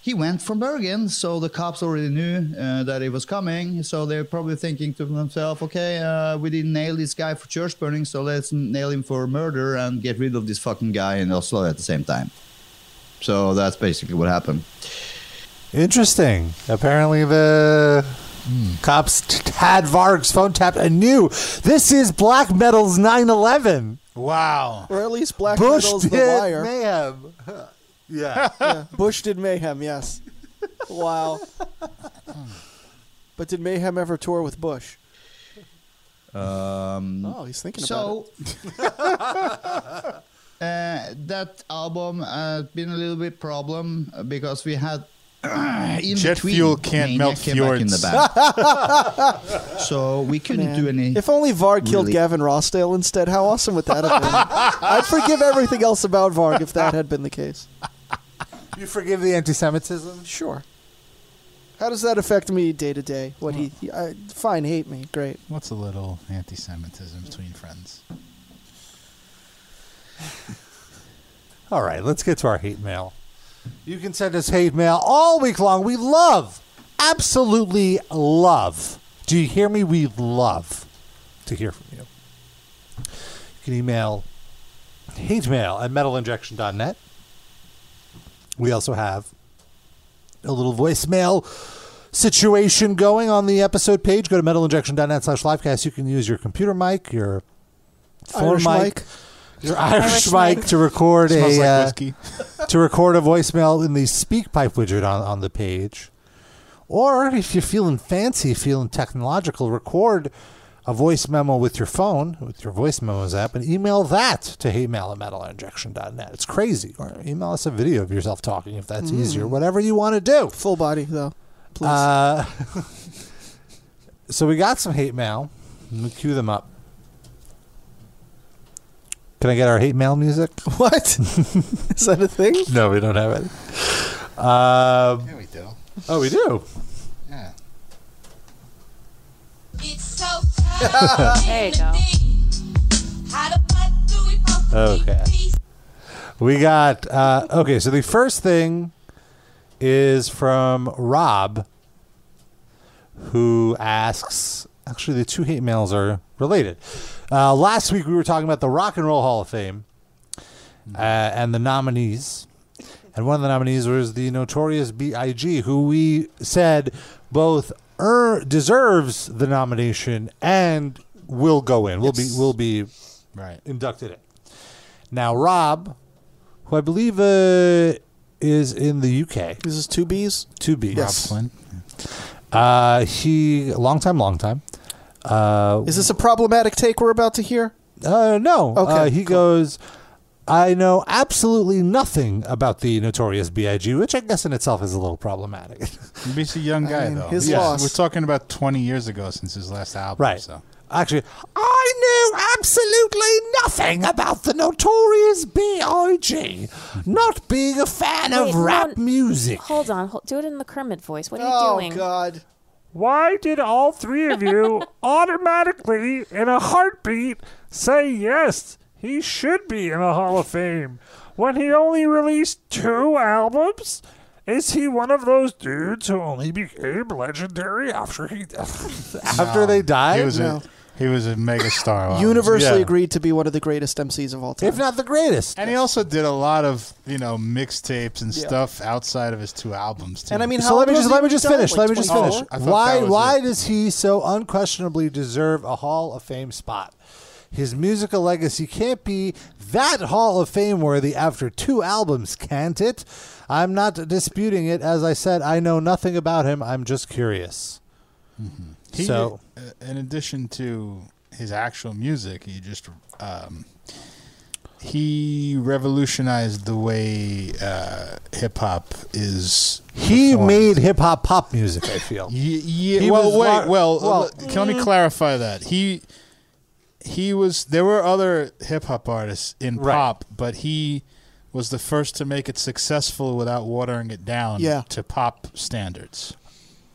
[SPEAKER 9] he went from Bergen. So the cops already knew uh, that he was coming. So they're probably thinking to themselves, okay, uh, we didn't nail this guy for church burning, so let's nail him for murder and get rid of this fucking guy in Oslo at the same time. So that's basically what happened.
[SPEAKER 3] Interesting. Apparently, the cops t- had Varg's phone tapped anew. This is Black Metal's 9/11.
[SPEAKER 2] Wow.
[SPEAKER 5] Or at least Black
[SPEAKER 3] Bush
[SPEAKER 5] Metal's
[SPEAKER 3] did
[SPEAKER 5] The Wire.
[SPEAKER 3] mayhem. yeah.
[SPEAKER 5] Yeah, Bush did Mayhem, yes. Wow. but did Mayhem ever tour with Bush?
[SPEAKER 9] Um,
[SPEAKER 5] Oh, he's thinking about
[SPEAKER 9] so uh, that album has been a little bit problem uh, because we had uh, in
[SPEAKER 2] Jet
[SPEAKER 9] between,
[SPEAKER 2] fuel can't
[SPEAKER 9] Maniac
[SPEAKER 2] melt
[SPEAKER 9] came back in
[SPEAKER 2] fjords.
[SPEAKER 9] the band. so we couldn't
[SPEAKER 5] it.
[SPEAKER 9] do any.
[SPEAKER 5] If only Varg killed
[SPEAKER 9] Really?
[SPEAKER 5] Gavin Rossdale instead, how awesome would that have been? I'd forgive everything else about Varg if that had been the case.
[SPEAKER 3] You forgive the anti-Semitism?
[SPEAKER 5] Sure. How does that affect me day to day? What he, he I, fine, hate me, great.
[SPEAKER 2] What's a little anti Semitism between friends?
[SPEAKER 3] All right, let's get to our hate mail. You can send us hate mail all week long. We love, absolutely love. Do you hear me? We love to hear from you. You can email hate mail at metalinjection.net. We also have a little voicemail situation going on the episode page. Go to metalinjection.net slash livecast. You can use your computer mic, your phone
[SPEAKER 5] Irish
[SPEAKER 3] mic,
[SPEAKER 5] mic.
[SPEAKER 3] your Irish,
[SPEAKER 4] Irish
[SPEAKER 3] mic,
[SPEAKER 4] mic.
[SPEAKER 3] to record
[SPEAKER 2] Smells
[SPEAKER 3] a
[SPEAKER 2] like
[SPEAKER 3] uh,
[SPEAKER 2] whiskey.
[SPEAKER 3] to record a voicemail in the speak pipe widget on, on the page. Or if you're feeling fancy, feeling technological, record a voice memo with your phone, with your voice memos app, and email that to hatemail at metalinjection.net. It's crazy. Or email us a video of yourself talking if that's easier, whatever you want to do.
[SPEAKER 5] Mm. Full body, though. Please.
[SPEAKER 3] Uh, so we got some hate mail. Let me cue them up. Can I get our hate mail music?
[SPEAKER 5] what? Is that a thing?
[SPEAKER 3] No, we don't have it. Um,
[SPEAKER 2] There we do.
[SPEAKER 3] Oh, we do.
[SPEAKER 2] Yeah.
[SPEAKER 4] There you go.
[SPEAKER 3] Okay. We got uh, okay. So the first thing is from Rob, who asks. Actually, the two hate mails are related. Uh, last week we were talking about the Rock and Roll Hall of Fame uh, and the nominees, and one of the nominees was the Notorious B.I.G., who we said both er- deserves the nomination and will go in. Will be will be
[SPEAKER 2] Right.
[SPEAKER 3] inducted it. Now, Rob, who I believe uh, is in the UK,
[SPEAKER 5] Is this two B's?
[SPEAKER 3] to be
[SPEAKER 5] Yes.
[SPEAKER 2] Flynn.
[SPEAKER 3] uh, he long time, long time. Uh,
[SPEAKER 5] Is this a problematic take we're about to hear?
[SPEAKER 3] uh, no,
[SPEAKER 5] Okay,
[SPEAKER 3] uh, he
[SPEAKER 5] cool.
[SPEAKER 3] goes. I know absolutely nothing about the notorious B.I.G., which I guess in itself is a little problematic.
[SPEAKER 2] He's a young guy,
[SPEAKER 5] mean,
[SPEAKER 2] though.
[SPEAKER 5] his
[SPEAKER 2] We're-
[SPEAKER 5] loss.
[SPEAKER 2] We're talking about 20 years ago since his last album.
[SPEAKER 3] Right.
[SPEAKER 2] So.
[SPEAKER 3] Actually, I knew absolutely nothing about the notorious B.I.G., not being a fan
[SPEAKER 4] Wait,
[SPEAKER 3] of rap
[SPEAKER 4] no,
[SPEAKER 3] music.
[SPEAKER 4] Hold on. Hold, do it in the Kermit voice. What are you
[SPEAKER 5] Oh,
[SPEAKER 4] doing?
[SPEAKER 5] God.
[SPEAKER 10] Why did all three of you automatically, in a heartbeat, say yes, he should be in the Hall of Fame when he only released two albums? Is he one of those dudes who only became legendary after he
[SPEAKER 3] After they died?
[SPEAKER 2] He was,
[SPEAKER 5] No.
[SPEAKER 2] a, he was a mega star. while he was-
[SPEAKER 5] Universally
[SPEAKER 3] Yeah.
[SPEAKER 5] agreed to be one of the greatest MCs of all time.
[SPEAKER 3] if not the greatest.
[SPEAKER 2] And he also did a lot of, you know, mixtapes and stuff outside of his two albums, too.
[SPEAKER 5] and I mean, how
[SPEAKER 3] so let me
[SPEAKER 5] old
[SPEAKER 3] just
[SPEAKER 5] was
[SPEAKER 3] let
[SPEAKER 5] he
[SPEAKER 3] me just
[SPEAKER 5] when he
[SPEAKER 3] finish.
[SPEAKER 5] died?
[SPEAKER 3] let me
[SPEAKER 5] Like
[SPEAKER 3] just
[SPEAKER 5] 24?
[SPEAKER 3] finish.
[SPEAKER 2] I Oh, thought that
[SPEAKER 3] Why
[SPEAKER 2] was
[SPEAKER 3] why
[SPEAKER 2] it.
[SPEAKER 3] does he so unquestionably deserve a Hall of Fame spot? His musical legacy can't be that Hall of Fame worthy after two albums, can't it? I'm not disputing it. As I said, I know nothing about him. I'm just curious.
[SPEAKER 2] He,
[SPEAKER 3] So-
[SPEAKER 2] uh, in addition to his actual music, he just um, he revolutionized the way uh, hip hop is.
[SPEAKER 3] He made hip hop pop music. I feel.
[SPEAKER 2] yeah.
[SPEAKER 3] He
[SPEAKER 2] well,
[SPEAKER 3] was
[SPEAKER 2] wait.
[SPEAKER 3] lar-
[SPEAKER 2] well,
[SPEAKER 3] well- mm.
[SPEAKER 2] l- can let me clarify that he he was there were other hip hop artists in pop, but he was the first to make it successful without watering it down
[SPEAKER 3] Yeah.
[SPEAKER 2] to pop standards.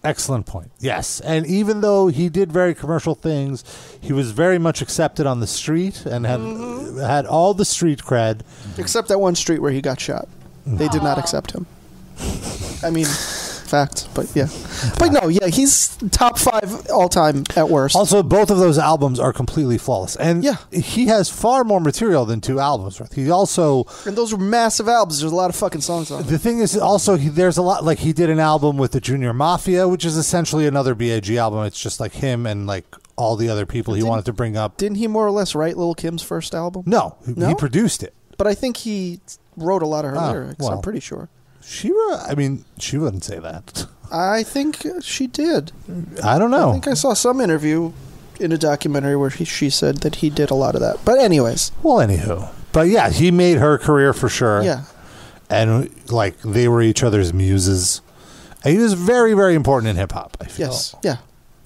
[SPEAKER 3] Excellent point. Yes. And even though he did very commercial things, he was very much accepted on the street and had
[SPEAKER 5] Mm-hmm.
[SPEAKER 3] had all the street cred.
[SPEAKER 5] Except that one street where he got shot. They did not accept him. I mean, fact, but yeah. But no, yeah, he's top five all time at worst.
[SPEAKER 3] Also, both of those albums are completely flawless. And yeah. he has far more material than two albums worth. He also
[SPEAKER 5] And those were massive albums. There's a lot of fucking songs on them.
[SPEAKER 3] The thing is, also, he, there's a lot. Like, he did an album with the Junior Mafia, which is essentially another BAG album. It's just like him and like all the other people he wanted to bring up.
[SPEAKER 5] Didn't he more or less write Lil Kim's first album?
[SPEAKER 3] No, he-
[SPEAKER 5] No?
[SPEAKER 3] he produced it.
[SPEAKER 5] But I think he wrote a lot of her
[SPEAKER 3] Oh,
[SPEAKER 5] lyrics.
[SPEAKER 3] well.
[SPEAKER 5] I'm pretty sure.
[SPEAKER 3] She wrote. I mean, she wouldn't say that.
[SPEAKER 5] I think she did.
[SPEAKER 3] I don't know.
[SPEAKER 5] I think I saw some interview in a documentary where he, she said that he did a lot of that. But anyways,
[SPEAKER 3] Well, anywho, but yeah, he made her career for sure.
[SPEAKER 5] Yeah.
[SPEAKER 3] and like they were each other's muses. And he was very, very important in hip hop. I feel.
[SPEAKER 5] yes, yeah.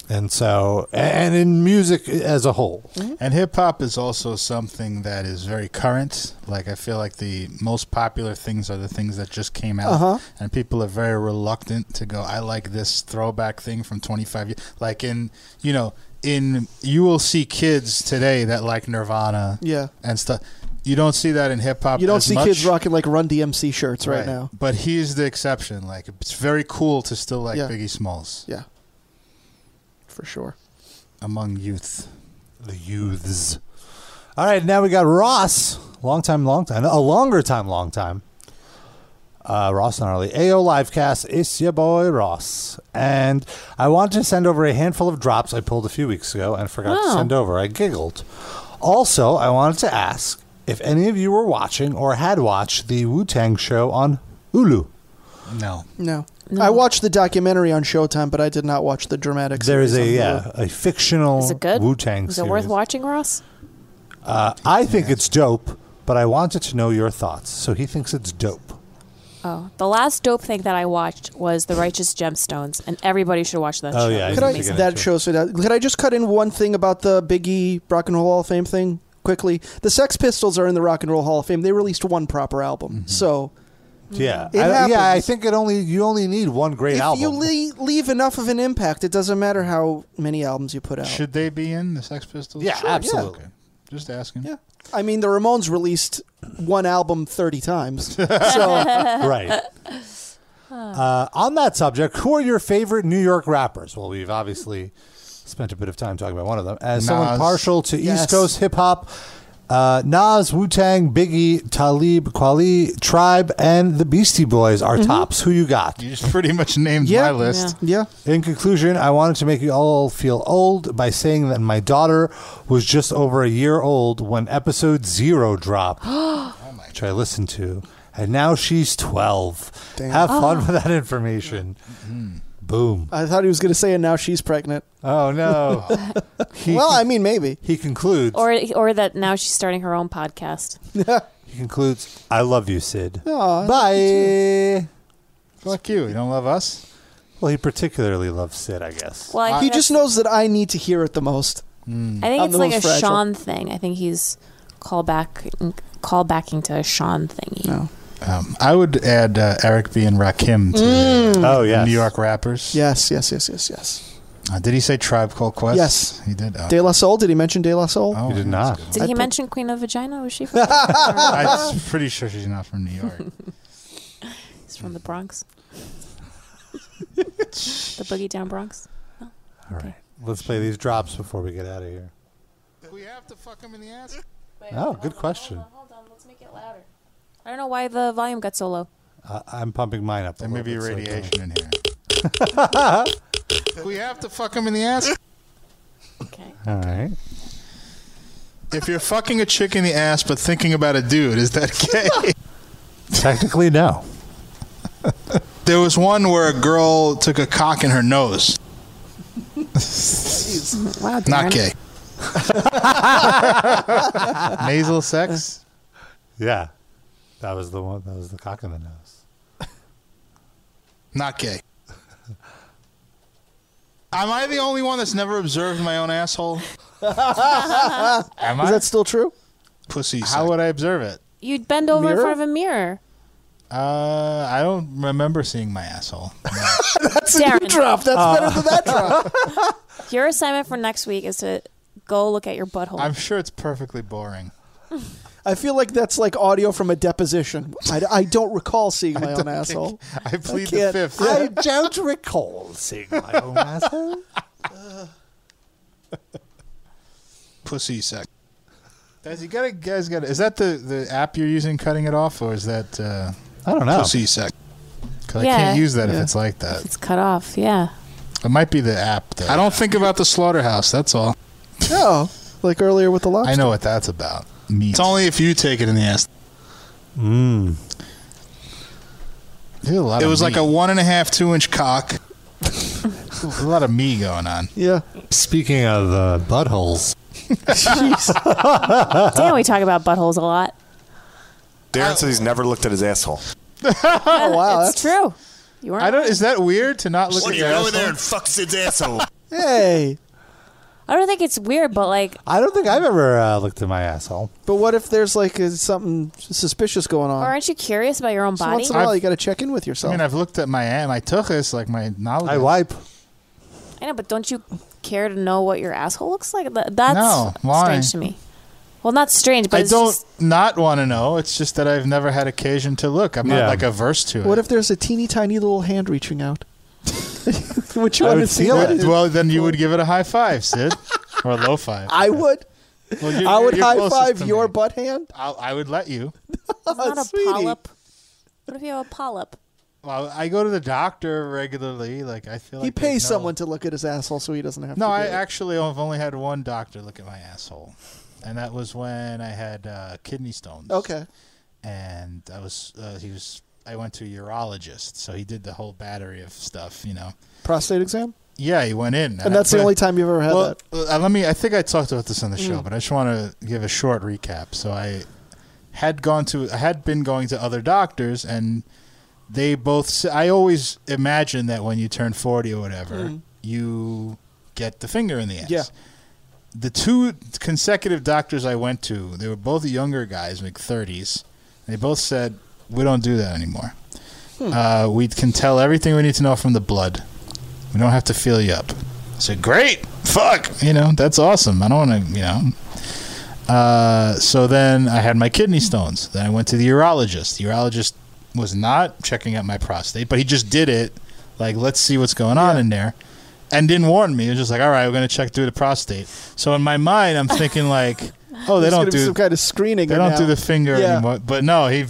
[SPEAKER 3] And so, and in music as a whole.
[SPEAKER 5] Mm-hmm.
[SPEAKER 2] And hip hop is also something that is very current. Like I feel like the most popular things are the things that just came out,
[SPEAKER 5] Uh-huh.
[SPEAKER 2] and people are very reluctant to go. I like this throwback thing from 25 years. Like in you know in you will see kids today that like Nirvana,
[SPEAKER 5] Yeah.
[SPEAKER 2] and stuff. You don't see that in hip hop.
[SPEAKER 5] You don't
[SPEAKER 2] as
[SPEAKER 5] see
[SPEAKER 2] much.
[SPEAKER 5] kids rocking like Run DMC shirts right, now.
[SPEAKER 2] But he's the exception. Like it's very cool to still like
[SPEAKER 5] Yeah.
[SPEAKER 2] Biggie Smalls.
[SPEAKER 5] Yeah. For sure.
[SPEAKER 2] Among youth.
[SPEAKER 3] The youths. All right, now we got Ross. Long time, long time. A longer time, long time. Uh, Ross Gnarly. AO Livecast. It's your boy, Ross. And I wanted to send over a handful of drops I pulled a few weeks ago and forgot to
[SPEAKER 10] Oh.
[SPEAKER 3] send over. I giggled. Also, I wanted to ask if any of you were watching or had watched the Wu Tang show on Hulu.
[SPEAKER 2] No.
[SPEAKER 5] No. I watched the documentary on Showtime, but I did not watch the dramatic.
[SPEAKER 3] There is a
[SPEAKER 5] series on Hulu.
[SPEAKER 3] yeah, a fictional
[SPEAKER 4] Is it good?
[SPEAKER 3] Wu Tang
[SPEAKER 4] Is
[SPEAKER 3] series.
[SPEAKER 4] it worth watching, Ross?
[SPEAKER 3] Uh, I think it's dope, but I wanted to know your thoughts. So he thinks it's dope.
[SPEAKER 4] Oh, the last dope thing that I watched was The Righteous Gemstones, and everybody should watch that
[SPEAKER 3] Oh,
[SPEAKER 4] show.
[SPEAKER 3] yeah, I
[SPEAKER 4] It's
[SPEAKER 5] Could I,
[SPEAKER 4] amazing.
[SPEAKER 5] that shows it out. Could I just cut in one thing about the Biggie Rock and Roll Hall of Fame thing quickly? The Sex Pistols are in the Rock and Roll Hall of Fame. They released one proper album,
[SPEAKER 3] Mm-hmm.
[SPEAKER 5] so
[SPEAKER 3] Yeah,
[SPEAKER 5] It
[SPEAKER 3] I,
[SPEAKER 5] happens.
[SPEAKER 3] yeah. I think it only you only need one great
[SPEAKER 5] if
[SPEAKER 3] album.
[SPEAKER 5] you le- leave enough of an impact, it doesn't matter how many albums you put out.
[SPEAKER 2] Should they be in the Sex Pistols?
[SPEAKER 5] Yeah, Sure, yeah. absolutely.
[SPEAKER 2] Okay. Just asking. Yeah.
[SPEAKER 5] I mean, the Ramones released one album thirty times, so right.
[SPEAKER 3] uh, on that subject, who are your favorite New York rappers? Well, we've obviously spent a bit of time talking about one of them. As someone
[SPEAKER 2] Nas.
[SPEAKER 3] partial to
[SPEAKER 2] Yes.
[SPEAKER 3] East Coast hip hop, uh, Nas, Wu Tang, Biggie, Talib, Kweli, Tribe, and the Beastie Boys are
[SPEAKER 2] Mhm.
[SPEAKER 3] tops. Who you got?
[SPEAKER 2] You just pretty much named my list.
[SPEAKER 5] Mm-hmm. Yeah.
[SPEAKER 3] In conclusion, I wanted to make you all feel old by saying that my daughter was just over a year old when episode zero dropped. which I listened to, and now she's 12.
[SPEAKER 5] Damn.
[SPEAKER 3] Have
[SPEAKER 4] Ah.
[SPEAKER 3] fun
[SPEAKER 5] Oh.
[SPEAKER 3] with that information. Boom.
[SPEAKER 5] I thought he was going to say, and now she's pregnant.
[SPEAKER 3] Oh no.
[SPEAKER 5] well, I mean, maybe
[SPEAKER 3] he concludes.
[SPEAKER 4] Or, or that now she's starting her own podcast.
[SPEAKER 3] He concludes, I love you, Sid.
[SPEAKER 5] Bye.
[SPEAKER 2] Fuck you. You don't love us?
[SPEAKER 3] Well, he particularly loves Sid, I guess.
[SPEAKER 4] Well, I
[SPEAKER 5] he
[SPEAKER 4] think
[SPEAKER 5] just knows that I need to hear it the most. Um,
[SPEAKER 4] I think
[SPEAKER 5] I'm
[SPEAKER 4] it's
[SPEAKER 5] the
[SPEAKER 4] like a
[SPEAKER 5] most fragile.
[SPEAKER 4] Sean thing. I think he's call back, call backing to a Sean thingy.
[SPEAKER 2] Um, I would add uh, Eric B. and Rakim to
[SPEAKER 5] Mm.
[SPEAKER 2] uh,
[SPEAKER 5] Oh, yes.
[SPEAKER 2] New York rappers.
[SPEAKER 5] Yes, yes, yes, yes, yes.
[SPEAKER 2] Uh, did he say Tribe Called Quest?
[SPEAKER 5] Yes.
[SPEAKER 2] He did. Oh.
[SPEAKER 5] De La Soul? Did he mention De La Soul?
[SPEAKER 2] Oh, He did
[SPEAKER 3] not.
[SPEAKER 4] Did
[SPEAKER 5] I
[SPEAKER 4] he
[SPEAKER 5] put-
[SPEAKER 4] mention Queen of Vagina? Was she from,
[SPEAKER 2] I'm pretty sure she's not from New York.
[SPEAKER 4] He's from the Bronx? the Boogie Down Bronx?
[SPEAKER 3] All right. Let's play these drops before we get out of here.
[SPEAKER 2] we have to fuck him in the ass?
[SPEAKER 3] Oh, good question.
[SPEAKER 4] Hold on, let's make it louder. I don't know why the volume got so low.
[SPEAKER 3] Uh, I'm pumping mine up. There
[SPEAKER 2] may be radiation in here. we have to fuck him in the ass?
[SPEAKER 3] All right.
[SPEAKER 2] If you're fucking a chick in the ass but thinking about a dude, is that gay?
[SPEAKER 3] Technically, no.
[SPEAKER 2] there was one where a girl took a cock in her nose.
[SPEAKER 4] Wow,
[SPEAKER 2] Not gay.
[SPEAKER 3] Nasal sex? Yeah. That was the one. That was the cock in the nose.
[SPEAKER 2] Not gay. Am I the only one that's never observed my own asshole? Am
[SPEAKER 5] Is
[SPEAKER 2] I?
[SPEAKER 5] that still true?
[SPEAKER 2] Pussy. How would I observe it?
[SPEAKER 4] You'd bend over in
[SPEAKER 2] Mirror?
[SPEAKER 4] front of a mirror.
[SPEAKER 2] Uh, I don't remember seeing my asshole.
[SPEAKER 4] That's
[SPEAKER 5] a new drop. That's
[SPEAKER 2] Ah.
[SPEAKER 5] Uh. better than that
[SPEAKER 4] drop. Your assignment for next week is to go look at your butthole.
[SPEAKER 2] I'm sure it's perfectly boring.
[SPEAKER 5] I feel like that's like audio from a deposition. I, I don't recall seeing my own
[SPEAKER 2] don't
[SPEAKER 5] asshole.
[SPEAKER 2] I plead the
[SPEAKER 5] can't-
[SPEAKER 2] fifth.
[SPEAKER 5] I don't recall seeing my own asshole.
[SPEAKER 2] Pussy sex. Guys, you gotta, guys, gotta. Is that the the app you're using, cutting it off, or is that? Uh,
[SPEAKER 3] I don't know.
[SPEAKER 2] Pussy sex. 'Cause I
[SPEAKER 4] Yeah.
[SPEAKER 2] can't use that
[SPEAKER 4] Yeah.
[SPEAKER 2] if it's like that.
[SPEAKER 4] it's cut off. Yeah.
[SPEAKER 2] It might be the app. Though. I don't think about the slaughterhouse. That's all.
[SPEAKER 5] No, like earlier with the lobster.
[SPEAKER 2] I know what that's about. Meat. It's only if you take it in the ass.
[SPEAKER 5] Hmm.
[SPEAKER 3] Mmm.
[SPEAKER 2] It was like a one and a half, two inch cock. a lot of me going on.
[SPEAKER 5] Yeah.
[SPEAKER 3] Speaking of uh, buttholes,
[SPEAKER 4] Damn, we talk about buttholes a lot.
[SPEAKER 11] Darren says he's never looked at his asshole.
[SPEAKER 4] oh wow, it's true. You weren't.
[SPEAKER 2] I don't. Is that weird to not look
[SPEAKER 11] Well,
[SPEAKER 2] at
[SPEAKER 11] you
[SPEAKER 2] your
[SPEAKER 11] go
[SPEAKER 2] asshole?
[SPEAKER 11] in there and fuck his asshole.
[SPEAKER 5] Hey,
[SPEAKER 4] I don't think it's weird, but like,
[SPEAKER 3] I don't think I've ever uh, looked at my asshole.
[SPEAKER 5] but what if there's like uh something suspicious going on?
[SPEAKER 4] aren't you curious about your own
[SPEAKER 5] So
[SPEAKER 4] body?
[SPEAKER 5] once in a while, you got to check in with
[SPEAKER 2] I
[SPEAKER 5] yourself.
[SPEAKER 2] mean, I've looked at my my tuchus, like my knowledge. I
[SPEAKER 3] wipe.
[SPEAKER 4] I know, but don't you care to know what your asshole looks like? Th- That's
[SPEAKER 2] No, why?
[SPEAKER 4] strange to me. Well, not strange, but
[SPEAKER 2] I
[SPEAKER 4] it's
[SPEAKER 2] don't
[SPEAKER 4] just-
[SPEAKER 2] not want to know. It's just that I've never had occasion to look. I'm
[SPEAKER 3] Yeah.
[SPEAKER 2] not like averse to it.
[SPEAKER 5] what if there's a teeny tiny little hand reaching out? would you
[SPEAKER 2] I
[SPEAKER 5] want to
[SPEAKER 2] would
[SPEAKER 5] see
[SPEAKER 2] feel
[SPEAKER 5] that?
[SPEAKER 2] it. Well, then you would give it a high five, Sid, or a low five.
[SPEAKER 5] I would.
[SPEAKER 2] Well, you're-
[SPEAKER 5] I would
[SPEAKER 2] you're
[SPEAKER 5] high
[SPEAKER 2] closest
[SPEAKER 5] five
[SPEAKER 2] to
[SPEAKER 5] your butt hand.
[SPEAKER 2] I'll, I would let you.
[SPEAKER 4] it's not a
[SPEAKER 5] Sweetie.
[SPEAKER 4] polyp. What if you have a polyp?
[SPEAKER 2] Well, I go to the doctor regularly. Like I feel like
[SPEAKER 5] he
[SPEAKER 2] they
[SPEAKER 5] pays
[SPEAKER 2] know.
[SPEAKER 5] someone to look at his asshole so he doesn't have
[SPEAKER 2] No,
[SPEAKER 5] to.
[SPEAKER 2] I
[SPEAKER 5] do it.
[SPEAKER 2] actually have only had one doctor look at my asshole, and that was when I had uh, kidney stones.
[SPEAKER 5] Okay.
[SPEAKER 2] And I was uh, he was I went to a urologist, so he did the whole battery of stuff. You know.
[SPEAKER 5] Prostate exam?
[SPEAKER 2] Yeah, he went in,
[SPEAKER 5] And that's the
[SPEAKER 2] I-
[SPEAKER 5] only time you've ever had
[SPEAKER 2] well,
[SPEAKER 5] that.
[SPEAKER 2] uh, let me. I think I talked about this on the show,
[SPEAKER 5] Mm.
[SPEAKER 2] but I just want to give a short recap. So I had gone to, I had been going to other doctors, and they both. s- I always imagine that when you turn forty or whatever,
[SPEAKER 5] Mm.
[SPEAKER 2] you get the finger in the ass.
[SPEAKER 5] Yeah.
[SPEAKER 2] The two consecutive doctors I went to, they were both younger guys, like thirties. They both said we don't do that anymore. Uh, we can tell everything we need to know from the blood. We don't have to feel you up. I said, great, fuck, you know, that's awesome. I don't want to, you know. Uh, so then I had my kidney stones. Then I went to the urologist. The urologist was not checking out my prostate, but he just did it, like, let's see what's going on in there, and didn't warn me. He was just like, all right, we're going to check through the prostate. So in my mind, I'm thinking, like, oh, they
[SPEAKER 5] There's
[SPEAKER 2] don't
[SPEAKER 5] gonna be
[SPEAKER 2] do
[SPEAKER 5] some kind of screening.
[SPEAKER 2] They don't
[SPEAKER 5] now.
[SPEAKER 2] do the finger
[SPEAKER 5] Yeah.
[SPEAKER 2] anymore. But no, he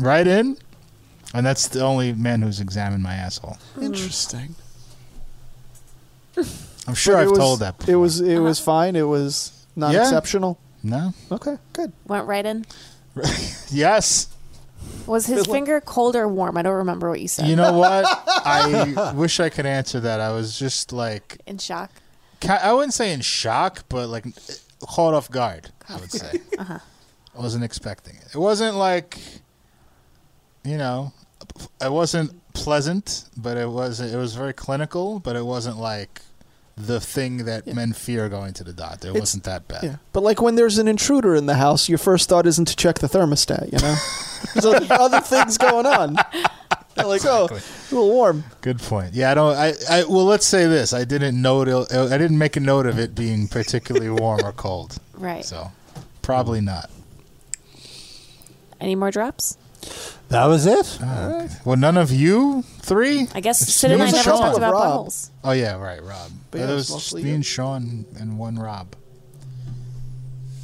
[SPEAKER 2] right in, and that's the only man who's examined my asshole.
[SPEAKER 5] Interesting.
[SPEAKER 2] I'm sure
[SPEAKER 5] But
[SPEAKER 2] I've
[SPEAKER 5] it was-
[SPEAKER 2] told that.
[SPEAKER 5] It was it was fine. It was not
[SPEAKER 2] Yeah.
[SPEAKER 5] exceptional.
[SPEAKER 2] No.
[SPEAKER 5] Okay, good.
[SPEAKER 4] Went right in.
[SPEAKER 2] Yes.
[SPEAKER 4] Was his finger cold or warm? I don't remember what you said.
[SPEAKER 2] You know what? I wish I could answer that. I was just like,
[SPEAKER 4] In shock.
[SPEAKER 2] ca- I wouldn't say in shock, but like caught off guard. I would say
[SPEAKER 4] Uh-huh.
[SPEAKER 2] I wasn't expecting it. It wasn't like, you know, it wasn't pleasant, but it was it was very clinical, but it wasn't like the thing that men fear going to the doctor. It
[SPEAKER 5] It's-
[SPEAKER 2] wasn't that bad.
[SPEAKER 5] Yeah, but like when there's an intruder in the house, your first thought isn't to check the thermostat. You know, there's other- other things going on. You're like, oh, a little warm.
[SPEAKER 2] Good point. Yeah, I don't. I, I well, let's say this. I didn't note. it- I didn't make a note of it being particularly warm or cold.
[SPEAKER 4] Right.
[SPEAKER 2] So, probably not.
[SPEAKER 4] Any more drops?
[SPEAKER 3] That was it.
[SPEAKER 2] Oh, Well, none of you three.
[SPEAKER 4] I guess Sid and I
[SPEAKER 2] me
[SPEAKER 4] never
[SPEAKER 2] Sean.
[SPEAKER 4] talked about
[SPEAKER 5] Rob.
[SPEAKER 4] buttholes.
[SPEAKER 2] Oh yeah, right, Rob.
[SPEAKER 5] But
[SPEAKER 2] But
[SPEAKER 5] yeah,
[SPEAKER 2] yeah,
[SPEAKER 5] it
[SPEAKER 2] there
[SPEAKER 5] was
[SPEAKER 2] was just
[SPEAKER 5] mostly
[SPEAKER 2] me
[SPEAKER 5] you.
[SPEAKER 2] and Sean and one Rob.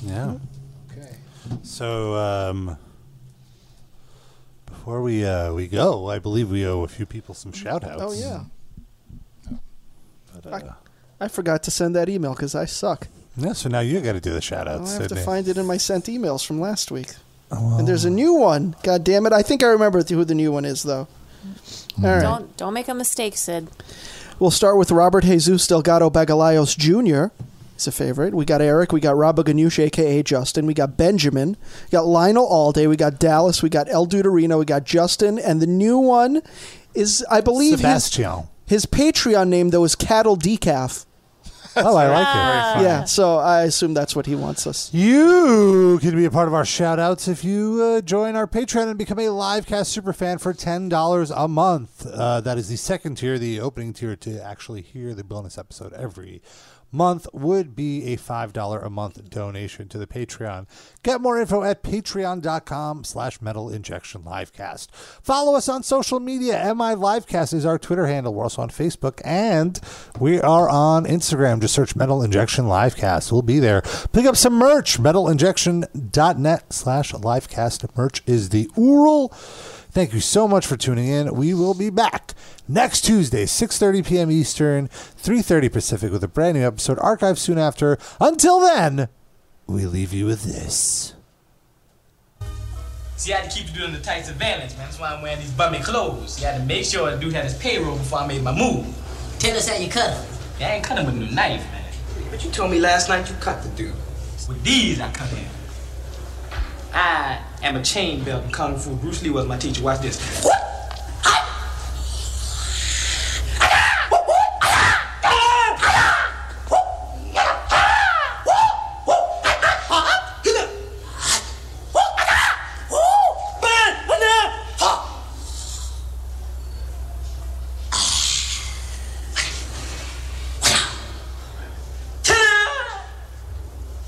[SPEAKER 3] Yeah.
[SPEAKER 2] Okay.
[SPEAKER 3] So um, before we uh, we go, I believe we owe a few people some shout outs.
[SPEAKER 5] Oh yeah. I, I forgot to send that email because I suck.
[SPEAKER 3] No, so now you got to do the shout
[SPEAKER 5] I
[SPEAKER 3] outs,
[SPEAKER 5] have to
[SPEAKER 3] Sydney.
[SPEAKER 5] find it in my sent emails from last week.
[SPEAKER 2] Oh,
[SPEAKER 5] And there's a new one. God damn it! I think I remember who the new one is though.
[SPEAKER 2] Hmm.
[SPEAKER 5] All right.
[SPEAKER 4] Don't don't make a mistake, Sid.
[SPEAKER 5] We'll start with Robert Jesus Delgado Bagalayos Jr. He's a favorite. We got Eric. We got Rob Ganush, a.k.a. Justin. We got Benjamin. We got Lionel Alday. We got Dallas. We got El Duderino. We got Justin. And the new one is, I believe,
[SPEAKER 3] Sebastian.
[SPEAKER 5] His, his Patreon name, though, is Cattle Decaf.
[SPEAKER 3] Oh, I like it. Ah. Very funny.
[SPEAKER 5] Yeah, so I assume that's what he wants us.
[SPEAKER 3] You can be a part of our shout outs if you uh, join our Patreon and become a livecast superfan for $10 a month. Uh, that is the second tier. The opening tier to actually hear the bonus episode every month would be a $5 a month donation to the Patreon. Get more info at patreon.com slash metal injection livecast. Follow us on social media. MI Livecast is our Twitter handle. We're also on Facebook and we are on Instagram. Just search Metal Injection Livecast. We'll be there. Pick up some merch. Metalinjection.net slash livecast. Merch is the URL. Thank you so much for tuning in. We will be back next Tuesday, 6.30 p.m. Eastern, 3.30 Pacific with a brand new episode archived soon after. Until then, we leave you with this.
[SPEAKER 12] See, I had to keep the dude under tight surveillance, man. That's why I'm wearing these bummy clothes. See, I had to make sure the dude had his payroll before I made my move. Tell us how you cut him. Yeah, I ain't cut him with no knife, man. But you told me last night you cut the dude. With these, I cut him. I am a chain belt in Kung Fu. Bruce Lee was my teacher. Watch this.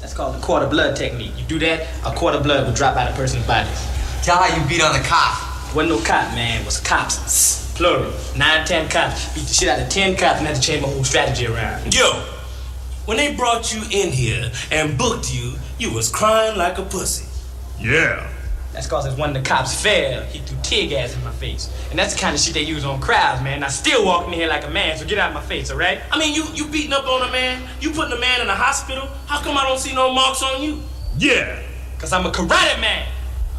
[SPEAKER 12] That's called the quarter blood technique. You do that, a quarter blood will drop out of a person's body. Tell how you beat on the cop. Wasn't no cop, man. It was cops. Plural. Nine, ten cops. Beat the shit out of ten cops and had to change my whole strategy around.
[SPEAKER 13] Yo, when they brought you in here and booked you, you was crying like a pussy.
[SPEAKER 12] Yeah. That's cause it's one of the cops failed. He threw tear gas in my face. And that's the kind of shit they use on crowds, man. And I still walk in here like a man, so get out of my face, alright?
[SPEAKER 13] I mean, you you beating up on a man, you putting a man in a hospital. How come I don't see no marks on you?
[SPEAKER 12] Yeah. Cause I'm a karate man,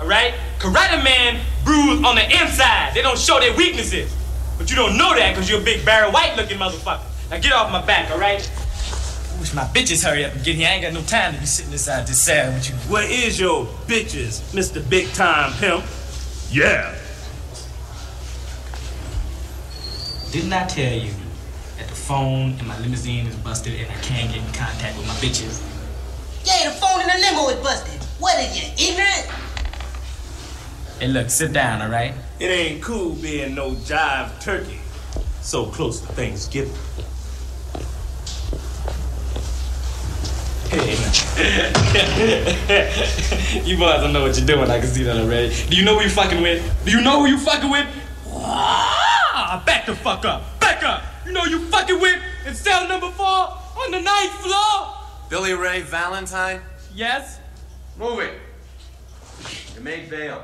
[SPEAKER 12] alright? Karate man bruise on the inside. They don't show their weaknesses. But you don't know that cause you're a big Barry White looking motherfucker. Now get off my back, alright? I wish my bitches hurry up and get here. I ain't got no time to be sitting inside this sad with you.
[SPEAKER 13] Where is your bitches, Mr. Big Time Pimp?
[SPEAKER 12] Yeah. Didn't I tell you that the phone in my limousine is busted and I can't get in contact with my bitches?
[SPEAKER 14] Yeah, the phone in the limo is busted. What are you, ignorant?
[SPEAKER 12] Hey, look, sit down, all right?
[SPEAKER 13] It ain't cool being no jive turkey. So close to Thanksgiving.
[SPEAKER 12] you boys don't know what you're doing. I can see that already. Do you know who you fucking with? Do you know who you fucking with? Ah, back the fuck up. Back up. You know who you fucking with in cell number four on the ninth floor.
[SPEAKER 15] Billy Ray Valentine?
[SPEAKER 12] Yes?
[SPEAKER 15] Move it. You make bail.